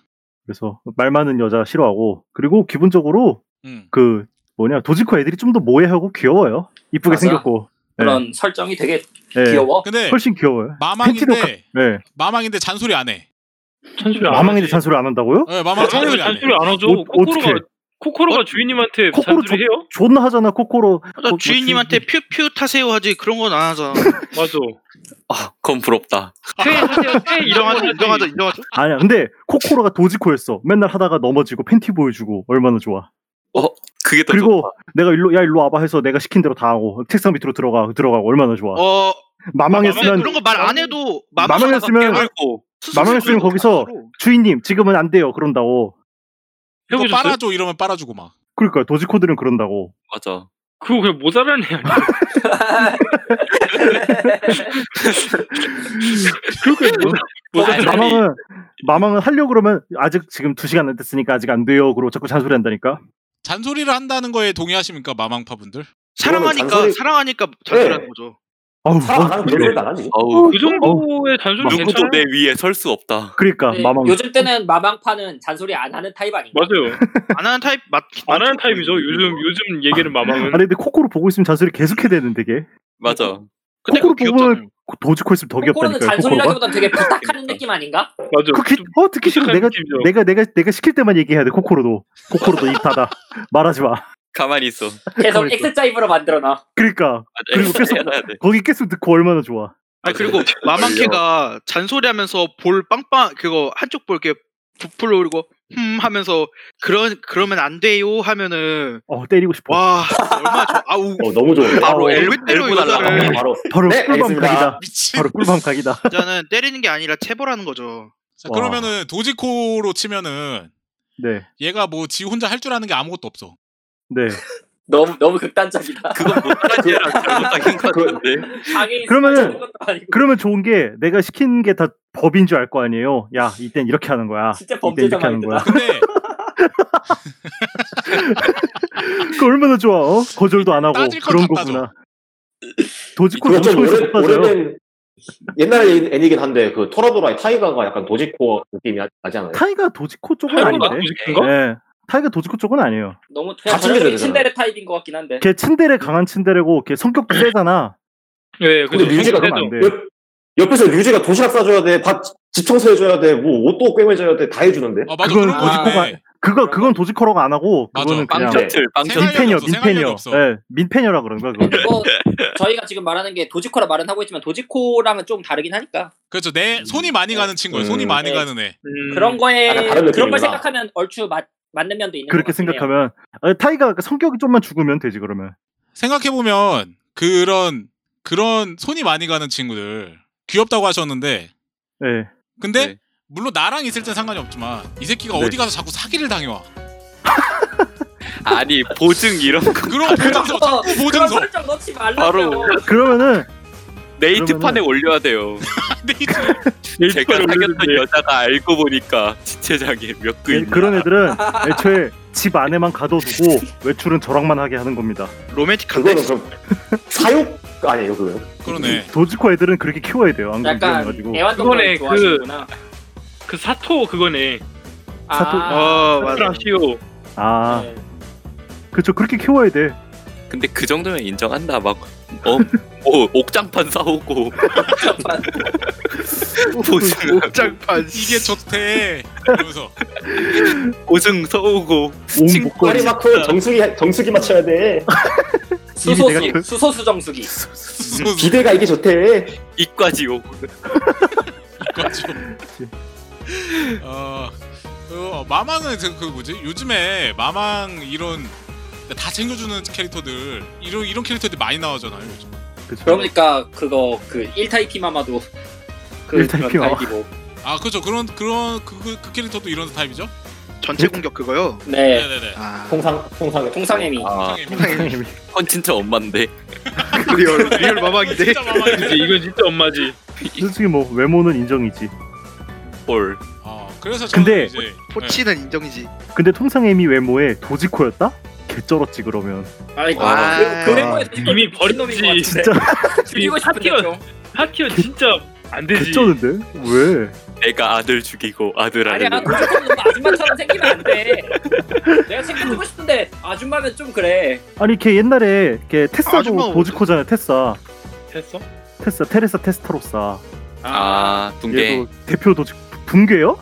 [SPEAKER 3] 그래서 말 많은 여자 싫어하고 그리고 기본적으로
[SPEAKER 2] 음.
[SPEAKER 3] 그 뭐냐 도지코 애들이 좀 더 모해하고 귀여워요. 이쁘게
[SPEAKER 4] 맞아.
[SPEAKER 3] 생겼고.
[SPEAKER 4] 그런 설정이 되게
[SPEAKER 3] 예.
[SPEAKER 4] 귀여워
[SPEAKER 2] 근데
[SPEAKER 3] 네. 훨씬 귀여워요. 팬티도 가-
[SPEAKER 2] 마망인데
[SPEAKER 3] 네.
[SPEAKER 2] 마망인데 잔소리 안 해.
[SPEAKER 5] 찬수야.
[SPEAKER 3] 마망인데 잔소리 안 한다고요?
[SPEAKER 2] 네, 마망 잔소리 안 해.
[SPEAKER 5] 잔소리 안 하죠.
[SPEAKER 3] 어- 어떡해.
[SPEAKER 5] 코코로가 코코로가
[SPEAKER 3] 어?
[SPEAKER 5] 주인님한테
[SPEAKER 3] 코코로
[SPEAKER 5] 잔소리 해요?
[SPEAKER 3] 존나 하잖아 코코로.
[SPEAKER 7] 맞아,
[SPEAKER 3] 뭐
[SPEAKER 7] 그러니까 주인님한테 퓨퓨 타세요 하지 그런 건 안
[SPEAKER 6] *laughs*
[SPEAKER 7] 하잖아
[SPEAKER 5] 맞아.
[SPEAKER 6] 아, 그건 부럽다.
[SPEAKER 5] 퇴하세요. 퇴 이런
[SPEAKER 7] 인정하죠
[SPEAKER 5] 거
[SPEAKER 7] 인정하죠 인정하죠
[SPEAKER 3] 아니야 근데 코코로가 도지코였어. 맨날 하다가 넘어지고 팬티 보여주고 얼마나 좋아.
[SPEAKER 4] 어,
[SPEAKER 6] 그게 더
[SPEAKER 3] 그리고
[SPEAKER 6] 좋다.
[SPEAKER 3] 내가 일로 야 일로 와봐 해서 내가 시킨 대로 다 하고 책상 밑으로 들어가 들어가고 얼마나 좋아.
[SPEAKER 7] 어 근데
[SPEAKER 3] 마망했으면
[SPEAKER 7] 그런 거 말 안 해도
[SPEAKER 3] 마망했으면-
[SPEAKER 7] 알고
[SPEAKER 3] 마망했으면 거기서 주인님 지금은 안 돼요 그런다고.
[SPEAKER 2] 이거
[SPEAKER 5] 해보셨어요?
[SPEAKER 2] 빨아줘 이러면 빨아주고 막.
[SPEAKER 3] 그러니까 도지코들은 그런다고.
[SPEAKER 6] 맞아.
[SPEAKER 5] 그거 그냥 모자란 애 아니야?
[SPEAKER 2] *laughs*
[SPEAKER 5] 그거 그냥 모자- 모자란 애.
[SPEAKER 3] 뭐
[SPEAKER 6] 아니,
[SPEAKER 3] 마망은 마망은 하려 고 그러면 아직 지금 두 시간 안 됐으니까 아직 안 돼요. 그러고 자꾸 잔소리 한다니까.
[SPEAKER 2] 잔소리를 한다는 거에 동의하십니까 마망파분들?
[SPEAKER 7] 사랑하니까
[SPEAKER 8] 잔소리-
[SPEAKER 7] 사랑하니까
[SPEAKER 3] 네.
[SPEAKER 7] 잔소리하는 거죠
[SPEAKER 3] 아우
[SPEAKER 8] 사람 안
[SPEAKER 3] 뭐,
[SPEAKER 8] 하면 별로 안 하지.
[SPEAKER 6] 네. 어우,
[SPEAKER 5] 그 정도의 잔소리
[SPEAKER 6] 누구도
[SPEAKER 5] 괜찮아요?
[SPEAKER 6] 내 위에 설 수 없다.
[SPEAKER 3] 그러니까
[SPEAKER 4] 네,
[SPEAKER 3] 마망.
[SPEAKER 4] 요즘 때는 마망파는 잔소리 안 하는 타입 아닌가
[SPEAKER 5] 맞아요.
[SPEAKER 7] 안 하는 타입 맞
[SPEAKER 5] 안 하는 타입이죠. 요즘 요즘 얘기는 마망은.
[SPEAKER 3] 아니 근데 코코로 보고 있으면 잔소리 계속 해야 되는데 이게
[SPEAKER 6] 맞아.
[SPEAKER 7] 근데
[SPEAKER 3] 코코로
[SPEAKER 7] 그거
[SPEAKER 3] 보면 도지코 있으면 더
[SPEAKER 4] 어, 코코로는
[SPEAKER 3] 귀엽다니까요. 코코로가.
[SPEAKER 4] 잔소리라기보단 되게 부탁하는 느낌 아닌가?
[SPEAKER 5] 맞아.
[SPEAKER 3] 그렇게
[SPEAKER 5] 좀
[SPEAKER 3] 어 듣기 싫어
[SPEAKER 5] 부탁하는
[SPEAKER 3] 내가
[SPEAKER 5] 느낌이죠.
[SPEAKER 3] 내가 내가 내가 시킬 때만 얘기해야 돼 코코로도 코코로도 입 닫아 말하지 마
[SPEAKER 6] *laughs* 가만히 있어.
[SPEAKER 4] 계속
[SPEAKER 3] 그러니까.
[SPEAKER 4] X 자입으로 만들어놔.
[SPEAKER 3] 그러니까
[SPEAKER 7] 네.
[SPEAKER 3] 그리고 계속-
[SPEAKER 6] 해놔야 돼.
[SPEAKER 3] 거기 계속 듣고 얼마나 좋아
[SPEAKER 7] 아 그리고 마망캐가 잔소리하면서 볼 빵빵 그거 한쪽 볼 이렇게 부풀러 오르고 흠 하면서 그런 그러면 안 돼요 하면은
[SPEAKER 3] 어 때리고 싶어
[SPEAKER 7] 와 얼마나 좋아 아우
[SPEAKER 8] 어, 너무 좋은데.
[SPEAKER 7] 바로
[SPEAKER 3] 어,
[SPEAKER 7] 엘
[SPEAKER 6] 엘보-
[SPEAKER 7] 고 때려
[SPEAKER 6] 엘보 날라가.
[SPEAKER 7] 여자를
[SPEAKER 8] 바로
[SPEAKER 3] 바로
[SPEAKER 8] 네,
[SPEAKER 3] 꿀밤
[SPEAKER 8] 알겠습니다.
[SPEAKER 3] 각이다
[SPEAKER 2] 미친.
[SPEAKER 3] 바로 꿀밤 각이다
[SPEAKER 7] 여자는 때리는 게 아니라 체벌하는 거죠
[SPEAKER 2] 자,
[SPEAKER 3] 와.
[SPEAKER 2] 그러면은 도지코로 치면은
[SPEAKER 3] 네
[SPEAKER 2] 얘가 뭐 지 혼자 할 줄 아는 게 아무것도 없어.
[SPEAKER 3] 네.
[SPEAKER 4] 너무 너무 극단적이다.
[SPEAKER 6] 그건 못하는 얘랑
[SPEAKER 4] *laughs*
[SPEAKER 6] 잘못하긴 것 같은데.
[SPEAKER 4] 당연히
[SPEAKER 3] 그러면은- *laughs*
[SPEAKER 4] 쓰는 것도 아니고.
[SPEAKER 3] 그러면 좋은 게 내가 시킨 게 다 법인 줄 알 거 아니에요 야 이땐 이렇게 하는 거야
[SPEAKER 4] 진짜
[SPEAKER 3] 이땐
[SPEAKER 4] 범죄자
[SPEAKER 3] 이렇게 하는 거야
[SPEAKER 4] *laughs* 마인드다. 네.
[SPEAKER 3] *laughs*
[SPEAKER 2] 근데
[SPEAKER 3] 그 얼마나 좋아 어? 거절도 안 하고
[SPEAKER 2] 따질 건
[SPEAKER 3] 그런
[SPEAKER 2] 다 따져.
[SPEAKER 3] 거구나 도지코
[SPEAKER 8] 그거 좀
[SPEAKER 3] 눈초에서
[SPEAKER 8] 오래,
[SPEAKER 3] 빠져요
[SPEAKER 8] 오래된 옛날 애니긴 한데 그 토라도라의 타이가가 약간 도지코 느낌이 나- 나지 않아요?
[SPEAKER 3] 타이가 도지코 쪽은
[SPEAKER 5] 할머니
[SPEAKER 3] 아닌데
[SPEAKER 5] 맞고
[SPEAKER 3] 네. 타이가 도지코 쪽은 아니에요
[SPEAKER 4] 너무 그냥
[SPEAKER 8] 같이 믿어야
[SPEAKER 4] 저는
[SPEAKER 8] 되잖아.
[SPEAKER 4] 친데레 타입인 것 같긴 한데.
[SPEAKER 3] 걔 츤데레 강한 츤데레고 걔 성격도 세잖아
[SPEAKER 5] 예, 그죠.
[SPEAKER 8] 근데 뮤지가
[SPEAKER 5] 그래도-
[SPEAKER 3] 그러면 안돼
[SPEAKER 8] 옆, 옆에서 류지가 도시락 싸줘야 돼, 밥, 집 청소해줘야 돼, 뭐 옷도 꿰매줘야 돼, 다 해주는데.
[SPEAKER 2] 아 맞아
[SPEAKER 3] 그건
[SPEAKER 2] 그런 거지.
[SPEAKER 3] 도지코가
[SPEAKER 2] 네.
[SPEAKER 3] 그거 그건 도지코라고 안 하고
[SPEAKER 2] 맞아.
[SPEAKER 3] 그거는 그냥
[SPEAKER 8] 빵점.
[SPEAKER 6] 빵셔틀, 빵셔틀.
[SPEAKER 2] 생활력이
[SPEAKER 3] 민폐녀
[SPEAKER 2] 없어, 생활력이
[SPEAKER 3] 민폐녀
[SPEAKER 2] 없어.
[SPEAKER 3] 예 민폐녀라 그런 거야 그거
[SPEAKER 4] 그리고 저희가 지금 말하는 게 도지코라 말은 하고 있지만 도지코랑은 좀 다르긴 하니까
[SPEAKER 2] 그렇죠.
[SPEAKER 3] 음.
[SPEAKER 2] 내 손이 많이 가는 친구야.
[SPEAKER 8] 음.
[SPEAKER 2] 손이 많이
[SPEAKER 4] 네.
[SPEAKER 2] 가는 애.
[SPEAKER 5] 음,
[SPEAKER 4] 그런 거에
[SPEAKER 8] 약간 다른
[SPEAKER 4] 그런
[SPEAKER 8] 느낌이구나.
[SPEAKER 4] 걸 생각하면 얼추 맞, 맞는 면도 있는
[SPEAKER 3] *laughs* 그렇게
[SPEAKER 4] 것 같긴 해요.
[SPEAKER 3] 생각하면 아, 타이가 아까 성격이 좀만 죽으면 되지 그러면
[SPEAKER 2] 생각해 보면 그런 그런 손이 많이 가는 친구들 귀엽다고 하셨는데
[SPEAKER 3] 예
[SPEAKER 2] 근데
[SPEAKER 6] 네.
[SPEAKER 2] 물론 나랑 있을 땐 상관이 없지만 이 새끼가
[SPEAKER 6] 네.
[SPEAKER 2] 어디 가서 자꾸 사기를 당해와.
[SPEAKER 6] 아니 보증 이런 거
[SPEAKER 2] 그럼 보증서 자꾸
[SPEAKER 4] 어, 그런
[SPEAKER 2] 보증서
[SPEAKER 4] 설정 넣지 말라고요.
[SPEAKER 6] 바로.
[SPEAKER 3] 그러면은
[SPEAKER 6] 네이트판에 올려야 돼요.
[SPEAKER 2] 네이트
[SPEAKER 6] 제가 사귀었던 여자가 알고 보니까 지체장애 몇
[SPEAKER 3] 예,
[SPEAKER 6] 그.
[SPEAKER 3] 그런 애들은 애초에 집 안에만 가둬두고 외출은 저랑만 하게 하는 겁니다.
[SPEAKER 7] 로맨틱한데?
[SPEAKER 8] 그거는 그럼 사육 아니에요 그거요?
[SPEAKER 2] 그러네.
[SPEAKER 3] 도지코 애들은 그렇게 키워야 돼요. 안그래가지고
[SPEAKER 4] 약간 애완동물
[SPEAKER 5] 그거네,
[SPEAKER 4] 좋아하시구나.
[SPEAKER 5] 그 사토 그거네.
[SPEAKER 3] 사토-
[SPEAKER 7] 어 맞아.
[SPEAKER 5] 사토라시오.
[SPEAKER 3] 아
[SPEAKER 4] 네.
[SPEAKER 3] 그쵸 그렇게 키워야 돼.
[SPEAKER 6] 근데 그 정도면 인정한다. 막 어, 어, 옥장판 싸우고 보증
[SPEAKER 7] 옥장판.
[SPEAKER 2] 이게 좋대. 이러면서
[SPEAKER 6] 보증 써오고
[SPEAKER 3] 온
[SPEAKER 6] 친구
[SPEAKER 3] 목걸이
[SPEAKER 8] 파리마크 정수기 정수기
[SPEAKER 3] *laughs*
[SPEAKER 8] 맞춰야 돼.
[SPEAKER 4] 수소수
[SPEAKER 3] 내가 그-
[SPEAKER 4] 수소수 정수기.
[SPEAKER 2] 수소수
[SPEAKER 8] 비대가 이게 좋대.
[SPEAKER 6] 이과지 오고
[SPEAKER 2] 가지고. 어, 그 마망은 그, 그 뭐지? 요즘에 마망 이런 다 챙겨주는 캐릭터들 이런 이런 캐릭터들 많이 나오잖아요. 요즘.
[SPEAKER 3] 그쵸.
[SPEAKER 4] 그러니까 그거 그 1타이피 마마도 그
[SPEAKER 3] 1타이피
[SPEAKER 4] 그런
[SPEAKER 3] 마마.
[SPEAKER 4] 타입이고.
[SPEAKER 2] 아 그렇죠. 그런 그런 그, 그, 그 캐릭터도 이런 타입이죠.
[SPEAKER 7] 전체 공격 그거요.
[SPEAKER 4] 네.
[SPEAKER 2] 네네네.
[SPEAKER 7] 아
[SPEAKER 8] 통상 통상
[SPEAKER 4] 통상애미.
[SPEAKER 6] 아 헌 진짜 엄만데
[SPEAKER 7] 리얼 리얼 마막인데.
[SPEAKER 2] 진짜 마망이네.
[SPEAKER 5] 이제 이건 진짜 엄마지.
[SPEAKER 3] 솔직히 뭐 외모는 인정이지.
[SPEAKER 6] 헐
[SPEAKER 2] 아 그래서 저는
[SPEAKER 3] 근데
[SPEAKER 2] 이제 네.
[SPEAKER 7] 포치는 인정이지.
[SPEAKER 3] 근데 통상 애미 외모에 도지코였다? 개쩔었지 그러면.
[SPEAKER 4] 아이고.
[SPEAKER 7] 와.
[SPEAKER 4] 그- 그 외모에
[SPEAKER 5] 이미
[SPEAKER 4] 버린 놈인 것
[SPEAKER 5] 버렸지.
[SPEAKER 4] 같은데.
[SPEAKER 3] 진짜
[SPEAKER 4] 죽이고 싶은데
[SPEAKER 5] 파티어.
[SPEAKER 4] 좀.
[SPEAKER 5] 파티어 진짜 안 되지.
[SPEAKER 3] 개쩌는데? 왜?
[SPEAKER 6] 내가 아들 죽이고 아들 아들
[SPEAKER 4] 아니야 무조건 너무 뭐 아줌마처럼 생기면 안 돼. 내가 챙겨주고 싶은데 아줌마면 좀 그래.
[SPEAKER 3] 아니 걔 옛날에 걔 테사도
[SPEAKER 7] 아줌마
[SPEAKER 3] 도지코잖아 요 테사.
[SPEAKER 5] 됐어?
[SPEAKER 3] 테사 테레사 테스타로사.
[SPEAKER 6] 아 둥개
[SPEAKER 3] 얘도 대표 도지 붕괴요?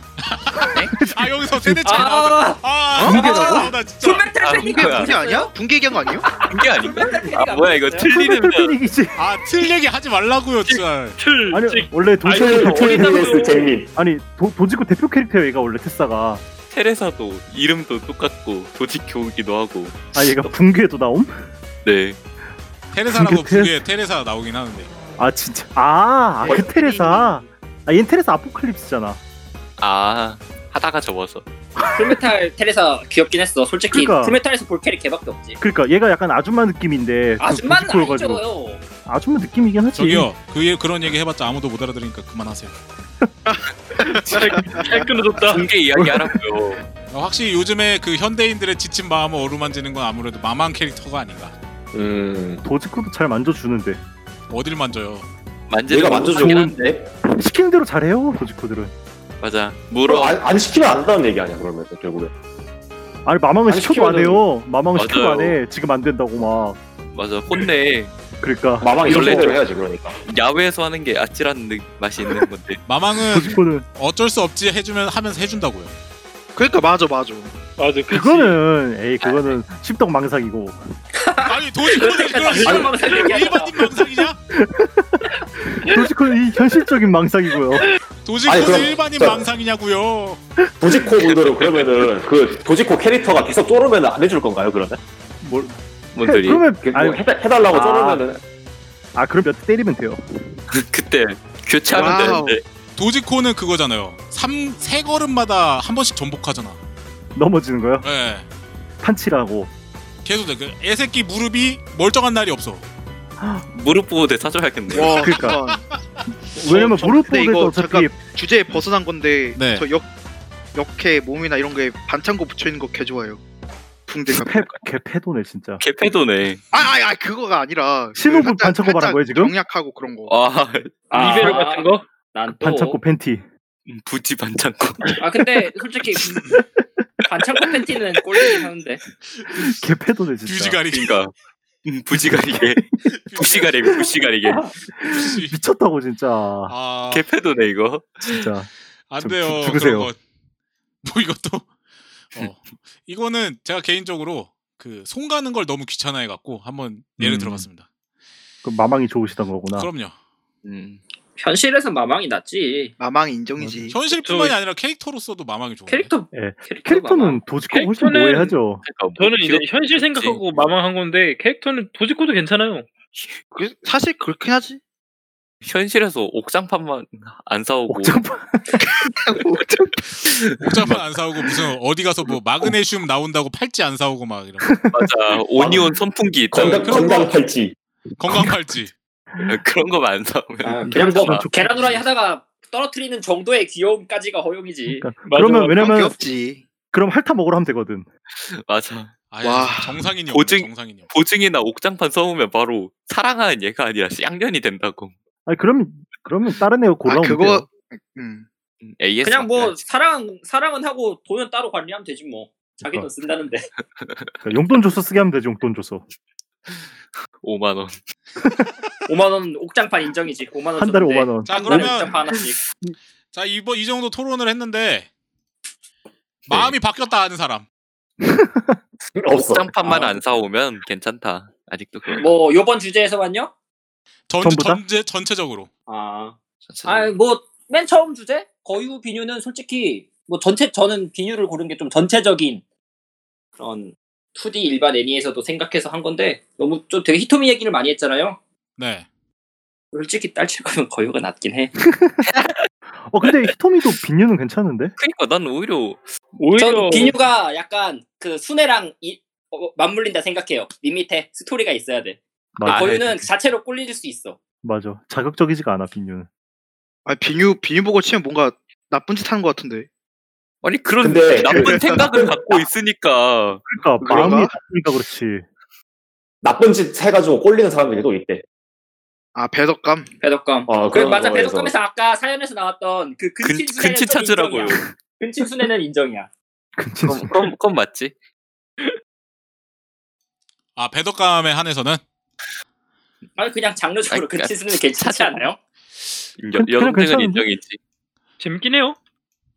[SPEAKER 2] 아 여기서 세대 차이 나오다.
[SPEAKER 4] 아
[SPEAKER 2] 아
[SPEAKER 7] 붕괴라고?
[SPEAKER 2] 나오다 진짜.
[SPEAKER 4] 분명
[SPEAKER 6] 아,
[SPEAKER 4] 탈패니까
[SPEAKER 6] 그거야.
[SPEAKER 7] 뭐? 붕괴 아니야? 붕괴 얘기한 거 아니에요?
[SPEAKER 6] 둥개 아닌가?
[SPEAKER 4] 분명 탈패니까
[SPEAKER 6] 아 뭐야 이거
[SPEAKER 7] 네?
[SPEAKER 6] 틀리는 면
[SPEAKER 3] 톨피닉이지.
[SPEAKER 2] 아틀 얘기 하지 말라고요, 진짜.
[SPEAKER 5] 틀.
[SPEAKER 3] 아니
[SPEAKER 5] 찍.
[SPEAKER 3] 원래 도지코
[SPEAKER 5] 아니,
[SPEAKER 3] 대표
[SPEAKER 5] 어린이
[SPEAKER 3] 캐릭터-
[SPEAKER 8] ONS 재민.
[SPEAKER 3] 아니 도, 도지코 대표 캐릭터예요 얘가 원래 테사가.
[SPEAKER 6] 테레사도 이름도 똑같고 조직 교우기도 하고
[SPEAKER 3] 아 얘가 붕괴도 나옴?
[SPEAKER 6] 네
[SPEAKER 2] 테레사라고
[SPEAKER 3] 붕괴
[SPEAKER 2] 부에 테레사 나오긴 하는데.
[SPEAKER 3] 그 아 진짜. 아, 아, 그 테레사. 아, 얘는 테레사 아포칼립스잖아.
[SPEAKER 6] 아 하다가 접어서
[SPEAKER 4] 풀메탈 테레사 귀엽긴 했어. 솔직히
[SPEAKER 3] 그러니까.
[SPEAKER 4] 풀메탈에서 볼 캐릭 개밖에 없지.
[SPEAKER 3] 그러니까 얘가 약간 아줌마 느낌인데 그
[SPEAKER 4] 아줌마는
[SPEAKER 3] 도지코여가지고.
[SPEAKER 4] 아니죠.
[SPEAKER 3] 아줌마 느낌이긴 하지.
[SPEAKER 2] 저기요, 그 예- 그런 얘기 해봤자 아무도 못 알아들으니까 그만하세요.
[SPEAKER 5] *laughs* 잘 끊어졌다.
[SPEAKER 6] 둥개 이야기 하라고요
[SPEAKER 2] 어, 확실히 요즘에 그 현대인들의 지친 마음을 어루만지는 건 아무래도 마망 캐릭터가 아닌가.
[SPEAKER 8] 음.
[SPEAKER 3] 도지코도 잘 만져주는데
[SPEAKER 2] 어딜 만져요?
[SPEAKER 6] 만지는
[SPEAKER 8] 얘가
[SPEAKER 6] 거
[SPEAKER 8] 만져줘.
[SPEAKER 6] 하긴 한데.
[SPEAKER 3] 시키는 대로 잘해요 도지코들은.
[SPEAKER 6] 맞아
[SPEAKER 8] 그럼
[SPEAKER 6] 물어
[SPEAKER 8] 안, 안 시키면 안 한다는 얘기 아니야 그러면 결국에.
[SPEAKER 3] 아니 마망은
[SPEAKER 8] 아니,
[SPEAKER 3] 시켜도 안 해요. 마망은
[SPEAKER 6] 맞아요.
[SPEAKER 3] 시켜도 안 해. 지금 안 된다고 막.
[SPEAKER 6] 맞아 혼내
[SPEAKER 3] 그러니까
[SPEAKER 8] 마방 이런
[SPEAKER 6] 원래
[SPEAKER 8] 소리를 해야지 그러니까.
[SPEAKER 6] 야외에서 하는 게 아찔한 느- 맛이
[SPEAKER 3] *laughs*
[SPEAKER 6] 있는 건데
[SPEAKER 2] 마망은
[SPEAKER 3] 도지코는
[SPEAKER 2] 어쩔 수 없지 해주면 하면서 해준다고요.
[SPEAKER 7] 그러니까 맞아 맞아.
[SPEAKER 5] 맞아. 그치.
[SPEAKER 3] 그거는 에이 그거는 십덕 망상이고
[SPEAKER 2] 아니 도지코는 그런
[SPEAKER 4] 아줌마
[SPEAKER 2] 식으로
[SPEAKER 4] 망상 얘기하잖아.
[SPEAKER 2] 일반인 망상이냐?
[SPEAKER 3] 도지코는 이 현실적인 망상이고요.
[SPEAKER 8] 아니,
[SPEAKER 2] 도지코는
[SPEAKER 8] 그럼-
[SPEAKER 2] 일반인
[SPEAKER 8] 저-
[SPEAKER 2] 망상이냐고요?
[SPEAKER 8] 도지코 분들은 그러면은 그 도지코 캐릭터가 계속 쪼르면 안 해줄 건가요 그러면?
[SPEAKER 6] 분들이
[SPEAKER 3] 그러면
[SPEAKER 8] 그, 뭐
[SPEAKER 3] 아니,
[SPEAKER 8] 해달, 해달라고
[SPEAKER 3] 아.
[SPEAKER 8] 쪼르면은
[SPEAKER 3] 아 그럼 몇 대 때리면 돼요.
[SPEAKER 6] 그때 교체하면
[SPEAKER 3] 아,
[SPEAKER 7] 와우.
[SPEAKER 6] 되는데
[SPEAKER 2] 도지코는 그거잖아요. 삼 세 걸음마다 한 번씩 전복하잖아.
[SPEAKER 3] 넘어지는 거요.
[SPEAKER 2] 예.
[SPEAKER 3] 판치라고.
[SPEAKER 2] 계속 돼. 그 애새끼 무릎이 멀쩡한 날이 없어. 어.
[SPEAKER 6] 무릎 보호대 사줘야겠네. 요
[SPEAKER 7] 와
[SPEAKER 3] 그러니까.
[SPEAKER 7] 잠깐.
[SPEAKER 3] 왜냐면
[SPEAKER 7] 저-
[SPEAKER 3] 무릎
[SPEAKER 7] 근데
[SPEAKER 3] 보호대도
[SPEAKER 7] 이거
[SPEAKER 3] 어차피
[SPEAKER 7] 주제에 벗어난 건데
[SPEAKER 2] 네.
[SPEAKER 7] 저 역, 역해 몸이나 이런 거에 반창고 붙여 있는 거 개 좋아요. 붕대가.
[SPEAKER 3] 패, 걔 패도네 진짜.
[SPEAKER 6] 개패도네.
[SPEAKER 7] 아아 아, 그거가 아니라 그
[SPEAKER 3] 신호부
[SPEAKER 7] 살짝-
[SPEAKER 3] 반창고 말한
[SPEAKER 7] 살짝
[SPEAKER 3] 거예요, 지금?
[SPEAKER 7] 경약하고 그런 거.
[SPEAKER 6] 와
[SPEAKER 7] 아,
[SPEAKER 5] 리베로
[SPEAKER 6] 아,
[SPEAKER 5] 같은 거?
[SPEAKER 4] 난또
[SPEAKER 3] 반창고 팬티.
[SPEAKER 6] 부지 반창고.
[SPEAKER 4] 아 근데 솔직히 음, 반창고 팬티는 꼴리긴 하는데.
[SPEAKER 3] 걔 패도네 진짜.
[SPEAKER 2] 뷰지가리기.
[SPEAKER 6] 그러니까 음,
[SPEAKER 2] *laughs*
[SPEAKER 6] 부지가리게, 부시가리게, 부시가리게.
[SPEAKER 2] 뷰지.
[SPEAKER 3] *laughs* 미쳤다고 진짜.
[SPEAKER 2] 아,
[SPEAKER 6] 개패도네 이거.
[SPEAKER 3] 진짜.
[SPEAKER 2] 안
[SPEAKER 3] 좀
[SPEAKER 2] 돼요.
[SPEAKER 3] 죽- 죽으세요.
[SPEAKER 2] 그런 거.
[SPEAKER 3] *laughs*
[SPEAKER 2] 뭐 이것도 어. 이거는 제가 개인적으로 그 손 가는 걸 너무 귀찮아해 갖고 한번 예를
[SPEAKER 6] 음.
[SPEAKER 2] 들어봤습니다.
[SPEAKER 3] 그 마망이 좋으시던 거구나.
[SPEAKER 2] 그럼요.
[SPEAKER 6] 음,
[SPEAKER 4] 현실에서 마망이 낫지.
[SPEAKER 7] 마망 인정이지.
[SPEAKER 2] 현실뿐만이 아니라 캐릭터로서도 마망이 좋은데.
[SPEAKER 4] 캐릭터
[SPEAKER 3] 예.
[SPEAKER 4] 캐릭터
[SPEAKER 3] 캐릭터는
[SPEAKER 4] 마망.
[SPEAKER 3] 도지코 훨씬
[SPEAKER 5] 캐릭터는-
[SPEAKER 3] 오해하죠.
[SPEAKER 6] 그러니까 뭐 예.
[SPEAKER 5] 저는 이제
[SPEAKER 6] 필요-
[SPEAKER 5] 현실 생각하고 마망한 건데 캐릭터는 도지코도 괜찮아요.
[SPEAKER 7] 그- 사실 그렇긴 하지.
[SPEAKER 6] 현실에서 옥장판만 아, 안 사오고 *laughs*
[SPEAKER 3] 옥장판.
[SPEAKER 2] 옥장판 안 사오고 무슨 어디 가서 뭐 마그네슘 나온다고 팔찌 안 사오고 막 이런 뭐 거.
[SPEAKER 3] 네.
[SPEAKER 6] 맞아 오니온 선풍기 있다고
[SPEAKER 8] 건강 건강 팔찌.
[SPEAKER 2] 건강 팔찌.
[SPEAKER 6] 아, 그런 거만 안 사오면
[SPEAKER 4] 아, 그냥 뭐
[SPEAKER 3] 아, 좋겠다.
[SPEAKER 4] 계란 후라이 하다가 떨어뜨리는 정도의 귀여움까지가 허용이지.
[SPEAKER 3] 그러니까
[SPEAKER 5] 예? 맞아,
[SPEAKER 3] 그러면
[SPEAKER 5] 맞아.
[SPEAKER 7] 그런 게
[SPEAKER 3] 왜냐면
[SPEAKER 7] 없지.
[SPEAKER 3] 그럼 핥아 먹으러 하면 되거든.
[SPEAKER 6] 맞아
[SPEAKER 2] 아예
[SPEAKER 7] 와,
[SPEAKER 2] 정상인이 없네,
[SPEAKER 6] 보증-
[SPEAKER 2] 정상인이 없네.
[SPEAKER 6] 보증이나 옥장판 써오면 바로 사랑하는 얘가 아니라 양년이 된다고
[SPEAKER 3] 아니 그럼 그러면 다른 애
[SPEAKER 7] 아
[SPEAKER 3] 골라오면 돼요.
[SPEAKER 7] 그거 음.
[SPEAKER 6] AS
[SPEAKER 4] 그냥 뭐
[SPEAKER 6] 맡겨야지.
[SPEAKER 4] 사랑 사랑은 하고 돈은 따로 관리하면 되지 뭐. 자기 돈 쓴다는데. *laughs*
[SPEAKER 3] 그러니까 용돈 줘서 쓰게 하면 되지 용돈 줘서
[SPEAKER 6] 5만 원
[SPEAKER 4] 5만 원 옥장판 인정이지. 5만 원.
[SPEAKER 3] 한 달에
[SPEAKER 4] 줬는데
[SPEAKER 3] 5만 원.
[SPEAKER 2] 자
[SPEAKER 4] 한 달에
[SPEAKER 6] 네,
[SPEAKER 2] 그러면
[SPEAKER 4] 옥장판 하나씩.
[SPEAKER 2] *laughs* 자 이번 이 정도 토론을 했는데
[SPEAKER 3] 네.
[SPEAKER 2] 마음이 바뀌었다 하는 사람.
[SPEAKER 8] 없어.
[SPEAKER 6] 옥장판만
[SPEAKER 2] 아.
[SPEAKER 6] 안 사오면 괜찮다 아직도 그런
[SPEAKER 4] 뭐 요번 주제에서만요?
[SPEAKER 2] 전,
[SPEAKER 3] 전부 다?
[SPEAKER 2] 전제 전체적으로.
[SPEAKER 4] 아. 아뭐 맨 처음 주제 거유 비뉴는 솔직히 뭐 전체 저는 비뉴를 고른 게 좀 전체적인 그런 2D 일반 애니에서도 생각해서 한 건데 너무 좀 되게 히토미 얘기를 많이 했잖아요.
[SPEAKER 2] 네.
[SPEAKER 4] 솔직히 딸칠 거면 거유가 낫긴 해.
[SPEAKER 3] 어 근데 히토미도 빈유는 괜찮은데?
[SPEAKER 6] 그러니까 난 오히려
[SPEAKER 5] 오히려
[SPEAKER 4] 전 비뉴가 약간 그 순애랑 이- 어, 맞물린다 생각해요. 밋밋해 스토리가 있어야 돼.
[SPEAKER 3] 맞아.
[SPEAKER 4] 거유는 자체로 꿀릴 수 있어.
[SPEAKER 3] 맞아. 자극적이지가 않아 빈유는.
[SPEAKER 7] 아 비뉴 비뉴 보고 치면 뭔가 나쁜 짓 하는 것 같은데.
[SPEAKER 6] 아니 그런
[SPEAKER 8] 근데-
[SPEAKER 6] *laughs* 나쁜 생각을
[SPEAKER 7] *laughs*
[SPEAKER 6] 갖고 있으니까
[SPEAKER 3] 그러니까
[SPEAKER 7] 그런가?
[SPEAKER 3] 마음이 바쁘니까 그렇지.
[SPEAKER 8] 나쁜 짓 해가지고 꼴리는 사람들이 또 있때.
[SPEAKER 7] 아 배덕감.
[SPEAKER 4] 배덕감.
[SPEAKER 8] 어,
[SPEAKER 4] 그
[SPEAKER 8] 그런
[SPEAKER 4] 맞아
[SPEAKER 8] 거에서.
[SPEAKER 4] 배덕감에서 아까 사연에서 나왔던 그
[SPEAKER 6] 근,
[SPEAKER 4] 근친 순애는
[SPEAKER 6] 근치
[SPEAKER 4] 좀
[SPEAKER 6] 찾으라고요
[SPEAKER 4] 인정이야. 근친 순애는 인정이야.
[SPEAKER 3] 근친수.
[SPEAKER 6] 그럼 그럼 그건 맞지
[SPEAKER 2] 아 배덕감에 한해서는
[SPEAKER 4] 아니 그냥 장르적으로
[SPEAKER 6] 아니,
[SPEAKER 4] 그
[SPEAKER 6] 그러니까
[SPEAKER 4] 치즈는 괜찮지 않아요?
[SPEAKER 6] 여,
[SPEAKER 3] 그냥
[SPEAKER 6] 여동생은
[SPEAKER 3] 괜찮은데?
[SPEAKER 6] 인정이지
[SPEAKER 5] 재밌긴 해요.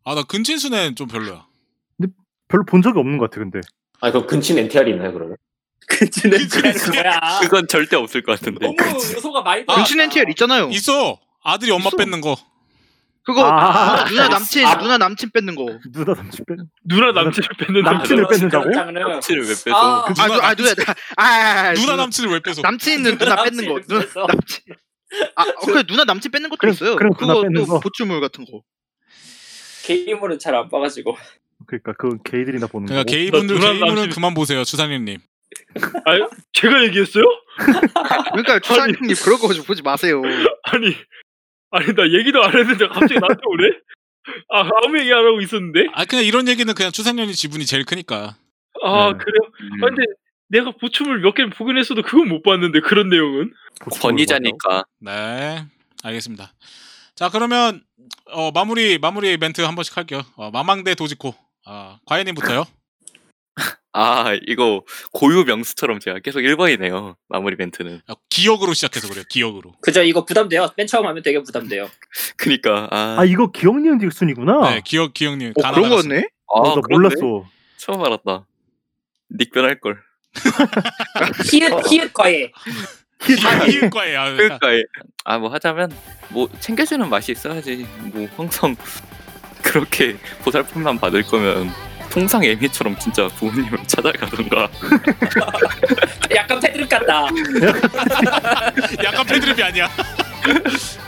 [SPEAKER 2] 아 나 근친순애는 좀 별로야.
[SPEAKER 3] 별로 본 적이 없는 것 같아 근데.
[SPEAKER 8] 아니 그 근친 NTR이 있나요
[SPEAKER 6] *laughs*
[SPEAKER 8] 그러면?
[SPEAKER 4] 그 치즈는 뭐야?
[SPEAKER 6] 그건 절대 없을 것
[SPEAKER 2] 뭐,
[SPEAKER 6] 같은데
[SPEAKER 4] 너무 요소가 많이
[SPEAKER 2] 아,
[SPEAKER 7] 근친 NTR 있잖아요.
[SPEAKER 2] 있어. 아들이 엄마
[SPEAKER 7] 있어.
[SPEAKER 2] 뺏는 거.
[SPEAKER 7] 그거 누나,
[SPEAKER 3] 아.
[SPEAKER 7] 누나 남친 누나 남친 뺏는 거.
[SPEAKER 3] 누나 남친 빼.
[SPEAKER 5] 누나 그 남친을 뺏는다.
[SPEAKER 3] 남친- 남친을 뺏는다고?
[SPEAKER 6] 치를 왜 빼서
[SPEAKER 4] 아,
[SPEAKER 3] 그
[SPEAKER 7] 아, 누, 아 누나 나- 아, 아, 아
[SPEAKER 2] 누나 남친을 왜 뺏어?
[SPEAKER 7] 남친 있는 누나 뺏는 거. 누나
[SPEAKER 4] 그래서
[SPEAKER 7] 남친. 아, 어, 그래 누나 남친 뺏는 것도
[SPEAKER 3] 그래,
[SPEAKER 7] 있어요.
[SPEAKER 3] 그래, 누나
[SPEAKER 7] 그거
[SPEAKER 3] 뺏는 거.
[SPEAKER 7] 또 보충물 같은 거.
[SPEAKER 4] 게임으로는 잘 안 봐가지고
[SPEAKER 3] 그러니까 그 게이들이나 보는
[SPEAKER 6] 어,
[SPEAKER 2] 그러니까
[SPEAKER 3] 거고.
[SPEAKER 2] 게이분들
[SPEAKER 5] 누나
[SPEAKER 2] 게이분은
[SPEAKER 5] 남친-
[SPEAKER 2] 그만 보세요 주사님님.
[SPEAKER 5] 아, 제가 얘기했어요?
[SPEAKER 7] 그러니까 추사님 그런 거 보지 마세요.
[SPEAKER 5] 아니 아니 나 얘기도 안 했는데 갑자기 나한테 오네? 아 아무 얘기 안 하고 있었는데?
[SPEAKER 2] 아 그냥 이런 얘기는 그냥 추상년이 지분이 제일 크니까.
[SPEAKER 5] 아
[SPEAKER 3] 네.
[SPEAKER 5] 그래요?
[SPEAKER 6] 음,
[SPEAKER 5] 아, 근데 내가 보충을 몇 개를 보긴 했어도 그건 못 봤는데 그런 내용은
[SPEAKER 2] 뭐,
[SPEAKER 3] 보충을
[SPEAKER 6] 권위자니까
[SPEAKER 2] 네. 알겠습니다. 자 그러면 어, 마무리 마무리 멘트 한 번씩 할게요. 어, 마망대 도지코. 아 과연님부터요.
[SPEAKER 6] 아 이거 고유 명수처럼 제가 계속 1번이네요 마무리 멘트는
[SPEAKER 2] 아, 기억으로 시작해서 그래요. 기억으로.
[SPEAKER 4] 그죠 이거 부담돼요 맨 처음 하면 되게 부담돼요
[SPEAKER 6] 그니까
[SPEAKER 3] 먹어요. 아
[SPEAKER 6] 아,
[SPEAKER 3] 이거 기억니은 딕순이구나.
[SPEAKER 2] 네 기억 기억님.
[SPEAKER 7] 어, 그런
[SPEAKER 2] 가나다라스.
[SPEAKER 7] 거였네.
[SPEAKER 3] 어, 나
[SPEAKER 6] 아, 그런데?
[SPEAKER 3] 몰랐어.
[SPEAKER 6] 처음 알았다 닉변할 걸
[SPEAKER 4] 히읗
[SPEAKER 3] 어.
[SPEAKER 4] 히읗 거에
[SPEAKER 2] 아, 이을 거예요. 아, 그러니까.
[SPEAKER 6] *laughs* 그러니까 아 뭐 하자면 뭐 챙겨주는 맛이 있어야지 뭐 항상 *laughs* 그렇게 보살핌만 받을 거면 통상 애미처럼 진짜 부모님을 *laughs* 찾아가던가
[SPEAKER 4] 약간 패드립 같다
[SPEAKER 2] 약간 패드립이 아니야. *laughs*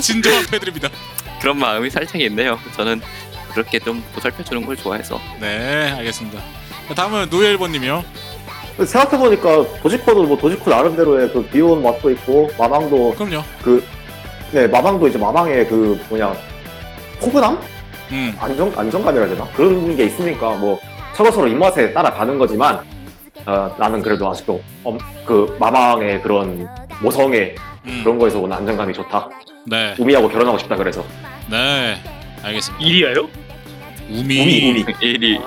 [SPEAKER 2] 진정한 패드립이다.
[SPEAKER 6] 그런 마음이 살짝 있네요 저는 그렇게 좀 보살펴주는 걸 좋아해서
[SPEAKER 2] 네, 알겠습니다. 자, 다음은 노예일본님이요.
[SPEAKER 8] 생각해보니까 도지코도 뭐 도지코 나름대로의 그 귀여운 맛도 있고 마망도
[SPEAKER 2] 그럼요.
[SPEAKER 8] 네 마망도 이제 마망의 그 뭐냐 포근함?
[SPEAKER 2] 음,
[SPEAKER 8] 안정 안정감이라 해야 되나 그런 게 있으니까 뭐 서로 서로 입맛에 따라가는 거지만 어, 나는 그래도 아직도 엄- 그 마망의 그런 모성의
[SPEAKER 2] 음.
[SPEAKER 8] 그런 거에서 오는 안정감이 좋다.
[SPEAKER 2] 네,
[SPEAKER 8] 우미하고 결혼하고 싶다 그래서
[SPEAKER 2] 네, 알겠습니다.
[SPEAKER 5] 일이야요? 아,
[SPEAKER 2] 우미.
[SPEAKER 8] 우미 우미
[SPEAKER 6] 일이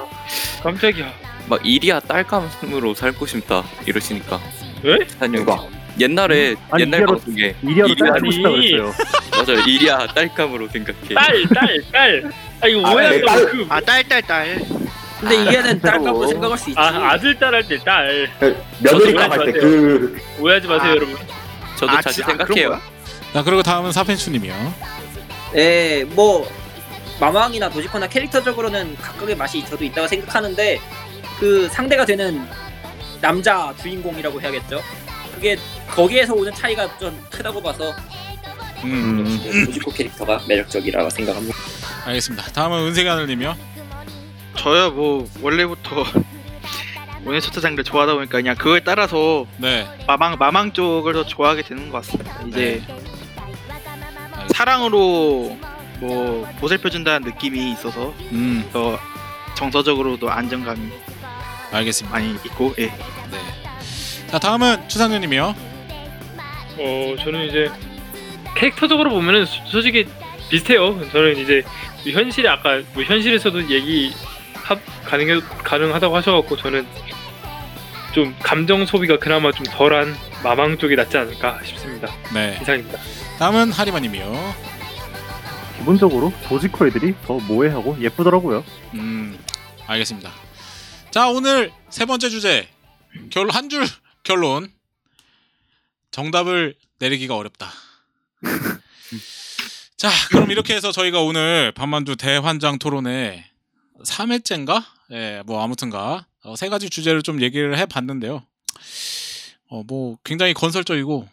[SPEAKER 5] 깜짝이야.
[SPEAKER 6] 막 일이야 딸감으로 살고 싶다 이러시니까
[SPEAKER 5] 에?
[SPEAKER 6] 사장님
[SPEAKER 8] 누가
[SPEAKER 6] 옛날에
[SPEAKER 3] 아니,
[SPEAKER 6] 옛날
[SPEAKER 3] 이하로-
[SPEAKER 6] 방송에
[SPEAKER 3] 이리아로
[SPEAKER 6] 이리아리.
[SPEAKER 3] 딸고 싶다 그랬어요.
[SPEAKER 6] 맞아요 일이야 딸감으로 생각해
[SPEAKER 5] 딸, 딸, 딸. 아 이거
[SPEAKER 8] 아,
[SPEAKER 5] 오해한다고
[SPEAKER 8] 딸.
[SPEAKER 5] 그.
[SPEAKER 7] 아 딸 딸 딸.
[SPEAKER 9] 근데 이해는 딸감도
[SPEAKER 7] 그래요.
[SPEAKER 9] 생각할 수 있지.
[SPEAKER 5] 아 아들 딸 할 때 딸.
[SPEAKER 8] 며느리가 할때그
[SPEAKER 5] 오해하지 마세요
[SPEAKER 7] 아.
[SPEAKER 5] 여러분.
[SPEAKER 6] 저도
[SPEAKER 7] 아,
[SPEAKER 6] 자주
[SPEAKER 7] 지- 아, 그런
[SPEAKER 6] 생각해요
[SPEAKER 7] 거야?
[SPEAKER 2] 자, 그리고 다음은 사펜슈님이요.
[SPEAKER 9] 예, 뭐 마망이나 도지코나 캐릭터적으로는 각각의 맛이 저도 있다고 생각하는데 그 상대가 되는 남자 주인공이라고 해야겠죠. 그게 거기에서 그 오는 차이가 좀 크다고 봐서
[SPEAKER 2] 음,
[SPEAKER 3] 음,
[SPEAKER 4] 도지코 캐릭터가 매력적이라고 생각합니다.
[SPEAKER 2] 알겠습니다. 다음은 은색 하늘님이요.
[SPEAKER 7] 저야 뭐 원래부터 원해서트 장르 좋아하다 보니까 그냥 그거에 따라서
[SPEAKER 2] 네.
[SPEAKER 7] 마망 마망 쪽을 더 좋아하게 되는 것 같습니다. 이제 사랑으로 뭐 보살펴준다는 느낌이 있어서
[SPEAKER 2] 음,
[SPEAKER 7] 더 정서적으로도 안정감이
[SPEAKER 2] 알겠습니다.
[SPEAKER 7] 많이 있고 예.
[SPEAKER 2] 네. 자, 다음은 추상현님이요.
[SPEAKER 5] 어 저는 이제 캐릭터적으로 보면은 소- 솔직히 비슷해요. 저는 이제 현실이 아까 뭐 현실에서도 얘기 합 가능 가능하다고 하셔갖고 저는 좀 감정 소비가 그나마 좀 덜한 마망 쪽이 낫지 않을까 싶습니다.
[SPEAKER 2] 네.
[SPEAKER 5] 이상입니다.
[SPEAKER 2] 다음은 하리마님이요.
[SPEAKER 3] 기본적으로 도지코 애들이 더 모해하고 예쁘더라고요.
[SPEAKER 2] 음, 알겠습니다. 자, 오늘 세 번째 주제 결 한줄 결론 정답을 내리기가 어렵다. 자, 그럼 이렇게 해서 저희가 오늘 반만주 대환장 토론회 3회째인가? 예, 뭐 아무튼가 어, 세 가지 주제를 좀 얘기를 해봤는데요. 어, 뭐 굉장히 건설적이고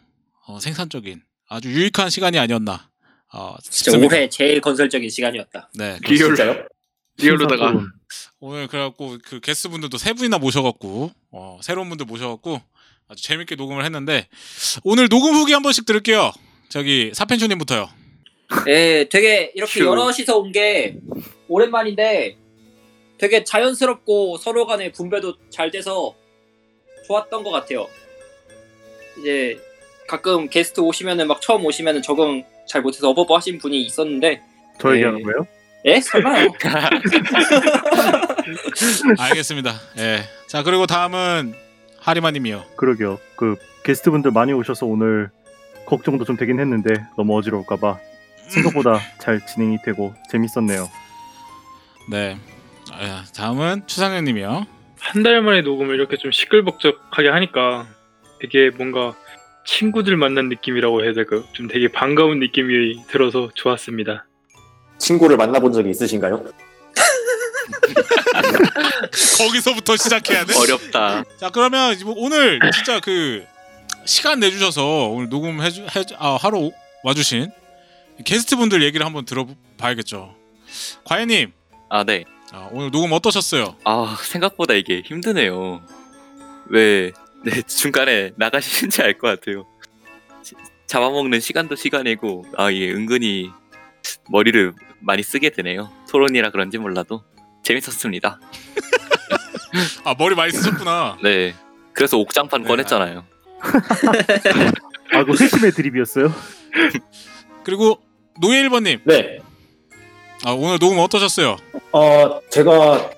[SPEAKER 2] 어, 생산적인 아주 유익한 시간이 아니었나. 어,
[SPEAKER 4] 진짜
[SPEAKER 2] 싶습니다.
[SPEAKER 4] 올해 제일 건설적인 시간이었다.
[SPEAKER 2] 네,
[SPEAKER 7] 리얼
[SPEAKER 8] 진짜요?
[SPEAKER 7] 리얼로다가
[SPEAKER 3] 신선한
[SPEAKER 2] 오늘 그래갖고 그 게스트 분들도 세 분이나 모셔갖고 어, 새로운 분들 모셔갖고 아주 재밌게 녹음을 했는데 오늘 녹음 후기 한 번씩 들을게요. 저기 사펜초님부터요.
[SPEAKER 4] 예, 되게 이렇게
[SPEAKER 7] 휴.
[SPEAKER 4] *laughs* 여럿이서 온 게 오랜만인데 되게 자연스럽고 서로 간의 분배도 잘 돼서 좋았던 것 같아요. 이제 가끔 게스트 오시면은 막 처음 오시면은 적응 잘 못해서 어버버 하신 분이 있었는데
[SPEAKER 3] 저
[SPEAKER 4] 네.
[SPEAKER 3] 얘기하는 거예요?
[SPEAKER 4] 예?
[SPEAKER 7] *laughs*
[SPEAKER 4] 설마요? *laughs*
[SPEAKER 2] 알겠습니다. 예. 자 그리고 다음은 하리마님이요.
[SPEAKER 3] 그러게요. 그 게스트분들 많이 오셔서 오늘 걱정도 좀 되긴 했는데 너무 어지러울까봐
[SPEAKER 7] 음.
[SPEAKER 3] 생각보다 잘 진행이 되고 재밌었네요.
[SPEAKER 2] 네. 아, 다음은 추상현님이요.
[SPEAKER 5] 한 달 만에 녹음을 이렇게 좀 시끌벅적하게 하니까 되게 뭔가 친구들 만난 느낌이라고 해야 될까요? 좀 되게 반가운 느낌이 들어서 좋았습니다.
[SPEAKER 8] 친구를 만나본 적이 있으신가요?
[SPEAKER 2] 거기서부터 시작해야 돼.
[SPEAKER 6] 어렵다.
[SPEAKER 2] 자 그러면 이제 뭐 오늘 진짜 그 시간 내주셔서 오늘 녹음해 주, 해, 주- 아, 하러 와주신 게스트 분들 얘기를 한번 들어봐야겠죠. 과연님
[SPEAKER 6] 아, 네.
[SPEAKER 2] 아, 오늘 녹음 어떠셨어요?
[SPEAKER 6] 아, 생각보다 이게 힘드네요. 왜, 네, 중간에 나가시는지 알 것 같아요. 지- 잡아먹는 시간도 시간이고, 아, 이게 은근히 머리를 많이 쓰게 되네요. 토론이라 그런지 몰라도. 재밌었습니다.
[SPEAKER 2] *laughs* 아 머리 많이 쓰셨구나.
[SPEAKER 6] 네. 그래서 옥장판
[SPEAKER 2] 네,
[SPEAKER 6] 꺼냈잖아요.
[SPEAKER 3] 아, 그 회심의 드립이었어요?
[SPEAKER 2] *laughs* 그리고 노예 1번님
[SPEAKER 8] 네.
[SPEAKER 2] 아, 오늘 녹음 어떠셨어요?
[SPEAKER 8] 어, 제가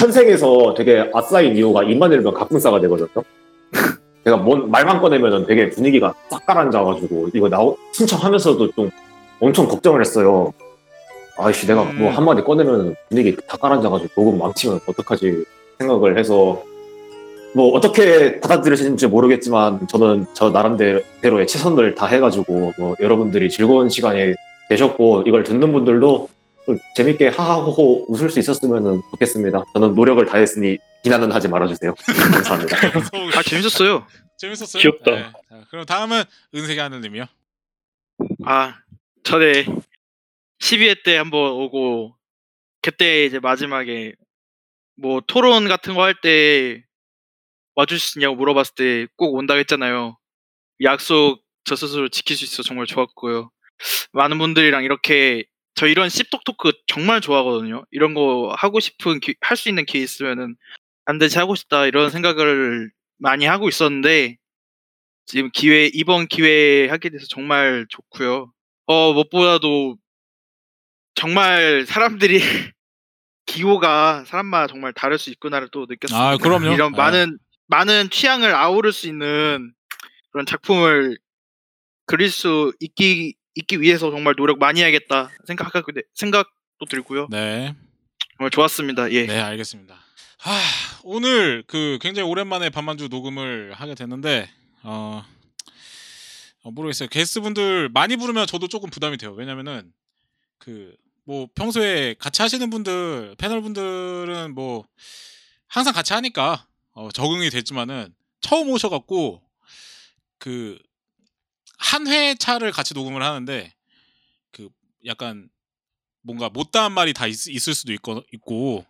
[SPEAKER 8] 현생에서 되게 아싸인 이유가 입만 열면 가뿐싸가 되거든요. *laughs* 제가 뭔 말만 꺼내면은 되게 분위기가 싹 가라앉아가지고 이거 나오 신청하면서도 좀 엄청 걱정을 했어요. 아이씨 내가 뭐
[SPEAKER 2] 음.
[SPEAKER 8] 한마디 꺼내면 분위기 다 가라앉아가지고 녹음 망치면 어떡하지 생각을 해서 뭐 어떻게 받아들이시는지 모르겠지만 저는 저 나름대로의 최선을 다해가지고 뭐 여러분들이 즐거운 시간이 되셨고 이걸 듣는 분들도 좀 재밌게 하하호호 웃을 수 있었으면 좋겠습니다. 저는 노력을 다했으니 비난은 하지 말아주세요. *laughs* 감사합니다.
[SPEAKER 7] 아 재밌었어요.
[SPEAKER 2] 재밌었어요.
[SPEAKER 5] 귀엽다.
[SPEAKER 2] 네. 자, 그럼 다음은 은색의 하늘님이요.
[SPEAKER 7] 아, 전에 12회 때 한번 오고 그때 이제 마지막에 뭐 토론 같은 거 할 때 와줄 수 있냐고 물어봤을 때 꼭 온다고 했잖아요. 약속 저 스스로 지킬 수 있어 정말 좋았고요. 많은 분들이랑 이렇게 저 이런 씹톡 토크 정말 좋아하거든요. 이런 거 하고 싶은 할 수 있는 기회 있으면은 반드시 하고 싶다 이런 생각을 많이 하고 있었는데 지금 기회 이번 기회에 하게 돼서 정말 좋고요. 어 무엇보다도 정말 사람들이 *laughs* 기호가 사람마다 정말 다를 수 있구나를 또 느꼈어요.
[SPEAKER 2] 아 그럼요.
[SPEAKER 7] 이런
[SPEAKER 2] 아,
[SPEAKER 7] 많은 많은 취향을 아우를 수 있는 그런 작품을 그릴 수 있기 있기 위해서 정말 노력 많이 해야겠다 생각하게 돼- 생각도 들고요.
[SPEAKER 2] 네.
[SPEAKER 7] 정말 좋았습니다. 예.
[SPEAKER 2] 네 알겠습니다. 하, 오늘 그 굉장히 오랜만에 반만주 녹음을 하게 됐는데 어, 어, 모르겠어요. 게스트 분들 많이 부르면 저도 조금 부담이 돼요. 왜냐면은 그 뭐 평소에 같이 하시는 분들 패널 분들은 뭐 항상 같이 하니까 어, 적응이 됐지만은 처음 오셔갖고 그 한 회차를 같이 녹음을 하는데 그 약간 뭔가 못다한 말이 다 있, 을 수도 있고, 있고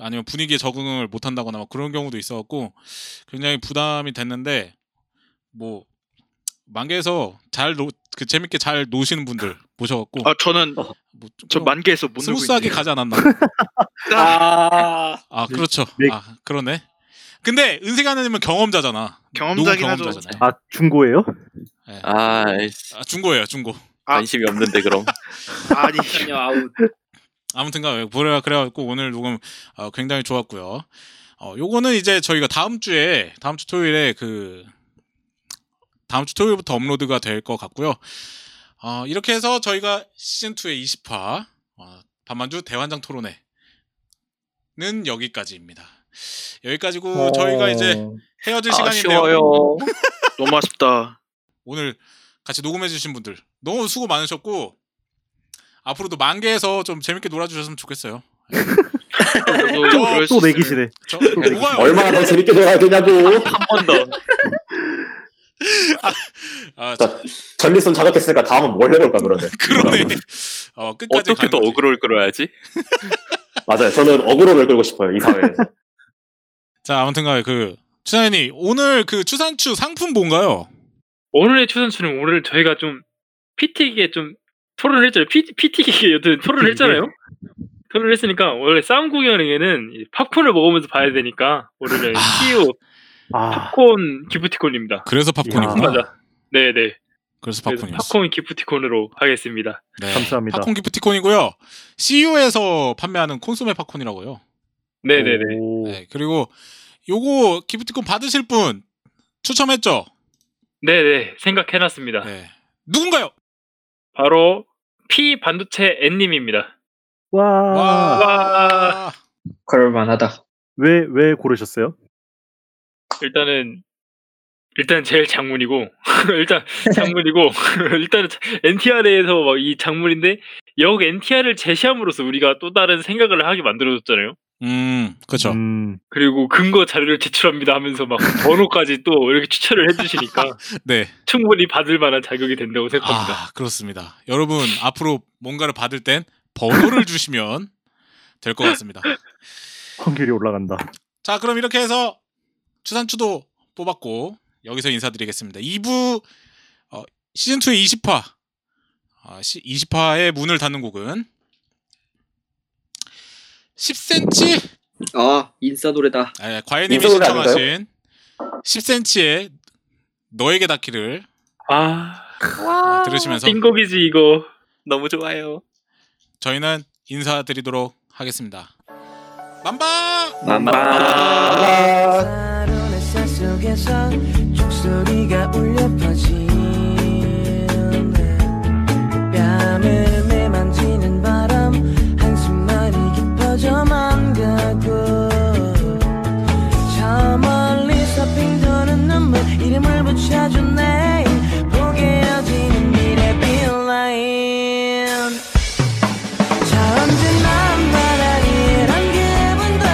[SPEAKER 2] 아니면 분위기에 적응을 못한다거나 막 그런 경우도 있어갖고 굉장히 부담이 됐는데 뭐 만개에서 잘 노, 그 재밌게 잘 노시는 분들 모셔갖고
[SPEAKER 7] 아 저는
[SPEAKER 2] 뭐 좀-
[SPEAKER 7] 저 만개에서 못 놀고
[SPEAKER 2] 스무스하게
[SPEAKER 7] 있네요.
[SPEAKER 2] 가지 않았나
[SPEAKER 4] 아,
[SPEAKER 2] 아
[SPEAKER 3] 네.
[SPEAKER 2] 그렇죠
[SPEAKER 3] 네.
[SPEAKER 2] 아 그러네 근데 은색 하나님은 경험자잖아
[SPEAKER 7] 경험자긴
[SPEAKER 2] 녹음
[SPEAKER 7] 하죠.
[SPEAKER 2] 경험자잖아요.
[SPEAKER 3] 아 중고예요?
[SPEAKER 2] 예.
[SPEAKER 6] 아,
[SPEAKER 2] 아, 중고예요 중고
[SPEAKER 7] 아.
[SPEAKER 6] 관심이 없는데 그럼.
[SPEAKER 7] 아니
[SPEAKER 4] 전혀 아웃.
[SPEAKER 2] *laughs* 아무튼가 보레가 그래갖고 오늘 녹음 어, 굉장히 좋았고요. 어, 요거는 이제 저희가 다음 주에 다음 주 토요일에 그 다음 주 토요일부터 업로드가 될 것 같고요. 어, 이렇게 해서 저희가 시즌 2의 20화 어, 반만주 대환장 토론회는 여기까지입니다. 여기까지고 저희가 이제 헤어질
[SPEAKER 7] 아,
[SPEAKER 2] 시간인데요. *laughs*
[SPEAKER 7] 아쉬워요. 너무 아쉽다.
[SPEAKER 2] 오늘 같이 녹음해주신 분들 너무 수고 많으셨고 앞으로도 만개에서 좀 재밌게 놀아주셨으면 좋겠어요.
[SPEAKER 7] 저도 그럴 수
[SPEAKER 3] 또
[SPEAKER 7] 있어요.
[SPEAKER 3] 내기시네.
[SPEAKER 2] 저
[SPEAKER 3] 내기.
[SPEAKER 2] 뭐가요?
[SPEAKER 8] 얼마나 더 재밌게 놀아야 뭐. 되냐고.
[SPEAKER 2] 아,
[SPEAKER 8] 자, 전리선 자극했으니까 다음은 뭘 해볼까 그러네.
[SPEAKER 2] 그러네. 어, 끝까지
[SPEAKER 6] 어떻게
[SPEAKER 2] 가는
[SPEAKER 6] 더
[SPEAKER 2] 거지.
[SPEAKER 6] 어그로를 끌어야지?
[SPEAKER 8] 맞아요. 저는 어그로를 끌고 싶어요 이 사회에서.
[SPEAKER 2] 자, 아무튼간에 그 추산이 오늘 그 추산추 상품 뭔가요?
[SPEAKER 5] 오늘의 추천추는 오늘 저희가 좀 피튀기게 좀 토론을 했잖아요. 피, 피튀기게 여튼 토론을 했잖아요. 토론을 했으니까 원래 싸움 구경에는 이 팝콘을 먹으면서 봐야 되니까 오늘은
[SPEAKER 2] 아.
[SPEAKER 5] CU
[SPEAKER 3] 아
[SPEAKER 5] 팝콘 기프티콘입니다.
[SPEAKER 2] 그래서 팝콘이구나.
[SPEAKER 5] 맞아. 네네.
[SPEAKER 2] 그래서
[SPEAKER 5] 그래서
[SPEAKER 2] 팝콘이었어.
[SPEAKER 5] 팝콘 기프티콘으로 하겠습니다.
[SPEAKER 2] 네.
[SPEAKER 3] 감사합니다.
[SPEAKER 2] 팝콘 기프티콘이고요. CU에서 판매하는 콘소메 팝콘이라고요.
[SPEAKER 5] 네네네.
[SPEAKER 3] 오.
[SPEAKER 2] 네. 그리고 요거 기프티콘 받으실 분 추첨했죠?
[SPEAKER 5] 네네. 생각해놨습니다.
[SPEAKER 2] 네. 누군가요?
[SPEAKER 5] 바로 피 반도체 N님입니다.
[SPEAKER 3] 와.
[SPEAKER 5] 와.
[SPEAKER 4] 그럴만하다.
[SPEAKER 3] 왜 왜 고르셨어요?
[SPEAKER 5] 일단은 일단 제일 장문이고 *laughs* 일단 장문이고 *laughs* 일단은 NTR에서 막 이 장문인데 역 NTR을 제시함으로써 우리가 또 다른 생각을 하게 만들어줬잖아요.
[SPEAKER 2] 음, 그렇죠.
[SPEAKER 3] 음,
[SPEAKER 5] 그리고 근거 자료를 제출합니다 하면서 막 번호까지 또 이렇게 추천을
[SPEAKER 2] *laughs*
[SPEAKER 5] 해주시니까
[SPEAKER 2] 네.
[SPEAKER 5] 충분히 받을 만한 자격이 된다고 생각합니다.
[SPEAKER 2] 아, 그렇습니다. 여러분, 앞으로 뭔가를 받을 땐 번호를 *laughs* 주시면 될 것 같습니다.
[SPEAKER 3] 확률이 올라간다.
[SPEAKER 2] 자, 그럼 이렇게 해서 추산추도 뽑았고 여기서 인사드리겠습니다. 2부 어, 시즌 2의 20화 20화의 문을 닫는 곡은 10cm
[SPEAKER 9] 아 인싸 노래다.
[SPEAKER 2] 아, 과연님이
[SPEAKER 8] 인터넷
[SPEAKER 2] 신청하신 10cm의 너에게 닿기를
[SPEAKER 5] 아,
[SPEAKER 2] 어, 들으시면서
[SPEAKER 5] 띵곡이지 이거.
[SPEAKER 6] 너무 좋아요.
[SPEAKER 2] 저희는 인사드리도록 하겠습니다. 만방!
[SPEAKER 9] 맘마.
[SPEAKER 8] 아.
[SPEAKER 10] 푸른 햇살 속에서 종소리가 울려 퍼지네 뺨을 매만지는 바람 한숨만이 깊어져 맘가고 저 멀리서 핑도는 눈물 이름을 붙여주네 보게 여지는 미래 빌라인 자 언제난 바람이 이런 기분도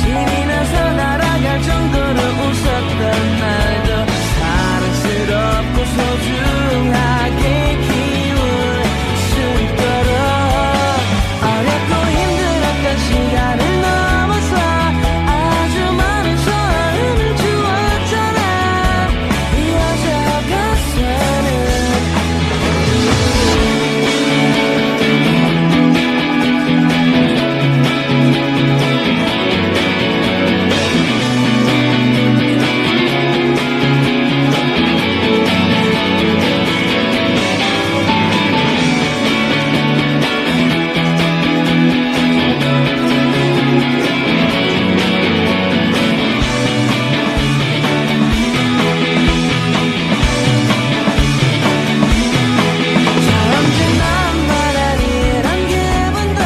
[SPEAKER 10] 신이 나서 날아갈 정도로 웃었던 날도 사랑스럽고 소중하게 키울 수 있도록 어렵고 힘들었던 시간을 넘어서 아주 많은 소원을 주었잖아 이어져갔어는 언제난 바람이 이런 기분도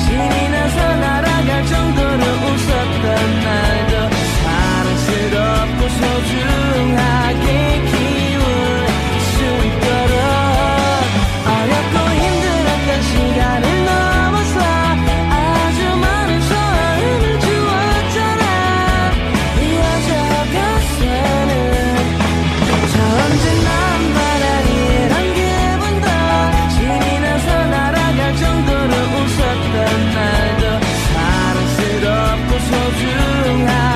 [SPEAKER 10] 신이 나서 날아갈 정도로 웃었던 날도 사랑스럽고 소중하게 키울 수 있도록 어렵고 힘들었던 시간을 넘어서 아주 많은 소원을 주었잖아 이어져갔어는 저 언제난 바람이 않고 소중한